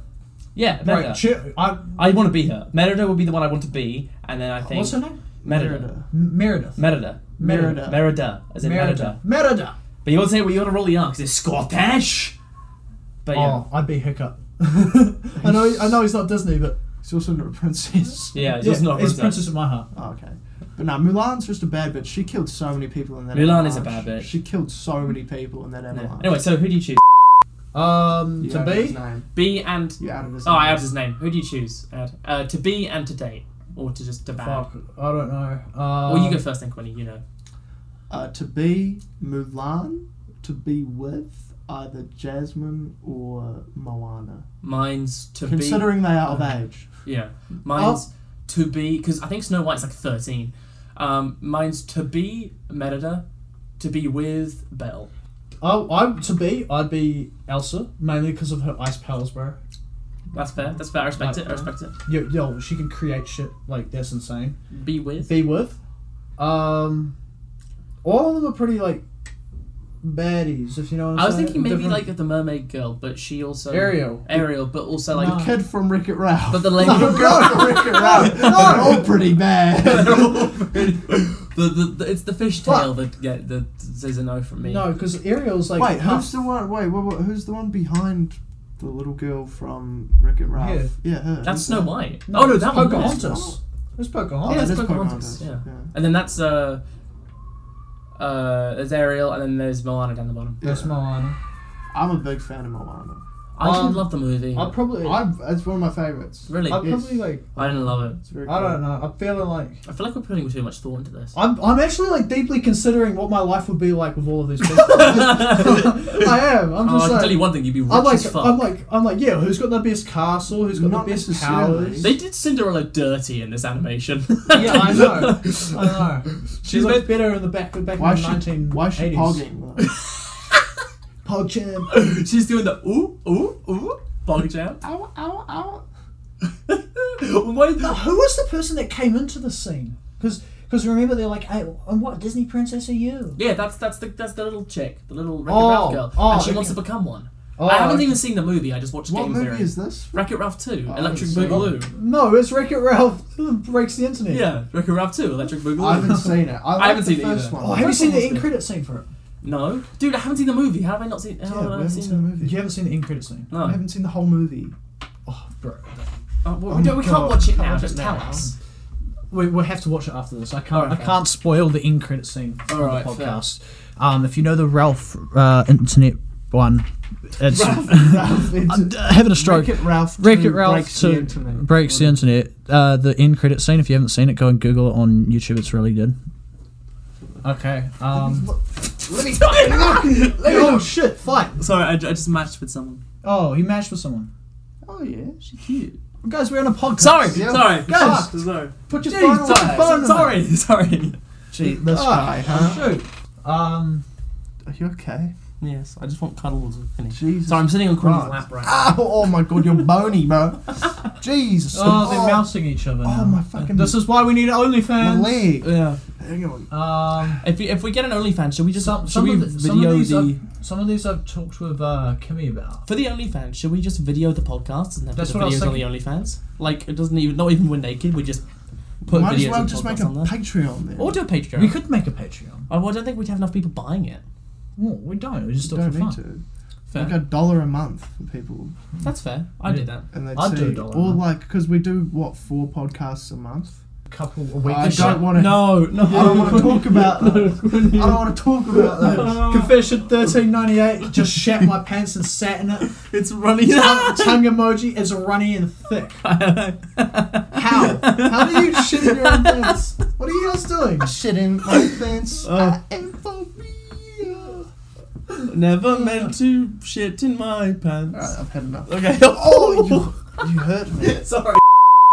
Speaker 3: Yeah, Merida.
Speaker 4: Brave chick. I,
Speaker 3: I want to be her. Merida would be the one I want to be, and then I think
Speaker 4: what's her name?
Speaker 3: Merida.
Speaker 4: M- Meredith.
Speaker 3: Merida.
Speaker 2: Merida.
Speaker 3: Merida. As in Merida.
Speaker 4: Merida.
Speaker 3: But you want to say well, you want to roll the R because it's Scottish. But yeah,
Speaker 4: Oh, I'd be Hiccup. I know. I know he's not Disney, but
Speaker 2: She's also not a princess.
Speaker 3: yeah, it's just not.
Speaker 4: it's
Speaker 3: Rosa.
Speaker 4: Princess of My Heart.
Speaker 2: Oh, okay. But no, Mulan's just a bad bitch. She killed so many people in that.
Speaker 3: Mulan is
Speaker 2: animage.
Speaker 3: a bad bitch.
Speaker 2: She killed so many people in that animal.
Speaker 3: Yeah. Anyway, so who do you choose?
Speaker 4: Um,
Speaker 2: you
Speaker 4: to
Speaker 2: added his
Speaker 4: be.
Speaker 2: name.
Speaker 3: B and
Speaker 2: You added his
Speaker 3: oh,
Speaker 2: name.
Speaker 3: I have his name. Who do you choose? Ed? Uh, to be and to date, or to just to bad.
Speaker 4: Fuck. I don't know. Um,
Speaker 3: Or you go first, then Quinny. You know.
Speaker 2: Uh, to be Mulan, to be with either Jasmine or Moana.
Speaker 3: Mine's to
Speaker 2: Considering they are of age.
Speaker 3: be. Yeah. Mine's
Speaker 4: Oh.
Speaker 3: to be because I think Snow White's like thirteen. Um, mine's to be Merida, to be with Belle.
Speaker 4: Oh, I to be. I'd be Elsa mainly because of her ice powers, bro.
Speaker 3: That's fair. That's fair. I respect it. I respect it.
Speaker 4: Yo, yo, she can create shit like that's insane.
Speaker 3: Be with.
Speaker 4: Be with. Um, all of them are pretty like baddies, if you know what I'm
Speaker 3: I was
Speaker 4: saying.
Speaker 3: thinking maybe
Speaker 4: uh, Different-
Speaker 3: like the Mermaid Girl, but she also
Speaker 4: Ariel.
Speaker 3: Ariel, but also like
Speaker 2: The kid from Wreck It Ralph.
Speaker 3: But the lady-
Speaker 2: No, the girl from Wreck It Ralph. They're all pretty bad.
Speaker 3: the, the, the it's the fishtail that yeah, that says a no from me.
Speaker 4: No, because Ariel's like.
Speaker 2: wait,
Speaker 4: no.
Speaker 2: who's the one? Wait, wait, wait, who's the one behind the little girl from Wreck It Ralph?
Speaker 4: Yeah.
Speaker 2: her.
Speaker 3: that's
Speaker 2: Who's
Speaker 3: Snow
Speaker 2: Mm-hmm. that?
Speaker 3: White. oh no,
Speaker 4: it's
Speaker 3: that one.
Speaker 4: Pocahontas.
Speaker 3: yeah.
Speaker 4: It's
Speaker 2: Oh,
Speaker 4: Pocahontas.
Speaker 3: Yeah,
Speaker 2: that
Speaker 3: it's
Speaker 2: is
Speaker 3: Pocahontas,
Speaker 2: Pocahontas.
Speaker 3: yeah. And then that's uh uh there's Ariel, and then there's Moana down the bottom.
Speaker 4: That's Moana.
Speaker 2: I'm a big fan of Moana.
Speaker 3: I actually
Speaker 4: Um,
Speaker 3: love the movie.
Speaker 4: I'd probably. I'd,
Speaker 2: I've, it's one of my favorites.
Speaker 3: really,
Speaker 4: I'd
Speaker 2: yes.
Speaker 4: probably like.
Speaker 3: I didn't love it.
Speaker 2: It's very
Speaker 4: I
Speaker 2: cool.
Speaker 4: don't know. I'm feeling like.
Speaker 3: I feel like we're putting too much thought into this.
Speaker 4: I'm, I'm actually like deeply considering what my life would be like with all of these people. I am. I'm
Speaker 3: Oh, I can
Speaker 4: just
Speaker 3: tell
Speaker 4: like.
Speaker 3: you one thing: you'd be rich
Speaker 4: I'm
Speaker 3: as
Speaker 4: like,
Speaker 3: fuck.
Speaker 4: I'm like, I'm like, yeah. Who's got the best castle? Who's got
Speaker 2: Not
Speaker 4: the best
Speaker 2: necessarily.
Speaker 4: powers?
Speaker 3: they did Cinderella dirty in this animation.
Speaker 4: yeah, I know. I know. She
Speaker 3: She's
Speaker 4: looked better in the back, back
Speaker 2: Why
Speaker 4: in the
Speaker 2: should,
Speaker 4: 1980s.
Speaker 2: why should Pogging? though?
Speaker 4: PogChamp.
Speaker 3: She's doing the ooh ooh ooh bong jam.
Speaker 2: ow, ow, ow.
Speaker 3: Why
Speaker 4: Now, who was the person that came into the scene? Because remember, they're like, hey, and what Disney princess are you?
Speaker 3: Yeah, that's that's the that's the little chick, the little Wreck-It
Speaker 4: Oh,
Speaker 3: Ralph girl,
Speaker 4: oh,
Speaker 3: and she
Speaker 4: okay.
Speaker 3: wants to become one.
Speaker 4: Oh,
Speaker 3: I haven't
Speaker 4: okay.
Speaker 3: even seen the movie. I just watched
Speaker 2: What
Speaker 3: Game
Speaker 2: movie
Speaker 3: Theory.
Speaker 2: is Oh, this?
Speaker 3: Wreck-It Ralph Two,
Speaker 2: I
Speaker 3: Electric
Speaker 2: haven't seen
Speaker 3: Boogaloo.
Speaker 4: No, it's Wreck It Ralph. breaks the internet.
Speaker 3: Yeah, Wreck-It Ralph Two, Electric
Speaker 2: I haven't
Speaker 3: Boogaloo.
Speaker 2: seen it. I,
Speaker 3: I haven't
Speaker 2: liked the
Speaker 3: seen it
Speaker 2: first
Speaker 3: either.
Speaker 2: one.
Speaker 4: Oh, have you
Speaker 3: First
Speaker 4: seen
Speaker 3: one
Speaker 4: the
Speaker 3: was
Speaker 4: end
Speaker 3: good.
Speaker 4: credit scene for it?
Speaker 3: no, dude, I haven't seen the movie. How have I not seen? How
Speaker 2: Yeah,
Speaker 3: have I
Speaker 2: we haven't
Speaker 3: not
Speaker 2: seen
Speaker 3: seen
Speaker 2: the
Speaker 3: it?
Speaker 2: movie.
Speaker 4: You haven't seen the end credit scene?
Speaker 3: No,
Speaker 2: I haven't seen the whole movie.
Speaker 4: Oh, bro.
Speaker 3: Uh, well,
Speaker 2: Oh
Speaker 3: we, don't-
Speaker 2: my
Speaker 3: we can't
Speaker 2: God,
Speaker 3: watch it
Speaker 2: can't
Speaker 3: now.
Speaker 2: watch
Speaker 3: Just
Speaker 2: it
Speaker 3: tell
Speaker 2: now.
Speaker 3: us.
Speaker 4: We, we'll have to watch it after this. I can't.
Speaker 3: Alright,
Speaker 4: I
Speaker 3: fair.
Speaker 4: can't spoil the end credit scene for
Speaker 3: Alright,
Speaker 4: the
Speaker 3: fair.
Speaker 4: podcast. Um, if you know the Ralph uh, internet one, it's
Speaker 2: Ralph,
Speaker 4: I'm
Speaker 2: it's-
Speaker 4: d- having a stroke.
Speaker 2: Wreck-It Ralph.
Speaker 4: Wreck
Speaker 2: two
Speaker 4: It Ralph
Speaker 2: breaks
Speaker 4: two
Speaker 2: the internet.
Speaker 4: breaks the internet. Uh, the end credit scene. If you haven't seen it, go and Google it on YouTube. It's really good. Okay. Um.
Speaker 2: Let me fucking look. Let me
Speaker 4: oh
Speaker 2: look.
Speaker 4: shit! Fight.
Speaker 3: Sorry, I, I just matched with someone.
Speaker 4: Oh, he matched with someone.
Speaker 2: Oh yeah.
Speaker 3: She's cute.
Speaker 4: Guys, we're on a podcast.
Speaker 3: Sorry,
Speaker 2: Yeah.
Speaker 3: sorry,
Speaker 4: Guys.
Speaker 3: sorry,
Speaker 2: Put your
Speaker 4: Jeez,
Speaker 2: phone
Speaker 4: sorry,
Speaker 2: away.
Speaker 4: phone-
Speaker 3: sorry, sorry.
Speaker 2: Gee, this guy, huh?
Speaker 4: Ah, Shoot. Um.
Speaker 2: Are you okay?
Speaker 3: Yes, I just want cuddles with Quinny.
Speaker 2: Jesus.
Speaker 3: Sorry, I'm sitting on Quinny's lap
Speaker 2: Christ.
Speaker 3: right now.
Speaker 2: Ow, oh my god, you're bony, bro. Jesus.
Speaker 4: Oh, they're mousing each other.
Speaker 2: Oh,
Speaker 4: now.
Speaker 2: my fucking-
Speaker 4: This is why we need
Speaker 2: my
Speaker 4: OnlyFans.
Speaker 2: leg.
Speaker 1: Yeah.
Speaker 2: Hang on.
Speaker 4: Um,
Speaker 1: If we, if we get an OnlyFans, should we just
Speaker 4: some,
Speaker 1: should
Speaker 4: some,
Speaker 1: we
Speaker 4: of the, some
Speaker 1: video
Speaker 4: of
Speaker 1: the
Speaker 4: these I've, some of these I've talked with uh, Kimmy about.
Speaker 1: for the OnlyFans? Should we just video the podcast and then put
Speaker 4: That's
Speaker 1: the
Speaker 4: what I was
Speaker 1: videos on the OnlyFans? Like it doesn't even not even we're naked. We just put
Speaker 2: Might
Speaker 1: videos
Speaker 2: as well
Speaker 1: and
Speaker 2: just
Speaker 1: podcasts
Speaker 2: make a
Speaker 1: on there.
Speaker 2: Patreon then.
Speaker 1: or do a Patreon.
Speaker 4: We could make a Patreon.
Speaker 1: I, well, I don't think we'd have enough people buying it.
Speaker 4: Well, we don't. We just do it
Speaker 2: don't
Speaker 4: for
Speaker 2: need
Speaker 4: fun.
Speaker 2: to.
Speaker 1: Fair.
Speaker 2: Like a dollar a month for people,
Speaker 1: That's fair. I did that.
Speaker 2: and they'd
Speaker 4: I'd
Speaker 2: see,
Speaker 4: do a dollar a
Speaker 2: or
Speaker 4: month.
Speaker 2: like because we do what four podcasts a month.
Speaker 4: Couple a week.
Speaker 2: I
Speaker 4: Shut
Speaker 2: don't want to.
Speaker 1: No, no.
Speaker 2: I don't want to talk about those. I don't want to talk about those.
Speaker 4: Confession 1398 just shat my pants and sat in it.
Speaker 1: It's running
Speaker 4: Tongue, tongue emoji is runny and thick.
Speaker 2: How? How do you shit in your own pants? What are you guys doing? Shit in my pants. I am phobia.
Speaker 1: Never meant to shit in my pants.
Speaker 2: Alright, I've had enough.
Speaker 1: Okay.
Speaker 2: Oh, you, you hurt me.
Speaker 4: Oh!
Speaker 1: sorry.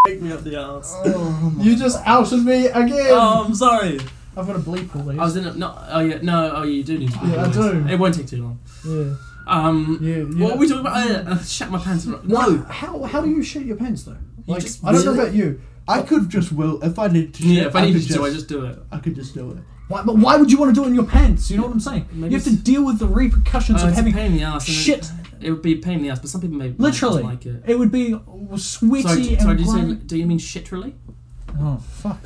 Speaker 1: Pick me up the ass.
Speaker 2: Oh, my
Speaker 4: You just outed me again.
Speaker 1: Oh, I'm sorry.
Speaker 4: I've got to bleep all these.
Speaker 1: I was in a no. Oh yeah, no. Oh, you do need to. Be
Speaker 4: Yeah, I do.
Speaker 1: It won't take too long.
Speaker 4: yeah.
Speaker 1: Um.
Speaker 4: Yeah, yeah.
Speaker 1: What are we talking about? Oh, I, I shat my pants. No.
Speaker 4: How how do you shit your pants though? Like
Speaker 1: just
Speaker 4: I don't know
Speaker 1: really-
Speaker 4: about you.
Speaker 2: I could just will if I need to. Shit,
Speaker 1: Yeah. If I need
Speaker 2: could
Speaker 1: to, do, I just do it.
Speaker 2: I could just do it.
Speaker 4: Why, but why would you want to do it in your pants? You know what I'm saying?
Speaker 1: Maybe
Speaker 4: you have to
Speaker 1: it's-
Speaker 4: deal with the repercussions
Speaker 1: Uh,
Speaker 4: of
Speaker 1: it's a
Speaker 4: having
Speaker 1: pain in the ass. and it-
Speaker 4: shit.
Speaker 1: It, would be a pain in the ass, but some people may
Speaker 4: Literally,
Speaker 1: might just like it.
Speaker 4: it would be sweaty
Speaker 1: Sorry, d-
Speaker 4: and
Speaker 1: sorry, did you say,
Speaker 4: grimy.
Speaker 1: do you mean shitrally?
Speaker 4: Oh fuck!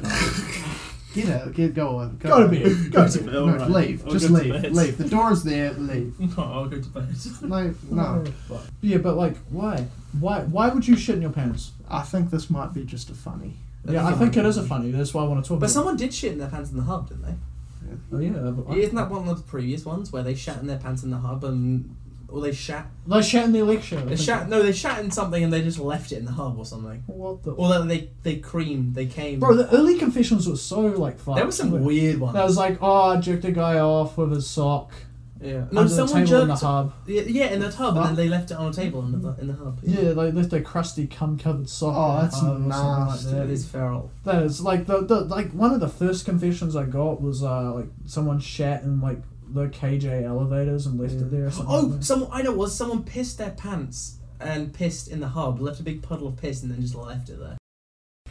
Speaker 2: Get out. Get go on. Go,
Speaker 4: Go to
Speaker 2: on. Go
Speaker 4: bed. Go
Speaker 2: to
Speaker 4: to
Speaker 2: bed.
Speaker 1: bed,
Speaker 2: No,
Speaker 1: alright.
Speaker 2: leave.
Speaker 1: I'll
Speaker 2: Just
Speaker 1: go to
Speaker 2: leave.
Speaker 1: bed.
Speaker 2: Leave. The door is there. Leave.
Speaker 1: No, I'll go to bed.
Speaker 2: No, no.
Speaker 4: Yeah, but like, why? Why? Why would you shit in your pants?
Speaker 2: I think this might be just a funny.
Speaker 4: yeah, I think it is a funny. That's why I want to talk.
Speaker 3: But
Speaker 4: about
Speaker 3: someone did shit in their pants in the hub, didn't they?
Speaker 4: it. Oh, yeah, I-
Speaker 3: Isn't that one of the previous ones where they shat in their pants in the hub and or they shat?
Speaker 4: they shat in the election. I
Speaker 3: They
Speaker 4: think.
Speaker 3: shat no, they shat in something and they just left it in the hub or something.
Speaker 4: What the?
Speaker 3: Or that they they creamed, they came.
Speaker 4: Bro, the early confessions were so like fun.
Speaker 3: there were some weird ones.
Speaker 4: That was like, oh, I jerked a guy off with his sock.
Speaker 3: yeah,
Speaker 4: No,
Speaker 3: no,
Speaker 4: under
Speaker 3: someone
Speaker 4: someone the table in the
Speaker 3: jerked.
Speaker 4: hub.
Speaker 3: Yeah, yeah, in the tub, and then they left it on a table in the in the hub.
Speaker 4: Yeah, they left a crusty cum covered sock.
Speaker 2: Oh,
Speaker 4: in the
Speaker 2: that's
Speaker 4: hub or something like
Speaker 2: nasty.
Speaker 4: that.
Speaker 3: It is feral.
Speaker 4: That is like the, the like one of the first confessions I got was uh like someone shat in like the KJ elevators and left it there. Or something
Speaker 3: Oh,
Speaker 4: like that.
Speaker 3: someone I know it was someone pissed their pants and pissed in the hub, left a big puddle of piss, and then just left it there.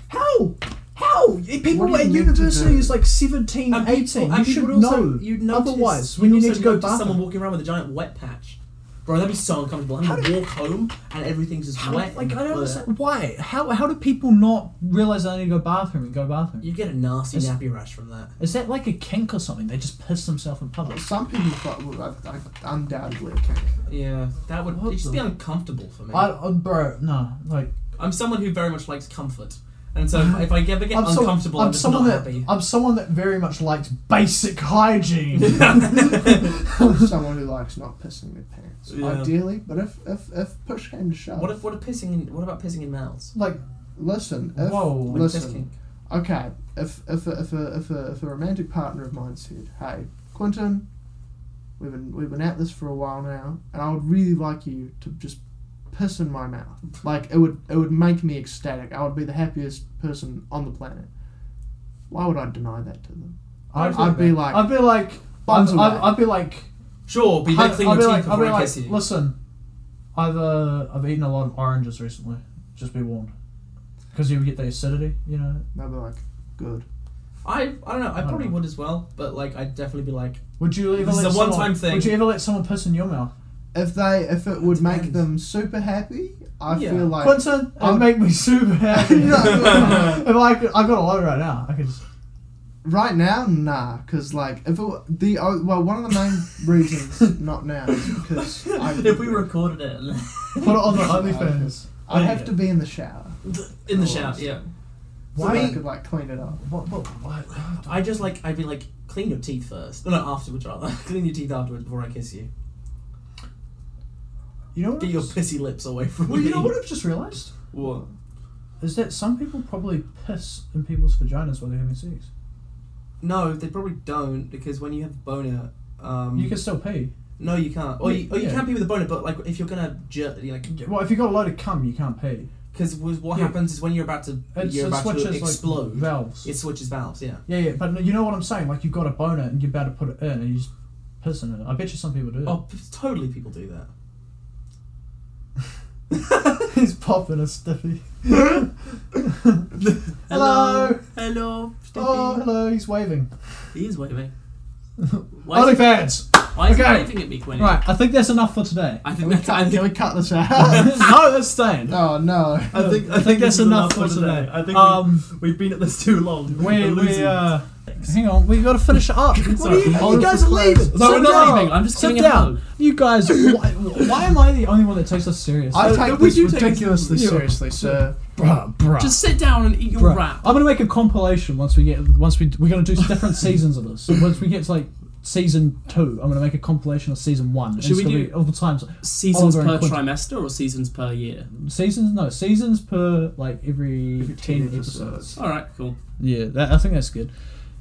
Speaker 4: how? How? Eh,
Speaker 2: What
Speaker 4: People
Speaker 2: do you
Speaker 4: were at
Speaker 2: meant to
Speaker 4: university
Speaker 2: do?
Speaker 4: is like 17,
Speaker 3: And
Speaker 4: 18.
Speaker 3: people-
Speaker 4: you
Speaker 3: and
Speaker 4: should
Speaker 3: people would also-
Speaker 4: know.
Speaker 3: You'd notice,
Speaker 4: Otherwise, when you
Speaker 3: you'd
Speaker 4: need
Speaker 3: also
Speaker 4: to go
Speaker 3: notice
Speaker 4: bathroom.
Speaker 3: someone walking around with a giant wet patch. Bro, that'd be so uncomfortable. I'm gonna walk home and everything's just
Speaker 4: How-
Speaker 3: wet.
Speaker 4: like I
Speaker 3: and
Speaker 4: don't
Speaker 3: bleh.
Speaker 4: understand why. How how do people not realize they need to go bathroom and go bathroom?
Speaker 3: You get a nasty
Speaker 4: It's-
Speaker 3: nappy rash from that.
Speaker 4: Is that like a kink or something? They just piss themselves in public.
Speaker 2: Some people thought, well, I, I, undoubtedly, okay.
Speaker 3: Yeah, that would
Speaker 4: What
Speaker 3: it'd just
Speaker 4: the-
Speaker 3: be uncomfortable for me.
Speaker 4: I,
Speaker 3: I,
Speaker 4: uh, bro, no, like
Speaker 3: am someone who very much likes comfort, and so if I ever get
Speaker 4: I'm, so-
Speaker 3: uncomfortable, I'm,
Speaker 4: I'm
Speaker 3: just
Speaker 4: someone
Speaker 3: not
Speaker 4: that
Speaker 3: happy.
Speaker 4: I'm someone that very much likes basic hygiene.
Speaker 2: someone who likes not pissing their pants, ideally. But if, if if push came to shove,
Speaker 3: What if what if pissing in, what about pissing in mouths?
Speaker 2: like listen, if,
Speaker 4: Whoa. Like
Speaker 2: listen, okay, if if a, if a, if, a, if a romantic partner of mine said, "Hey, Quentin, we've been we've been at this for a while now, and I would really like you to just piss in my mouth, like it would it would make me ecstatic. I would be the happiest person on the planet." Why would I deny that to them? I'd, I'd be like,
Speaker 4: I'd be like,
Speaker 2: Bums
Speaker 4: I'd, I'd,
Speaker 2: away.
Speaker 4: I'd be like,
Speaker 3: Sure, but you
Speaker 4: I'd,
Speaker 3: don't clean your
Speaker 4: I'd be
Speaker 3: teeth
Speaker 4: like, I'd
Speaker 3: before
Speaker 4: be
Speaker 3: I
Speaker 4: like,
Speaker 3: kiss you.
Speaker 4: listen, I've uh, I've eaten a lot of oranges recently. Just be warned, because you get the acidity, you know.
Speaker 2: they'd be like, good.
Speaker 3: I I don't know. I
Speaker 4: don't
Speaker 3: probably
Speaker 4: know.
Speaker 3: would as well, but like I'd definitely be like,
Speaker 4: Would you ever
Speaker 3: This is
Speaker 4: let
Speaker 3: a
Speaker 4: someone-
Speaker 3: one-time thing.
Speaker 4: Would you ever let someone piss in your mouth?
Speaker 2: if they if it would make
Speaker 3: Depends.
Speaker 2: them super happy, I
Speaker 3: Yeah.
Speaker 2: feel like
Speaker 4: Quentin,
Speaker 2: I'm-
Speaker 4: it make me super happy.
Speaker 2: No.
Speaker 4: if I could, I got a load right now. I could just
Speaker 2: right now, nah, because like if it, w- the oh, well one of the main reasons not now is because I
Speaker 3: if we recorded it
Speaker 4: put it on the OnlyFans.
Speaker 2: I'd have to be in the shower.
Speaker 3: in the shower, yeah.
Speaker 2: So
Speaker 4: Why-
Speaker 2: I could like clean it up.
Speaker 4: What? What? What?
Speaker 3: I just like I'd be like, clean your teeth first. No, no afterwards rather. clean your teeth afterwards before I kiss you.
Speaker 4: You know what?
Speaker 3: Get your
Speaker 4: I've-
Speaker 3: pissy lips away from
Speaker 4: well,
Speaker 3: me.
Speaker 4: you know what I've just realised
Speaker 3: What?
Speaker 4: is that some people probably piss in people's vaginas while they're having sex.
Speaker 3: No, they probably don't because when you have a boner, um,
Speaker 4: You can still pee.
Speaker 3: No, you can't. Or you, or you
Speaker 4: Yeah.
Speaker 3: can pee with a boner, but like if you're gonna jerk, you like
Speaker 4: Well, if you got a load of cum, you can't pee.
Speaker 3: because what
Speaker 4: Yeah.
Speaker 3: happens is when you're about to
Speaker 4: It's,
Speaker 3: you're
Speaker 4: it
Speaker 3: about
Speaker 4: switches
Speaker 3: to
Speaker 4: like,
Speaker 3: explode,
Speaker 4: valves.
Speaker 3: it switches valves. Yeah.
Speaker 4: yeah, yeah, but you know what I'm saying? Like you've got a boner and you're about to put it in, and you just piss in it. I bet you some people do.
Speaker 3: Oh, p- totally, people do that.
Speaker 13: He's popping a stiffy. hello.
Speaker 3: Hello. Stimpy.
Speaker 13: Oh, hello. He's waving.
Speaker 3: He is waving. Why
Speaker 13: Only
Speaker 3: is,
Speaker 13: fans.
Speaker 3: why is
Speaker 13: okay.
Speaker 3: he waving at me, Quinny?
Speaker 4: Right, I think that's enough for today.
Speaker 3: I think that's. I
Speaker 13: Can
Speaker 3: think.
Speaker 13: we cut this out?
Speaker 4: no, that's staying.
Speaker 13: oh no.
Speaker 4: I think I think that's enough for today.
Speaker 1: I think
Speaker 4: Um,
Speaker 1: we, have been at this too long.
Speaker 4: we we uh, hang on, we got to finish it up.
Speaker 3: What are you- you
Speaker 4: guys are leaving? No,
Speaker 3: Sit
Speaker 4: we're not
Speaker 3: down.
Speaker 4: leaving.
Speaker 3: I'm just
Speaker 4: Sit
Speaker 3: giving a
Speaker 4: down.
Speaker 3: hug.
Speaker 4: You guys, why, why am I the only one that takes us seriously?
Speaker 2: I
Speaker 1: no,
Speaker 2: take
Speaker 1: we
Speaker 2: this
Speaker 1: do take this-
Speaker 2: ridiculously
Speaker 1: yeah.
Speaker 2: seriously, sir.
Speaker 4: bruh, bruh.
Speaker 3: Just sit down and eat your
Speaker 4: Bruh. Oh.
Speaker 3: wrap.
Speaker 4: I'm gonna make a compilation once we get once we we're gonna do different seasons of this. So once we get to like season two, I'm gonna make a compilation of season one.
Speaker 3: Should
Speaker 4: It's
Speaker 3: we
Speaker 4: gonna
Speaker 3: do-
Speaker 4: be all the times
Speaker 3: Seasons
Speaker 4: Oliver
Speaker 3: per
Speaker 4: and Quinton.
Speaker 3: trimester or seasons per year?
Speaker 4: seasons? No, seasons per like every, ten episodes.
Speaker 3: All right, cool.
Speaker 4: Yeah, that, I think that's good.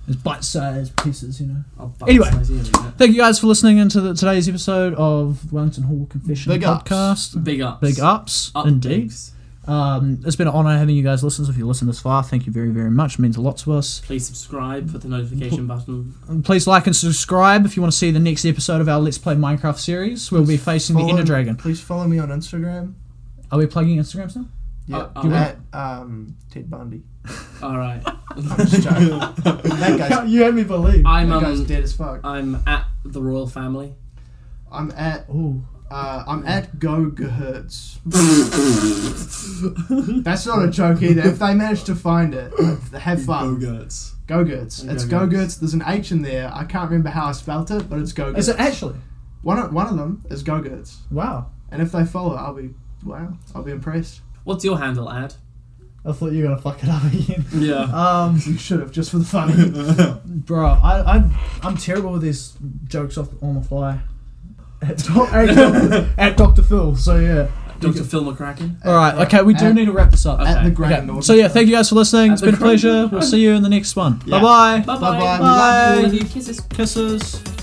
Speaker 4: It's bite-sized pieces, you know.
Speaker 3: I'll
Speaker 4: Anyway.
Speaker 3: bite-size you in a minute.
Speaker 4: Thank you guys for listening into the, today's episode of Wellington Hall Confession
Speaker 2: Big ups.
Speaker 4: podcast.
Speaker 3: big ups.
Speaker 4: Big ups,
Speaker 3: Up
Speaker 4: indeed.
Speaker 3: bigs.
Speaker 4: Um, it's been an honour having you guys listen. So if you listened this far, thank you very, very much. It means a lot to us.
Speaker 3: Please subscribe. Put the notification button.
Speaker 4: And please like and subscribe if you want to see the next episode of our Let's Play Minecraft series. We'll be facing the
Speaker 2: Follow-
Speaker 4: Ender Dragon.
Speaker 2: Please follow me on Instagram.
Speaker 4: Are we plugging Instagrams now?
Speaker 2: Yeah,
Speaker 3: Oh, oh.
Speaker 2: at um, Ted Bundy.
Speaker 3: All right.
Speaker 2: I'm just joking. that guy's,
Speaker 13: you had me believe.
Speaker 3: I'm
Speaker 2: that guy's
Speaker 3: um,
Speaker 2: dead as fuck.
Speaker 3: I'm at the royal family.
Speaker 2: I'm at
Speaker 4: Ooh.
Speaker 2: uh, I'm at Go Hertz. That's not a joke either. If they manage to find it, have fun.
Speaker 1: Gurts.
Speaker 2: Go-Gurts. It's
Speaker 1: Go-Gurts.
Speaker 2: Go-Gurts. There's an H in there. I can't remember how I spelt it, but it's Go-Gurts.
Speaker 4: Is it actually?
Speaker 2: One of, one of them is Go-Gurts.
Speaker 4: Wow.
Speaker 2: And if they follow, I'll be, wow, I'll be impressed.
Speaker 3: What's your handle, Ad?
Speaker 13: I thought you were gonna fuck it up again.
Speaker 3: Yeah.
Speaker 4: Um,
Speaker 2: You should have, just for the fun. of it.
Speaker 4: bro, I, I, I'm terrible with these jokes off on the fly.
Speaker 13: at, Doc- at Doc- at Dr. Phil. So yeah.
Speaker 3: Dr. Phil McCracken.
Speaker 4: All right, okay, we do
Speaker 2: And-
Speaker 4: need to wrap this up.
Speaker 3: Okay.
Speaker 2: At the Grand
Speaker 4: Okay,
Speaker 2: Northern
Speaker 4: so yeah,
Speaker 2: Show.
Speaker 4: thank you guys for listening.
Speaker 3: At
Speaker 4: it's
Speaker 3: the
Speaker 4: been a
Speaker 3: Grand-
Speaker 4: pleasure. We'll see you in the next one.
Speaker 2: Yeah.
Speaker 4: Bye bye.
Speaker 3: Bye bye.
Speaker 2: Bye-bye.
Speaker 3: Love
Speaker 4: Bye.
Speaker 3: you. Kisses.
Speaker 4: Kisses.